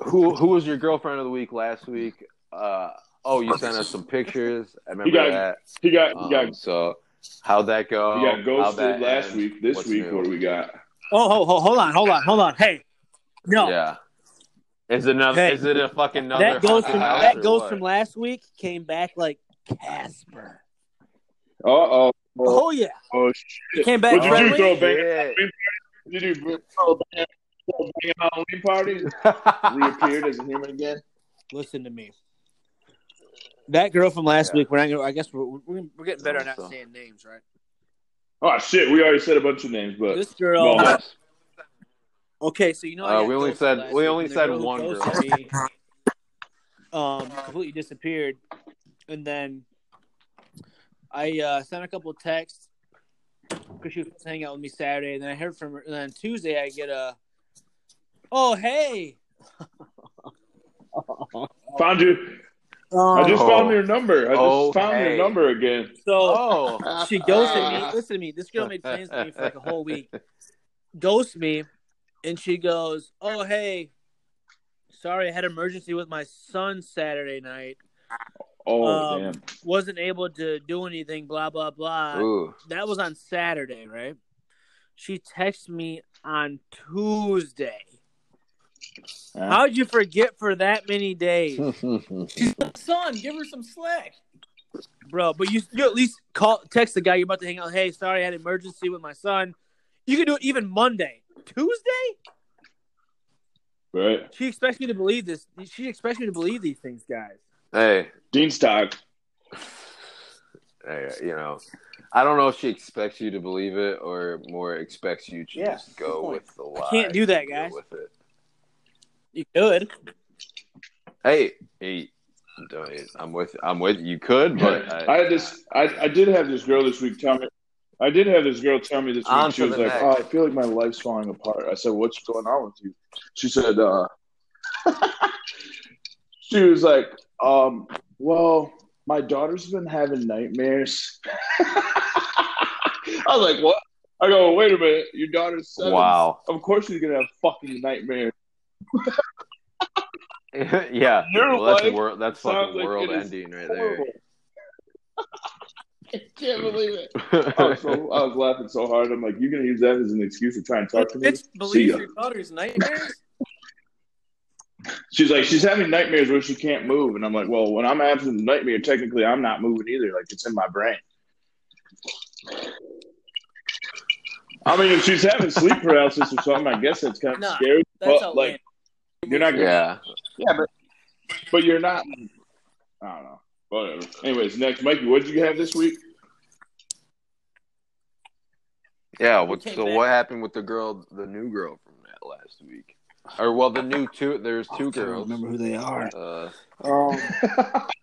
[SPEAKER 1] who Who was your girlfriend of the week last week? Uh, oh, you sent us some pictures. I remember
[SPEAKER 3] got-
[SPEAKER 1] that.
[SPEAKER 3] he got he
[SPEAKER 1] Um,
[SPEAKER 3] got
[SPEAKER 1] so how'd that go?
[SPEAKER 3] we got
[SPEAKER 1] How'd that
[SPEAKER 3] ghosted last
[SPEAKER 1] end?
[SPEAKER 3] week. This
[SPEAKER 1] Oh, What's
[SPEAKER 3] week,
[SPEAKER 1] new?
[SPEAKER 3] what do we got?
[SPEAKER 2] Oh, ho, ho, hold on, hold on, hold on. Hey, no,
[SPEAKER 1] Yeah. Is it another?
[SPEAKER 2] Hey.
[SPEAKER 1] is it a fucking another?
[SPEAKER 2] that goes
[SPEAKER 1] haunted
[SPEAKER 2] from
[SPEAKER 1] house
[SPEAKER 2] that
[SPEAKER 1] or
[SPEAKER 2] goes
[SPEAKER 1] what?
[SPEAKER 2] from last week. Came back like Casper.
[SPEAKER 3] Uh oh.
[SPEAKER 2] Oh yeah,
[SPEAKER 3] Oh shit.
[SPEAKER 4] Came back
[SPEAKER 3] What'd you do?
[SPEAKER 4] right
[SPEAKER 3] Throw
[SPEAKER 4] away.
[SPEAKER 3] a bang?
[SPEAKER 1] Shit.
[SPEAKER 3] Did oh, you do throw a bang? throw a bang at Halloween parties?
[SPEAKER 1] (laughs)
[SPEAKER 3] Reappeared as a human again.
[SPEAKER 2] listen to me. That girl from last
[SPEAKER 1] Yeah.
[SPEAKER 2] week. We're not gonna. I guess we're we're, we're getting better at not
[SPEAKER 1] Also.
[SPEAKER 2] saying names, right?
[SPEAKER 3] Oh shit, we already said a bunch of names, but
[SPEAKER 2] This girl.
[SPEAKER 3] No.
[SPEAKER 2] Okay, so you know, I
[SPEAKER 1] Uh,
[SPEAKER 2] got
[SPEAKER 1] we only
[SPEAKER 2] ghosted
[SPEAKER 1] said-
[SPEAKER 2] last
[SPEAKER 1] we
[SPEAKER 2] week,
[SPEAKER 1] only
[SPEAKER 2] and the
[SPEAKER 1] said
[SPEAKER 2] who
[SPEAKER 1] one
[SPEAKER 2] ghosted
[SPEAKER 1] (laughs)
[SPEAKER 2] me, um, completely disappeared, and then I uh, sent a couple of texts because she was supposed to hang out with me Saturday, and then I heard from her, and then Tuesday I get a, oh hey,
[SPEAKER 3] found you. I
[SPEAKER 2] um,
[SPEAKER 3] just found your number. I just
[SPEAKER 1] Oh,
[SPEAKER 3] found
[SPEAKER 1] hey.
[SPEAKER 3] your number again.
[SPEAKER 2] so
[SPEAKER 1] oh.
[SPEAKER 2] she ghosted
[SPEAKER 1] Ah.
[SPEAKER 2] me. Listen to me, this girl made plans with me for like a whole week. Ghosts me, and she goes, oh hey, sorry I had emergency with my son Saturday night.
[SPEAKER 3] Oh
[SPEAKER 2] Um,
[SPEAKER 3] damn.
[SPEAKER 2] wasn't able to do anything, blah, blah, blah.
[SPEAKER 1] Ooh.
[SPEAKER 2] That was on Saturday, right? She texted me on Tuesday.
[SPEAKER 3] Huh?
[SPEAKER 2] How'd you forget for that many days?
[SPEAKER 4] Hmm.
[SPEAKER 2] uh,
[SPEAKER 1] (laughs)
[SPEAKER 4] Son, give her some slack.
[SPEAKER 2] Bro, but you, you at least call text the guy you're about to hang out. Hey, sorry, I had an emergency with my son. You can do it even Monday. Tuesday?
[SPEAKER 3] Right.
[SPEAKER 2] She expects me to believe this. She expects me to believe these things, guys.
[SPEAKER 1] Hey,
[SPEAKER 3] Dean Stock.
[SPEAKER 1] hey, you know, I don't know if she expects you to believe it or more expects you to
[SPEAKER 4] Yeah,
[SPEAKER 1] just go
[SPEAKER 4] good point.
[SPEAKER 1] with the lie.
[SPEAKER 2] can't do that,
[SPEAKER 1] and go
[SPEAKER 2] guys.
[SPEAKER 1] With it.
[SPEAKER 4] You could.
[SPEAKER 1] Hey, hey, don't- I'm with, I'm with. You could, but
[SPEAKER 3] I had this I, I did have this girl this week tell me I did have this girl tell me this
[SPEAKER 1] On
[SPEAKER 3] week. She
[SPEAKER 1] to
[SPEAKER 3] was
[SPEAKER 1] the
[SPEAKER 3] like,
[SPEAKER 1] next.
[SPEAKER 3] Oh, I feel like my life's falling apart. I said, What's going on with you? She said, uh (laughs) She was like, um, well, my daughter's been having nightmares. (laughs) I was like, What? I go, wait a minute, your daughter's seven.
[SPEAKER 1] Wow. (laughs)
[SPEAKER 3] Of course she's gonna have fucking nightmares.
[SPEAKER 1] yeah.
[SPEAKER 3] Your
[SPEAKER 1] Well, that's
[SPEAKER 3] life
[SPEAKER 1] wor- that's
[SPEAKER 3] sounds
[SPEAKER 1] fucking
[SPEAKER 3] like it
[SPEAKER 1] world
[SPEAKER 3] is
[SPEAKER 1] ending right
[SPEAKER 3] Horrible.
[SPEAKER 1] there.
[SPEAKER 3] (laughs) I can't believe it.
[SPEAKER 1] (laughs)
[SPEAKER 3] I was, Oh, so, I was laughing so hard. I'm like, you're gonna use that as an excuse to try and talk to me.
[SPEAKER 4] Bitch believes
[SPEAKER 1] uh,
[SPEAKER 3] ya.
[SPEAKER 4] your daughter's nightmares.
[SPEAKER 3] She's like, she's having nightmares where she can't move, and I'm like, well, when I'm having a nightmare, technically I'm not moving either. Like it's in my brain. I mean, if she's having sleep paralysis or something, I guess that's kind of
[SPEAKER 4] Nah,
[SPEAKER 3] scary.
[SPEAKER 4] That's
[SPEAKER 3] But
[SPEAKER 4] outlandish.
[SPEAKER 3] like, you're not gonna,
[SPEAKER 1] yeah.
[SPEAKER 3] but you're not. I don't know.
[SPEAKER 4] (laughs)
[SPEAKER 3] Whatever. Anyways, next, Mikey, what did you have this week?
[SPEAKER 1] Yeah. What,
[SPEAKER 4] came
[SPEAKER 1] so
[SPEAKER 4] back-
[SPEAKER 1] what happened with the girl, the new girl from that last week? Or well, the new two. There's two
[SPEAKER 5] I don't
[SPEAKER 1] girls.
[SPEAKER 5] remember who they are.
[SPEAKER 1] Uh,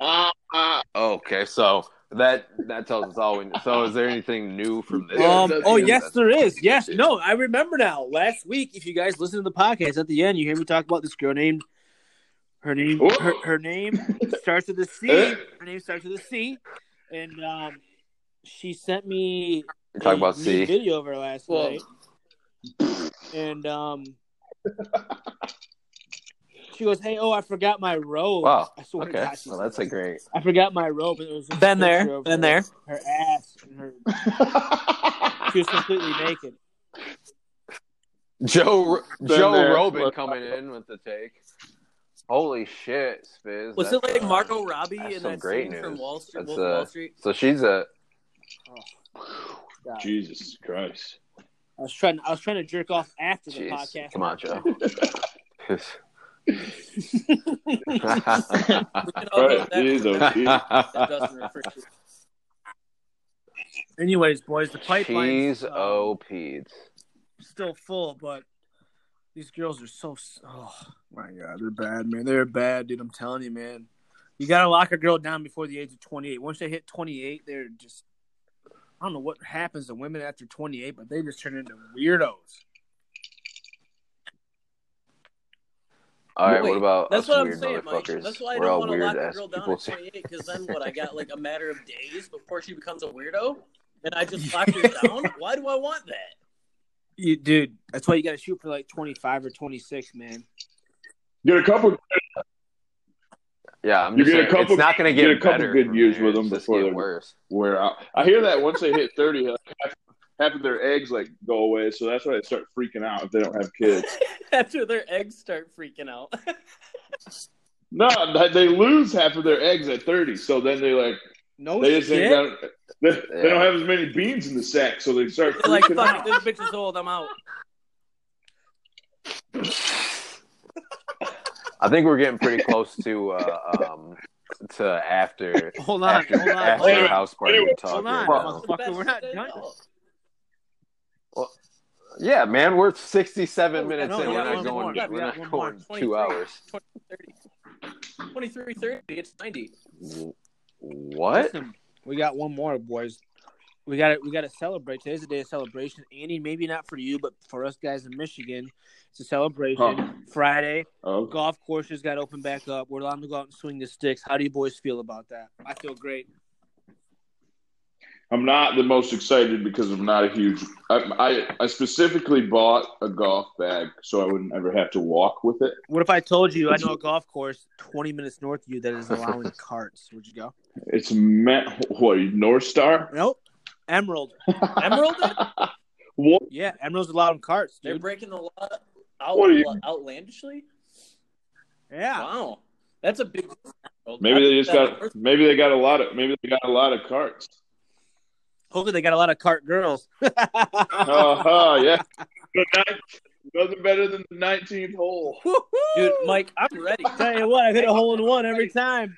[SPEAKER 2] Um,
[SPEAKER 3] Uh,
[SPEAKER 1] okay, so that that tells us all we know. So is there anything new from this?
[SPEAKER 2] Um,
[SPEAKER 3] that's
[SPEAKER 2] oh
[SPEAKER 3] good.
[SPEAKER 2] yes, there
[SPEAKER 1] (laughs)
[SPEAKER 2] is. Yes, no, I remember now. Last week, if you guys listen to the podcast at the end, you hear me talk about this girl named her name.
[SPEAKER 3] Whoa.
[SPEAKER 2] Her,
[SPEAKER 1] (laughs)
[SPEAKER 2] her name starts with a C.
[SPEAKER 1] Uh.
[SPEAKER 2] Her name starts with a C, and um, she sent me
[SPEAKER 1] We're talking
[SPEAKER 2] a
[SPEAKER 1] about
[SPEAKER 2] new
[SPEAKER 1] C.
[SPEAKER 2] video of her last
[SPEAKER 4] Whoa.
[SPEAKER 2] night,
[SPEAKER 1] (laughs)
[SPEAKER 2] and um, she goes, "Hey, oh, I forgot my robe."
[SPEAKER 1] Wow.
[SPEAKER 2] I swear to
[SPEAKER 1] Okay,
[SPEAKER 2] God, she
[SPEAKER 1] well
[SPEAKER 2] said
[SPEAKER 1] that's a
[SPEAKER 2] that.
[SPEAKER 1] great.
[SPEAKER 2] I forgot my robe. And it was just a
[SPEAKER 4] Been there,
[SPEAKER 2] picture of
[SPEAKER 4] been
[SPEAKER 2] her-
[SPEAKER 4] there.
[SPEAKER 2] Her ass and her. She was completely naked.
[SPEAKER 1] Joe
[SPEAKER 3] Been
[SPEAKER 1] Joe
[SPEAKER 3] there.
[SPEAKER 1] Robin coming in with the take. Holy shit, Spiz.
[SPEAKER 4] Was
[SPEAKER 1] that's,
[SPEAKER 4] it like
[SPEAKER 1] uh,
[SPEAKER 4] Margot Robbie
[SPEAKER 1] that's
[SPEAKER 4] in
[SPEAKER 1] some
[SPEAKER 4] that
[SPEAKER 1] great
[SPEAKER 4] scene from
[SPEAKER 1] news.
[SPEAKER 4] Wall Street?
[SPEAKER 1] That's,
[SPEAKER 4] Wolf of
[SPEAKER 1] uh, (laughs)
[SPEAKER 4] Wall Street.
[SPEAKER 1] So she's a
[SPEAKER 3] Jesus Christ.
[SPEAKER 2] I was trying. I was trying to jerk off after the
[SPEAKER 1] jeez.
[SPEAKER 2] podcast.
[SPEAKER 1] Come on, Joe.
[SPEAKER 2] (laughs)
[SPEAKER 1] (laughs)
[SPEAKER 4] And
[SPEAKER 3] All
[SPEAKER 4] although
[SPEAKER 3] right,
[SPEAKER 4] that-
[SPEAKER 3] geez, oh,
[SPEAKER 4] that-
[SPEAKER 3] geez.
[SPEAKER 4] that doesn't refer to it.
[SPEAKER 2] Anyways, boys, the pipeline's
[SPEAKER 1] She's
[SPEAKER 2] um,
[SPEAKER 1] op It's
[SPEAKER 2] still full, but these girls are so. s- Oh my god, they're bad, man. They're bad, dude. I'm telling you, man. You gotta lock a girl down before the age of 28. Once they hit 28, they're just. I don't know what happens to women after 28, but they just turn into weirdos.
[SPEAKER 1] All right,
[SPEAKER 4] Wait,
[SPEAKER 1] what about us
[SPEAKER 4] That's what I'm
[SPEAKER 1] weird
[SPEAKER 4] saying, Mike.
[SPEAKER 1] motherfuckers?
[SPEAKER 4] That's why I
[SPEAKER 1] We're
[SPEAKER 4] don't
[SPEAKER 1] all
[SPEAKER 4] want to lock
[SPEAKER 1] weird
[SPEAKER 4] a
[SPEAKER 1] ass
[SPEAKER 4] girl down
[SPEAKER 1] people.
[SPEAKER 4] at 28 because then what? I got like a matter of days before she becomes a weirdo, and I just
[SPEAKER 1] (laughs)
[SPEAKER 4] locked her down. Why do I want that?
[SPEAKER 2] You, dude, that's why you gotta shoot for like 25 or 26, man.
[SPEAKER 3] Get a couple.
[SPEAKER 1] Yeah, I'm
[SPEAKER 3] You
[SPEAKER 1] just
[SPEAKER 3] get a
[SPEAKER 1] saying,
[SPEAKER 3] couple-
[SPEAKER 1] it's not going to
[SPEAKER 3] you
[SPEAKER 1] get,
[SPEAKER 3] get a couple
[SPEAKER 1] better
[SPEAKER 3] good
[SPEAKER 1] from
[SPEAKER 3] years
[SPEAKER 1] there.
[SPEAKER 3] with
[SPEAKER 1] It's
[SPEAKER 3] them
[SPEAKER 1] just
[SPEAKER 3] before
[SPEAKER 1] get
[SPEAKER 3] they're-
[SPEAKER 1] worse.
[SPEAKER 3] Where I, I hear that once they hit thirty, (laughs) like, half, half of their eggs like go away. So that's why they start freaking out if they don't have kids.
[SPEAKER 4] (laughs) After their eggs start
[SPEAKER 1] (laughs)
[SPEAKER 4] freaking out.
[SPEAKER 3] No, they- they lose half of their eggs at thirty. So then they like
[SPEAKER 4] Oh,
[SPEAKER 2] No
[SPEAKER 3] they just ain't
[SPEAKER 2] shit.
[SPEAKER 3] got, they, they
[SPEAKER 1] Yeah.
[SPEAKER 3] don't have as many beans in the sack, so they start
[SPEAKER 4] They're like,
[SPEAKER 3] freaking
[SPEAKER 4] fuck,
[SPEAKER 3] out.
[SPEAKER 4] it, this bitch is old. I'm out.
[SPEAKER 1] I think we're getting pretty close to uh, um, to after
[SPEAKER 2] Hold on,
[SPEAKER 1] after,
[SPEAKER 3] (laughs)
[SPEAKER 2] hold on,
[SPEAKER 1] after
[SPEAKER 2] hold on.
[SPEAKER 3] Wait,
[SPEAKER 1] house party
[SPEAKER 3] wait,
[SPEAKER 1] talk.
[SPEAKER 2] hold
[SPEAKER 1] right
[SPEAKER 2] on.
[SPEAKER 1] now.
[SPEAKER 2] Fucker, we're not done.
[SPEAKER 1] Yeah, man, we're 67
[SPEAKER 4] Oh,
[SPEAKER 1] minutes
[SPEAKER 2] no,
[SPEAKER 1] in.
[SPEAKER 2] we
[SPEAKER 1] We're not
[SPEAKER 2] got one
[SPEAKER 1] going.
[SPEAKER 2] more. We got- we
[SPEAKER 1] We're
[SPEAKER 2] got
[SPEAKER 1] not
[SPEAKER 2] one more.
[SPEAKER 1] going two hours.
[SPEAKER 4] 30. 23, 30, it's 90.
[SPEAKER 1] What?
[SPEAKER 2] (laughs) Listen, we got one more, boys. We got to we got to celebrate. Today's a day of celebration. Andy, maybe not for you, but for us guys in Michigan, it's a celebration.
[SPEAKER 3] Huh.
[SPEAKER 2] Friday,
[SPEAKER 3] Oh,
[SPEAKER 2] golf courses got open back up. We're allowed to go out and swing the sticks. How do you boys feel about that? I feel great.
[SPEAKER 3] I'm not the most excited because I'm not a huge. I, I I specifically bought a golf bag so I wouldn't ever have to walk with it.
[SPEAKER 2] What if I told you I know a golf course 20 minutes north of you that is allowing carts? Would you go?
[SPEAKER 3] It's meant what North Star.
[SPEAKER 2] Nope. Emerald.
[SPEAKER 1] (laughs)
[SPEAKER 4] Emerald?
[SPEAKER 3] What?
[SPEAKER 2] Yeah, Emerald's allowing carts,
[SPEAKER 4] They're
[SPEAKER 2] dude.
[SPEAKER 4] breaking the law out,
[SPEAKER 3] What are you-
[SPEAKER 4] outlandishly?
[SPEAKER 2] Yeah.
[SPEAKER 4] Wow. That's a big.
[SPEAKER 3] Maybe they just got. Maybe they got a lot of. Maybe they got a lot of carts. (laughs)
[SPEAKER 2] Hopefully they got a lot of cart girls. (laughs)
[SPEAKER 3] Uh huh. Yeah. The ninth- Nothing better than the 19th hole.
[SPEAKER 4] Dude, Mike, I'm (laughs) ready.
[SPEAKER 2] Tell you what, I hit a hole in one every time.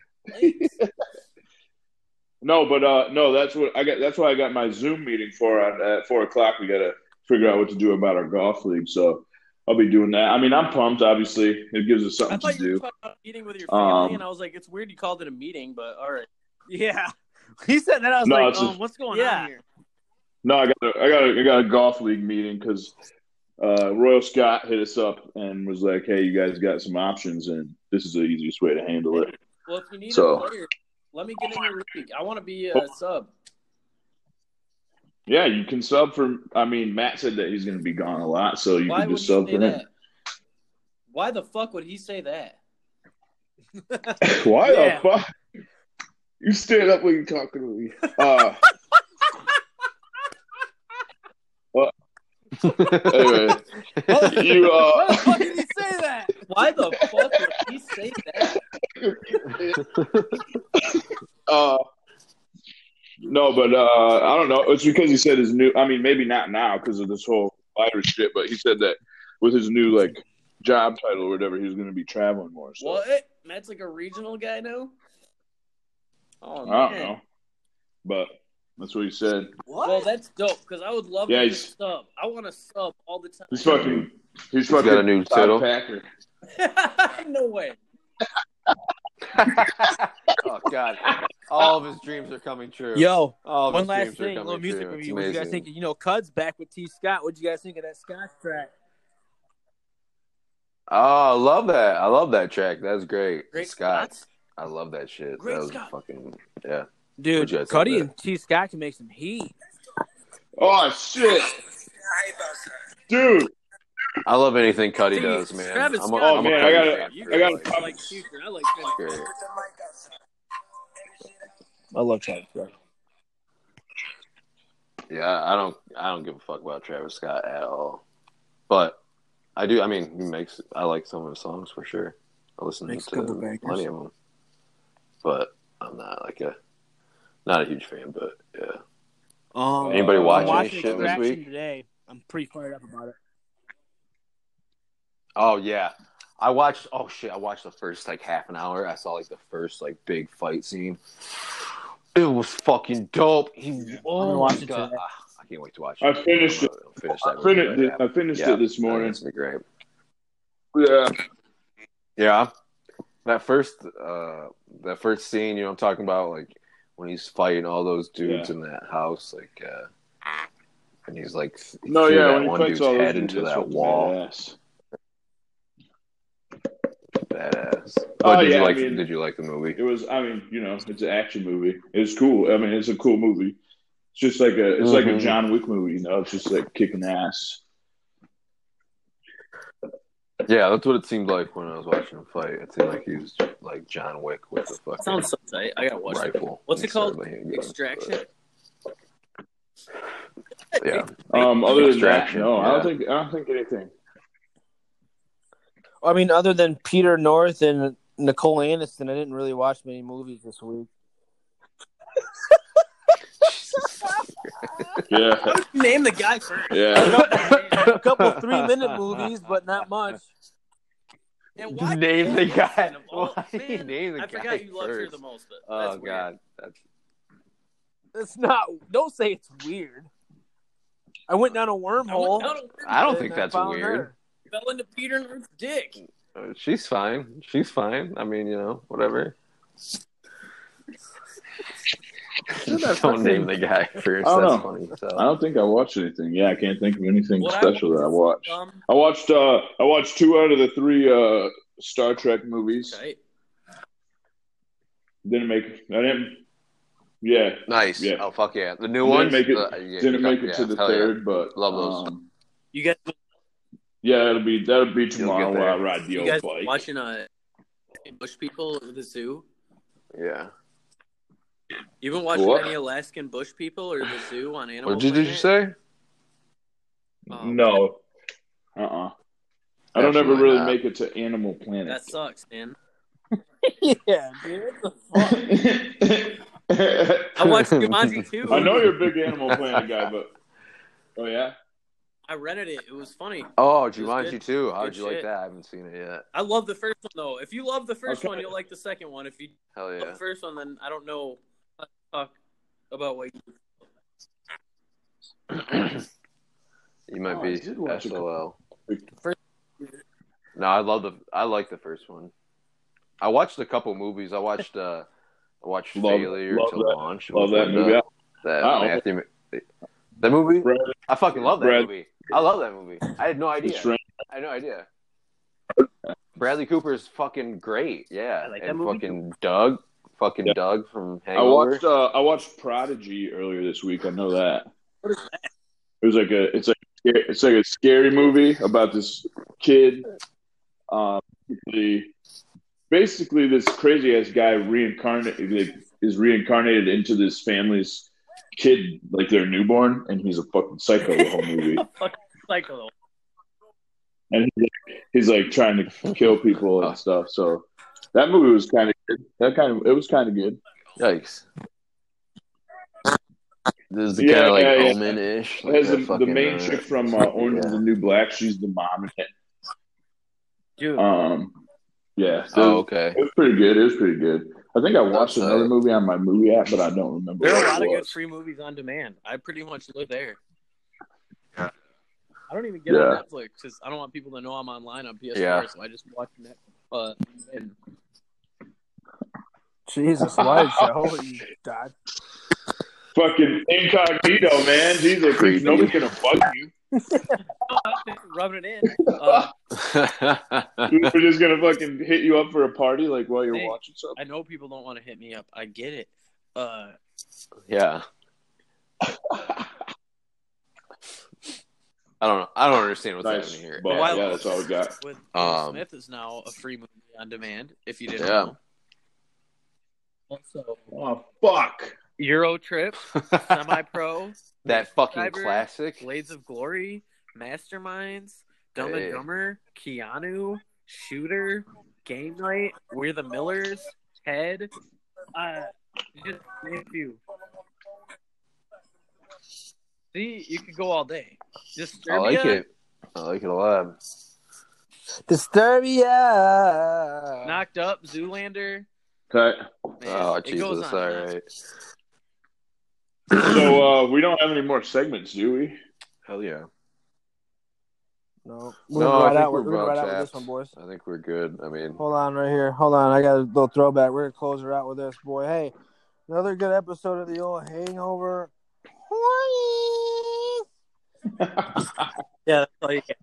[SPEAKER 3] No, but uh, no, that's what I got. That's why I got my Zoom meeting for on, at four o'clock. We got to figure out what to do about our golf league. So I'll be doing that. I mean, I'm pumped. Obviously, it gives us
[SPEAKER 4] I
[SPEAKER 3] something
[SPEAKER 4] thought
[SPEAKER 3] to
[SPEAKER 4] you were
[SPEAKER 3] do.
[SPEAKER 4] talking about meeting with your
[SPEAKER 3] Um,
[SPEAKER 4] family, and I was like, it's weird you called it a meeting, but all right.
[SPEAKER 2] Yeah. (laughs) He said that. I was
[SPEAKER 3] No,
[SPEAKER 2] like,
[SPEAKER 3] it's
[SPEAKER 2] um,
[SPEAKER 3] just-
[SPEAKER 2] what's going
[SPEAKER 4] Yeah.
[SPEAKER 2] on here?
[SPEAKER 3] No, I got a, I got a, I got a golf league meeting because uh, Royal Scott hit us up and was like, "Hey, you guys got some options, and this is the easiest way to handle it."
[SPEAKER 4] Well, if you need
[SPEAKER 3] So- Oh,
[SPEAKER 4] a player, let me get in your league. I want to be a sub.
[SPEAKER 3] Yeah, you can sub for. I mean, Matt said that he's going to be gone a lot, so you
[SPEAKER 4] Why
[SPEAKER 3] can
[SPEAKER 4] would
[SPEAKER 3] just
[SPEAKER 4] he
[SPEAKER 3] sub
[SPEAKER 4] say
[SPEAKER 3] for him.
[SPEAKER 4] that? Why the fuck would he say that?
[SPEAKER 3] (laughs) Why
[SPEAKER 2] Yeah.
[SPEAKER 3] the fuck? You stand up when you're talking to me. Uh, anyway,
[SPEAKER 4] (laughs)
[SPEAKER 3] you
[SPEAKER 2] Why Oh, (laughs) the
[SPEAKER 3] uh,
[SPEAKER 2] fuck did he say that?
[SPEAKER 4] Why the fuck would he say
[SPEAKER 5] (laughs)
[SPEAKER 4] that?
[SPEAKER 3] uh, no, but uh, I don't know. It's because he said his new. I mean, maybe not now because of this whole virus shit. But he said that with his new like job title or whatever, he was going to be traveling more. So
[SPEAKER 4] What? Matt's like a regional guy now? Oh,
[SPEAKER 3] I don't
[SPEAKER 4] man.
[SPEAKER 3] know, but That's what he said.
[SPEAKER 2] What?
[SPEAKER 5] Well, that's dope because I would love
[SPEAKER 3] Yeah,
[SPEAKER 5] to get a
[SPEAKER 3] he's-
[SPEAKER 5] sub. I want a sub all the time.
[SPEAKER 3] He's fucking. He's,
[SPEAKER 1] got
[SPEAKER 3] fucking.
[SPEAKER 1] a new
[SPEAKER 3] Todd
[SPEAKER 1] title.
[SPEAKER 3] Packer.
[SPEAKER 5] (laughs) no way.
[SPEAKER 1] oh God! All of his dreams are coming true.
[SPEAKER 2] Yo,
[SPEAKER 1] All of
[SPEAKER 2] one
[SPEAKER 1] his
[SPEAKER 2] last
[SPEAKER 1] dreams are
[SPEAKER 2] thing, a little
[SPEAKER 1] coming
[SPEAKER 2] music
[SPEAKER 1] true. It's
[SPEAKER 2] review. What you guys
[SPEAKER 1] amazing.
[SPEAKER 2] think? You know, Cud's back with T. Scott. What you guys think of that Scott track?
[SPEAKER 1] Oh, I love that. I love that track. That's great.
[SPEAKER 5] Great
[SPEAKER 1] Scott.
[SPEAKER 5] Scots.
[SPEAKER 1] I love that shit.
[SPEAKER 5] Great
[SPEAKER 1] that was
[SPEAKER 5] Scott.
[SPEAKER 1] fucking yeah. What
[SPEAKER 2] Dude,
[SPEAKER 1] you guys think
[SPEAKER 2] Cuddy
[SPEAKER 1] of
[SPEAKER 2] and T. Scott can make some heat.
[SPEAKER 3] Oh shit, dude!
[SPEAKER 1] I love anything Cuddy
[SPEAKER 5] Dude,
[SPEAKER 1] does, man.
[SPEAKER 5] Travis
[SPEAKER 1] I'm a,
[SPEAKER 5] Scott.
[SPEAKER 1] I'm a
[SPEAKER 3] Oh, man, I
[SPEAKER 1] Cudi
[SPEAKER 3] gotta-
[SPEAKER 1] fan
[SPEAKER 5] You
[SPEAKER 1] for
[SPEAKER 5] guys
[SPEAKER 3] gotta
[SPEAKER 1] life.
[SPEAKER 3] pop-
[SPEAKER 5] like Future. I like
[SPEAKER 1] It's
[SPEAKER 5] Travis.
[SPEAKER 1] great.
[SPEAKER 2] I love Travis Scott.
[SPEAKER 1] Yeah, I don't I don't give a fuck about Travis Scott at all. But I do I mean he makes I like some of his songs for sure. I listen
[SPEAKER 2] Makes a
[SPEAKER 1] to
[SPEAKER 2] couple bangers.
[SPEAKER 1] plenty of them. But I'm not like a not a huge fan, but yeah.
[SPEAKER 2] Um,
[SPEAKER 1] Anybody
[SPEAKER 2] I'm
[SPEAKER 3] I'm
[SPEAKER 1] watching any shit
[SPEAKER 2] watching
[SPEAKER 1] this
[SPEAKER 2] Extraction
[SPEAKER 1] week?
[SPEAKER 2] today. I'm pretty fired up about it.
[SPEAKER 1] Oh yeah. I watched oh shit, I watched the first like half an hour. I saw like the first like big fight scene. It was fucking dope. He,
[SPEAKER 2] I'm gonna
[SPEAKER 1] oh
[SPEAKER 2] watch
[SPEAKER 1] my
[SPEAKER 2] it
[SPEAKER 1] god.
[SPEAKER 2] today.
[SPEAKER 1] Ah, I can't wait to watch
[SPEAKER 3] I finished
[SPEAKER 1] I'm gonna Finish that
[SPEAKER 3] I finished,
[SPEAKER 1] movie.
[SPEAKER 3] it, I finished
[SPEAKER 1] Yeah.
[SPEAKER 3] it this morning.
[SPEAKER 1] Oh, That's gonna be great.
[SPEAKER 3] Yeah,
[SPEAKER 1] Yeah. That first uh that first scene, you know I'm talking about like when he's fighting all those dudes
[SPEAKER 3] Yeah.
[SPEAKER 1] in that house, like uh and he's like th-
[SPEAKER 3] no,
[SPEAKER 1] threw
[SPEAKER 3] yeah.
[SPEAKER 1] that
[SPEAKER 3] When he
[SPEAKER 1] one
[SPEAKER 3] fights
[SPEAKER 1] dude's
[SPEAKER 3] all those
[SPEAKER 1] head
[SPEAKER 3] dudes,
[SPEAKER 1] into
[SPEAKER 3] that's
[SPEAKER 1] that
[SPEAKER 3] fucking
[SPEAKER 1] wall.
[SPEAKER 3] badass.
[SPEAKER 1] Badass.
[SPEAKER 3] Oh,
[SPEAKER 1] But did
[SPEAKER 3] yeah,
[SPEAKER 1] you
[SPEAKER 3] I
[SPEAKER 1] like
[SPEAKER 3] mean-
[SPEAKER 1] did you like the movie?
[SPEAKER 3] It was. I mean, you know, it's an action movie. It's cool. I mean, it's a cool movie. It's just like a. It's like a
[SPEAKER 1] Mhm.
[SPEAKER 3] John Wick movie. You know, it's just like kicking ass.
[SPEAKER 1] Yeah, that's what it seemed like when I was watching him fight. It seemed like he was like John Wick with the fucking
[SPEAKER 5] Sounds so tight. I gotta watch it.
[SPEAKER 1] rifle.
[SPEAKER 5] What's it
[SPEAKER 1] instead of
[SPEAKER 5] called?
[SPEAKER 1] a handgun.
[SPEAKER 5] Extraction.
[SPEAKER 1] But, yeah.
[SPEAKER 3] Um, other than that,
[SPEAKER 1] Extraction,
[SPEAKER 3] no, I
[SPEAKER 1] yeah.
[SPEAKER 3] don't think. I don't think anything.
[SPEAKER 2] I mean, other than Peter North and Nicole Aniston, I didn't really watch many movies this week.
[SPEAKER 3] Yeah,
[SPEAKER 5] Name the guy first.
[SPEAKER 3] yeah.
[SPEAKER 1] (laughs)
[SPEAKER 2] A couple three-minute movies, but not much.
[SPEAKER 5] And why
[SPEAKER 1] Name the guy.
[SPEAKER 5] Of all-
[SPEAKER 1] Why
[SPEAKER 5] man,
[SPEAKER 1] (laughs) name the
[SPEAKER 5] I
[SPEAKER 1] guy
[SPEAKER 5] forgot you loved her
[SPEAKER 1] first?
[SPEAKER 5] the most, but
[SPEAKER 1] Oh
[SPEAKER 5] that's weird.
[SPEAKER 1] god, that's
[SPEAKER 2] It's not. Don't say it's weird. I went down
[SPEAKER 5] I
[SPEAKER 2] a
[SPEAKER 5] went down
[SPEAKER 2] wormhole.
[SPEAKER 5] a weird
[SPEAKER 1] I don't
[SPEAKER 2] and
[SPEAKER 1] think that's
[SPEAKER 2] found
[SPEAKER 1] weird.
[SPEAKER 2] her. (laughs)
[SPEAKER 5] fell into Peter North's dick.
[SPEAKER 1] Uh, She's fine. She's fine. I mean, you know,
[SPEAKER 3] (laughs)
[SPEAKER 1] whatever. (laughs) Don't name the guy first.
[SPEAKER 3] I
[SPEAKER 1] That's
[SPEAKER 3] don't know.
[SPEAKER 1] funny.
[SPEAKER 3] I
[SPEAKER 1] So.
[SPEAKER 3] don't think I watched anything. Yeah, I can't think of anything
[SPEAKER 5] What I
[SPEAKER 3] special that I watched.
[SPEAKER 5] Um,
[SPEAKER 3] I watched. Uh, I watched two out of the three uh, Star Trek movies.
[SPEAKER 5] tight.
[SPEAKER 3] Didn't make. I didn't. Yeah,
[SPEAKER 1] Nice.
[SPEAKER 3] Yeah.
[SPEAKER 1] Oh fuck yeah, the new
[SPEAKER 3] Didn't
[SPEAKER 1] ones.
[SPEAKER 3] make it-
[SPEAKER 1] Uh, yeah,
[SPEAKER 3] didn't
[SPEAKER 1] yeah,
[SPEAKER 3] make it to the
[SPEAKER 1] hell yeah.
[SPEAKER 3] third, but
[SPEAKER 1] Love those.
[SPEAKER 3] um,
[SPEAKER 5] You guys,
[SPEAKER 3] yeah, that'll be that'll be
[SPEAKER 1] get
[SPEAKER 3] tomorrow
[SPEAKER 1] there.
[SPEAKER 3] while I ride the
[SPEAKER 5] you
[SPEAKER 3] old
[SPEAKER 5] guys
[SPEAKER 3] bike.
[SPEAKER 5] watching uh, bush people at the zoo?
[SPEAKER 1] Yeah.
[SPEAKER 5] You been watching
[SPEAKER 3] What?
[SPEAKER 5] any Alaskan bush people or the zoo on Animal
[SPEAKER 1] What did, did you
[SPEAKER 5] Planet?
[SPEAKER 1] say?
[SPEAKER 5] Oh,
[SPEAKER 3] No. Uh uh I don't ever
[SPEAKER 1] Absolutely
[SPEAKER 3] really
[SPEAKER 1] not.
[SPEAKER 3] make it to Animal Planet.
[SPEAKER 5] That sucks, man.
[SPEAKER 2] Yeah, dude. What the fuck?
[SPEAKER 3] (laughs) I
[SPEAKER 5] I
[SPEAKER 1] (laughs)
[SPEAKER 5] watched Jumanji too.
[SPEAKER 3] know you're a big Animal Planet guy, but oh yeah,
[SPEAKER 5] I rented it. It was funny.
[SPEAKER 1] Oh,
[SPEAKER 5] was
[SPEAKER 1] Jumanji
[SPEAKER 5] good.
[SPEAKER 1] too. How'd
[SPEAKER 5] Good
[SPEAKER 1] you like
[SPEAKER 5] shit.
[SPEAKER 1] that? I haven't seen it yet.
[SPEAKER 5] I love the first one though. If you love the first
[SPEAKER 3] Okay.
[SPEAKER 5] one, you'll like the second one. If you
[SPEAKER 1] Hell
[SPEAKER 5] love
[SPEAKER 1] yeah.
[SPEAKER 5] the first one, then I don't know how to talk about what. You... (laughs)
[SPEAKER 1] you might
[SPEAKER 3] Oh, I
[SPEAKER 1] be
[SPEAKER 3] did watch a
[SPEAKER 1] SOL.
[SPEAKER 5] First-
[SPEAKER 1] No, I love the. I like the first one. I watched a couple movies. I watched. uh I watched
[SPEAKER 3] Love-
[SPEAKER 1] Failure
[SPEAKER 3] love
[SPEAKER 1] to
[SPEAKER 3] that.
[SPEAKER 1] Launch.
[SPEAKER 3] love that
[SPEAKER 1] with,
[SPEAKER 3] movie.
[SPEAKER 1] uh, That
[SPEAKER 3] Oh.
[SPEAKER 1] Matthew. That movie.
[SPEAKER 3] Brad,
[SPEAKER 1] I fucking love that
[SPEAKER 3] Brad-
[SPEAKER 1] movie. I love that movie. I had no idea.
[SPEAKER 3] it's right.
[SPEAKER 1] I had no
[SPEAKER 3] (laughs)
[SPEAKER 1] idea. Bradley Cooper is fucking great. Yeah,
[SPEAKER 2] I like that
[SPEAKER 1] and
[SPEAKER 2] movie
[SPEAKER 1] fucking Doug, fucking
[SPEAKER 3] Yeah.
[SPEAKER 1] Doug from
[SPEAKER 3] I
[SPEAKER 1] Hangover.
[SPEAKER 3] watched. Uh, I watched Prodigy earlier this week. I know that.
[SPEAKER 5] What is
[SPEAKER 3] that? It was like a. It's like it's like a scary movie about this kid. Um, the basically this crazy ass guy reincarnated like, is reincarnated into this family's kid, like their newborn, and he's a fucking psycho the
[SPEAKER 5] (laughs)
[SPEAKER 3] whole movie.
[SPEAKER 5] Psycho.
[SPEAKER 3] and he's like, he's like trying to kill people and stuff. So that movie was kind of good. That kind of it was kind of good.
[SPEAKER 1] Yikes. This is
[SPEAKER 3] Yeah,
[SPEAKER 1] kind of like
[SPEAKER 3] yeah, yeah.
[SPEAKER 1] Omen ish.
[SPEAKER 3] It has the, the main chick
[SPEAKER 1] (laughs)
[SPEAKER 3] from uh, Orange is the New Black. She's the mom in it.
[SPEAKER 5] Dude,
[SPEAKER 3] Um, yeah. So
[SPEAKER 1] Oh, okay. Oh,
[SPEAKER 3] It was pretty good. It was pretty good. I think I watched
[SPEAKER 1] That's, uh,
[SPEAKER 3] another movie on my movie app, but I don't remember.
[SPEAKER 6] There are
[SPEAKER 3] what
[SPEAKER 6] a
[SPEAKER 3] it
[SPEAKER 6] lot of good
[SPEAKER 3] was.
[SPEAKER 6] free movies on demand. I pretty much live there.
[SPEAKER 4] I don't even get
[SPEAKER 3] Yeah.
[SPEAKER 4] on Netflix because I don't want people to know I'm online on PS4,
[SPEAKER 1] Yeah.
[SPEAKER 4] so I just watch Netflix. Uh, and
[SPEAKER 1] (laughs)
[SPEAKER 2] Jesus, why Joe? You died.
[SPEAKER 3] Fucking incognito, man. Jesus,
[SPEAKER 1] Creepy.
[SPEAKER 3] nobody can fuck you.
[SPEAKER 4] oh, rubbing it in. Uh,
[SPEAKER 3] We're just gonna fucking hit you up for a party, like while you're
[SPEAKER 4] Hey.
[SPEAKER 3] watching something.
[SPEAKER 4] I know people don't want to hit me up. I get it. Uh,
[SPEAKER 1] (laughs) yeah. I don't know. I don't understand what's
[SPEAKER 3] Nice,
[SPEAKER 1] happening here.
[SPEAKER 3] but
[SPEAKER 4] Wild-
[SPEAKER 3] yeah, that's all we got.
[SPEAKER 4] with
[SPEAKER 1] Um,
[SPEAKER 4] Smith is now a free movie on demand. If you didn't
[SPEAKER 1] Yeah.
[SPEAKER 4] know, also
[SPEAKER 3] (laughs) Oh fuck!
[SPEAKER 4] Euro Trip, Semi Pro,
[SPEAKER 1] (laughs) that fucking
[SPEAKER 4] Driver,
[SPEAKER 1] classic.
[SPEAKER 4] Blades of Glory, Masterminds, Dumb
[SPEAKER 1] Hey.
[SPEAKER 4] and Dumber, Keanu, Shooter, Game Night, We're the Millers, Head. Uh, just to name a few. See, you could go all day.
[SPEAKER 1] I
[SPEAKER 4] Disturbia,
[SPEAKER 1] like it. I like it a lot.
[SPEAKER 2] Disturbia.
[SPEAKER 4] Knocked Up, Zoolander.
[SPEAKER 3] Okay.
[SPEAKER 4] Man,
[SPEAKER 1] Oh
[SPEAKER 4] it goes
[SPEAKER 1] Jesus!
[SPEAKER 4] on.
[SPEAKER 1] All right. (clears throat)
[SPEAKER 3] So uh, we don't have any more segments, do we?
[SPEAKER 1] Hell yeah.
[SPEAKER 2] no, we're
[SPEAKER 1] No, I
[SPEAKER 2] right
[SPEAKER 1] think
[SPEAKER 2] out.
[SPEAKER 1] we're
[SPEAKER 2] We're, we're
[SPEAKER 1] about
[SPEAKER 2] right out with this
[SPEAKER 1] tapped.
[SPEAKER 2] one, boys.
[SPEAKER 1] I think we're good. I mean,
[SPEAKER 2] Hold on, right here. Hold on. I got a little throwback. We're gonna close her out with this, boy. Hey, another good episode of the old Hangover.
[SPEAKER 3] (laughs)
[SPEAKER 4] Yeah, that's all you get.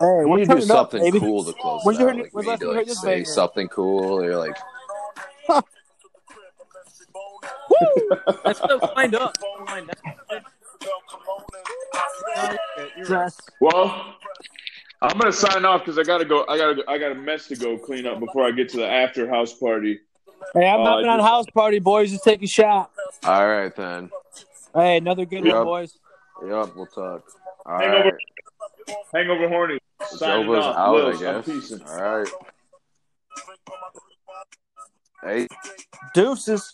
[SPEAKER 2] Hey,
[SPEAKER 1] we
[SPEAKER 2] we're
[SPEAKER 1] need to do
[SPEAKER 2] turning up,
[SPEAKER 1] something
[SPEAKER 2] baby.
[SPEAKER 1] cool to close
[SPEAKER 2] When's
[SPEAKER 1] it
[SPEAKER 2] you
[SPEAKER 1] out.
[SPEAKER 2] heard-
[SPEAKER 1] Like, we
[SPEAKER 2] when's
[SPEAKER 1] need
[SPEAKER 2] last
[SPEAKER 1] to
[SPEAKER 2] you
[SPEAKER 1] like,
[SPEAKER 2] heard this
[SPEAKER 1] say
[SPEAKER 2] banger?
[SPEAKER 1] something cool. Or like,
[SPEAKER 2] Woo!
[SPEAKER 4] That's still lined up. Lined up. You're right.
[SPEAKER 2] Dress.
[SPEAKER 3] Well, I'm gonna sign off because I gotta go. I gotta. I got a mess to go clean up before I get to the after house party.
[SPEAKER 2] Hey, I'm
[SPEAKER 3] Oh,
[SPEAKER 2] not
[SPEAKER 3] I
[SPEAKER 2] been on
[SPEAKER 3] just-
[SPEAKER 2] house party, boys. Just take a shot.
[SPEAKER 1] all right then.
[SPEAKER 2] Hey, another good
[SPEAKER 1] Yeah.
[SPEAKER 2] one, boys.
[SPEAKER 1] Yep, we'll talk. All
[SPEAKER 3] Hangover.
[SPEAKER 1] right.
[SPEAKER 3] Hangover horny. Signing
[SPEAKER 1] Joba's
[SPEAKER 3] off.
[SPEAKER 1] out,
[SPEAKER 3] Lils, I'm
[SPEAKER 1] I guess.
[SPEAKER 3] peacing.
[SPEAKER 1] All right. Hey.
[SPEAKER 2] Deuces.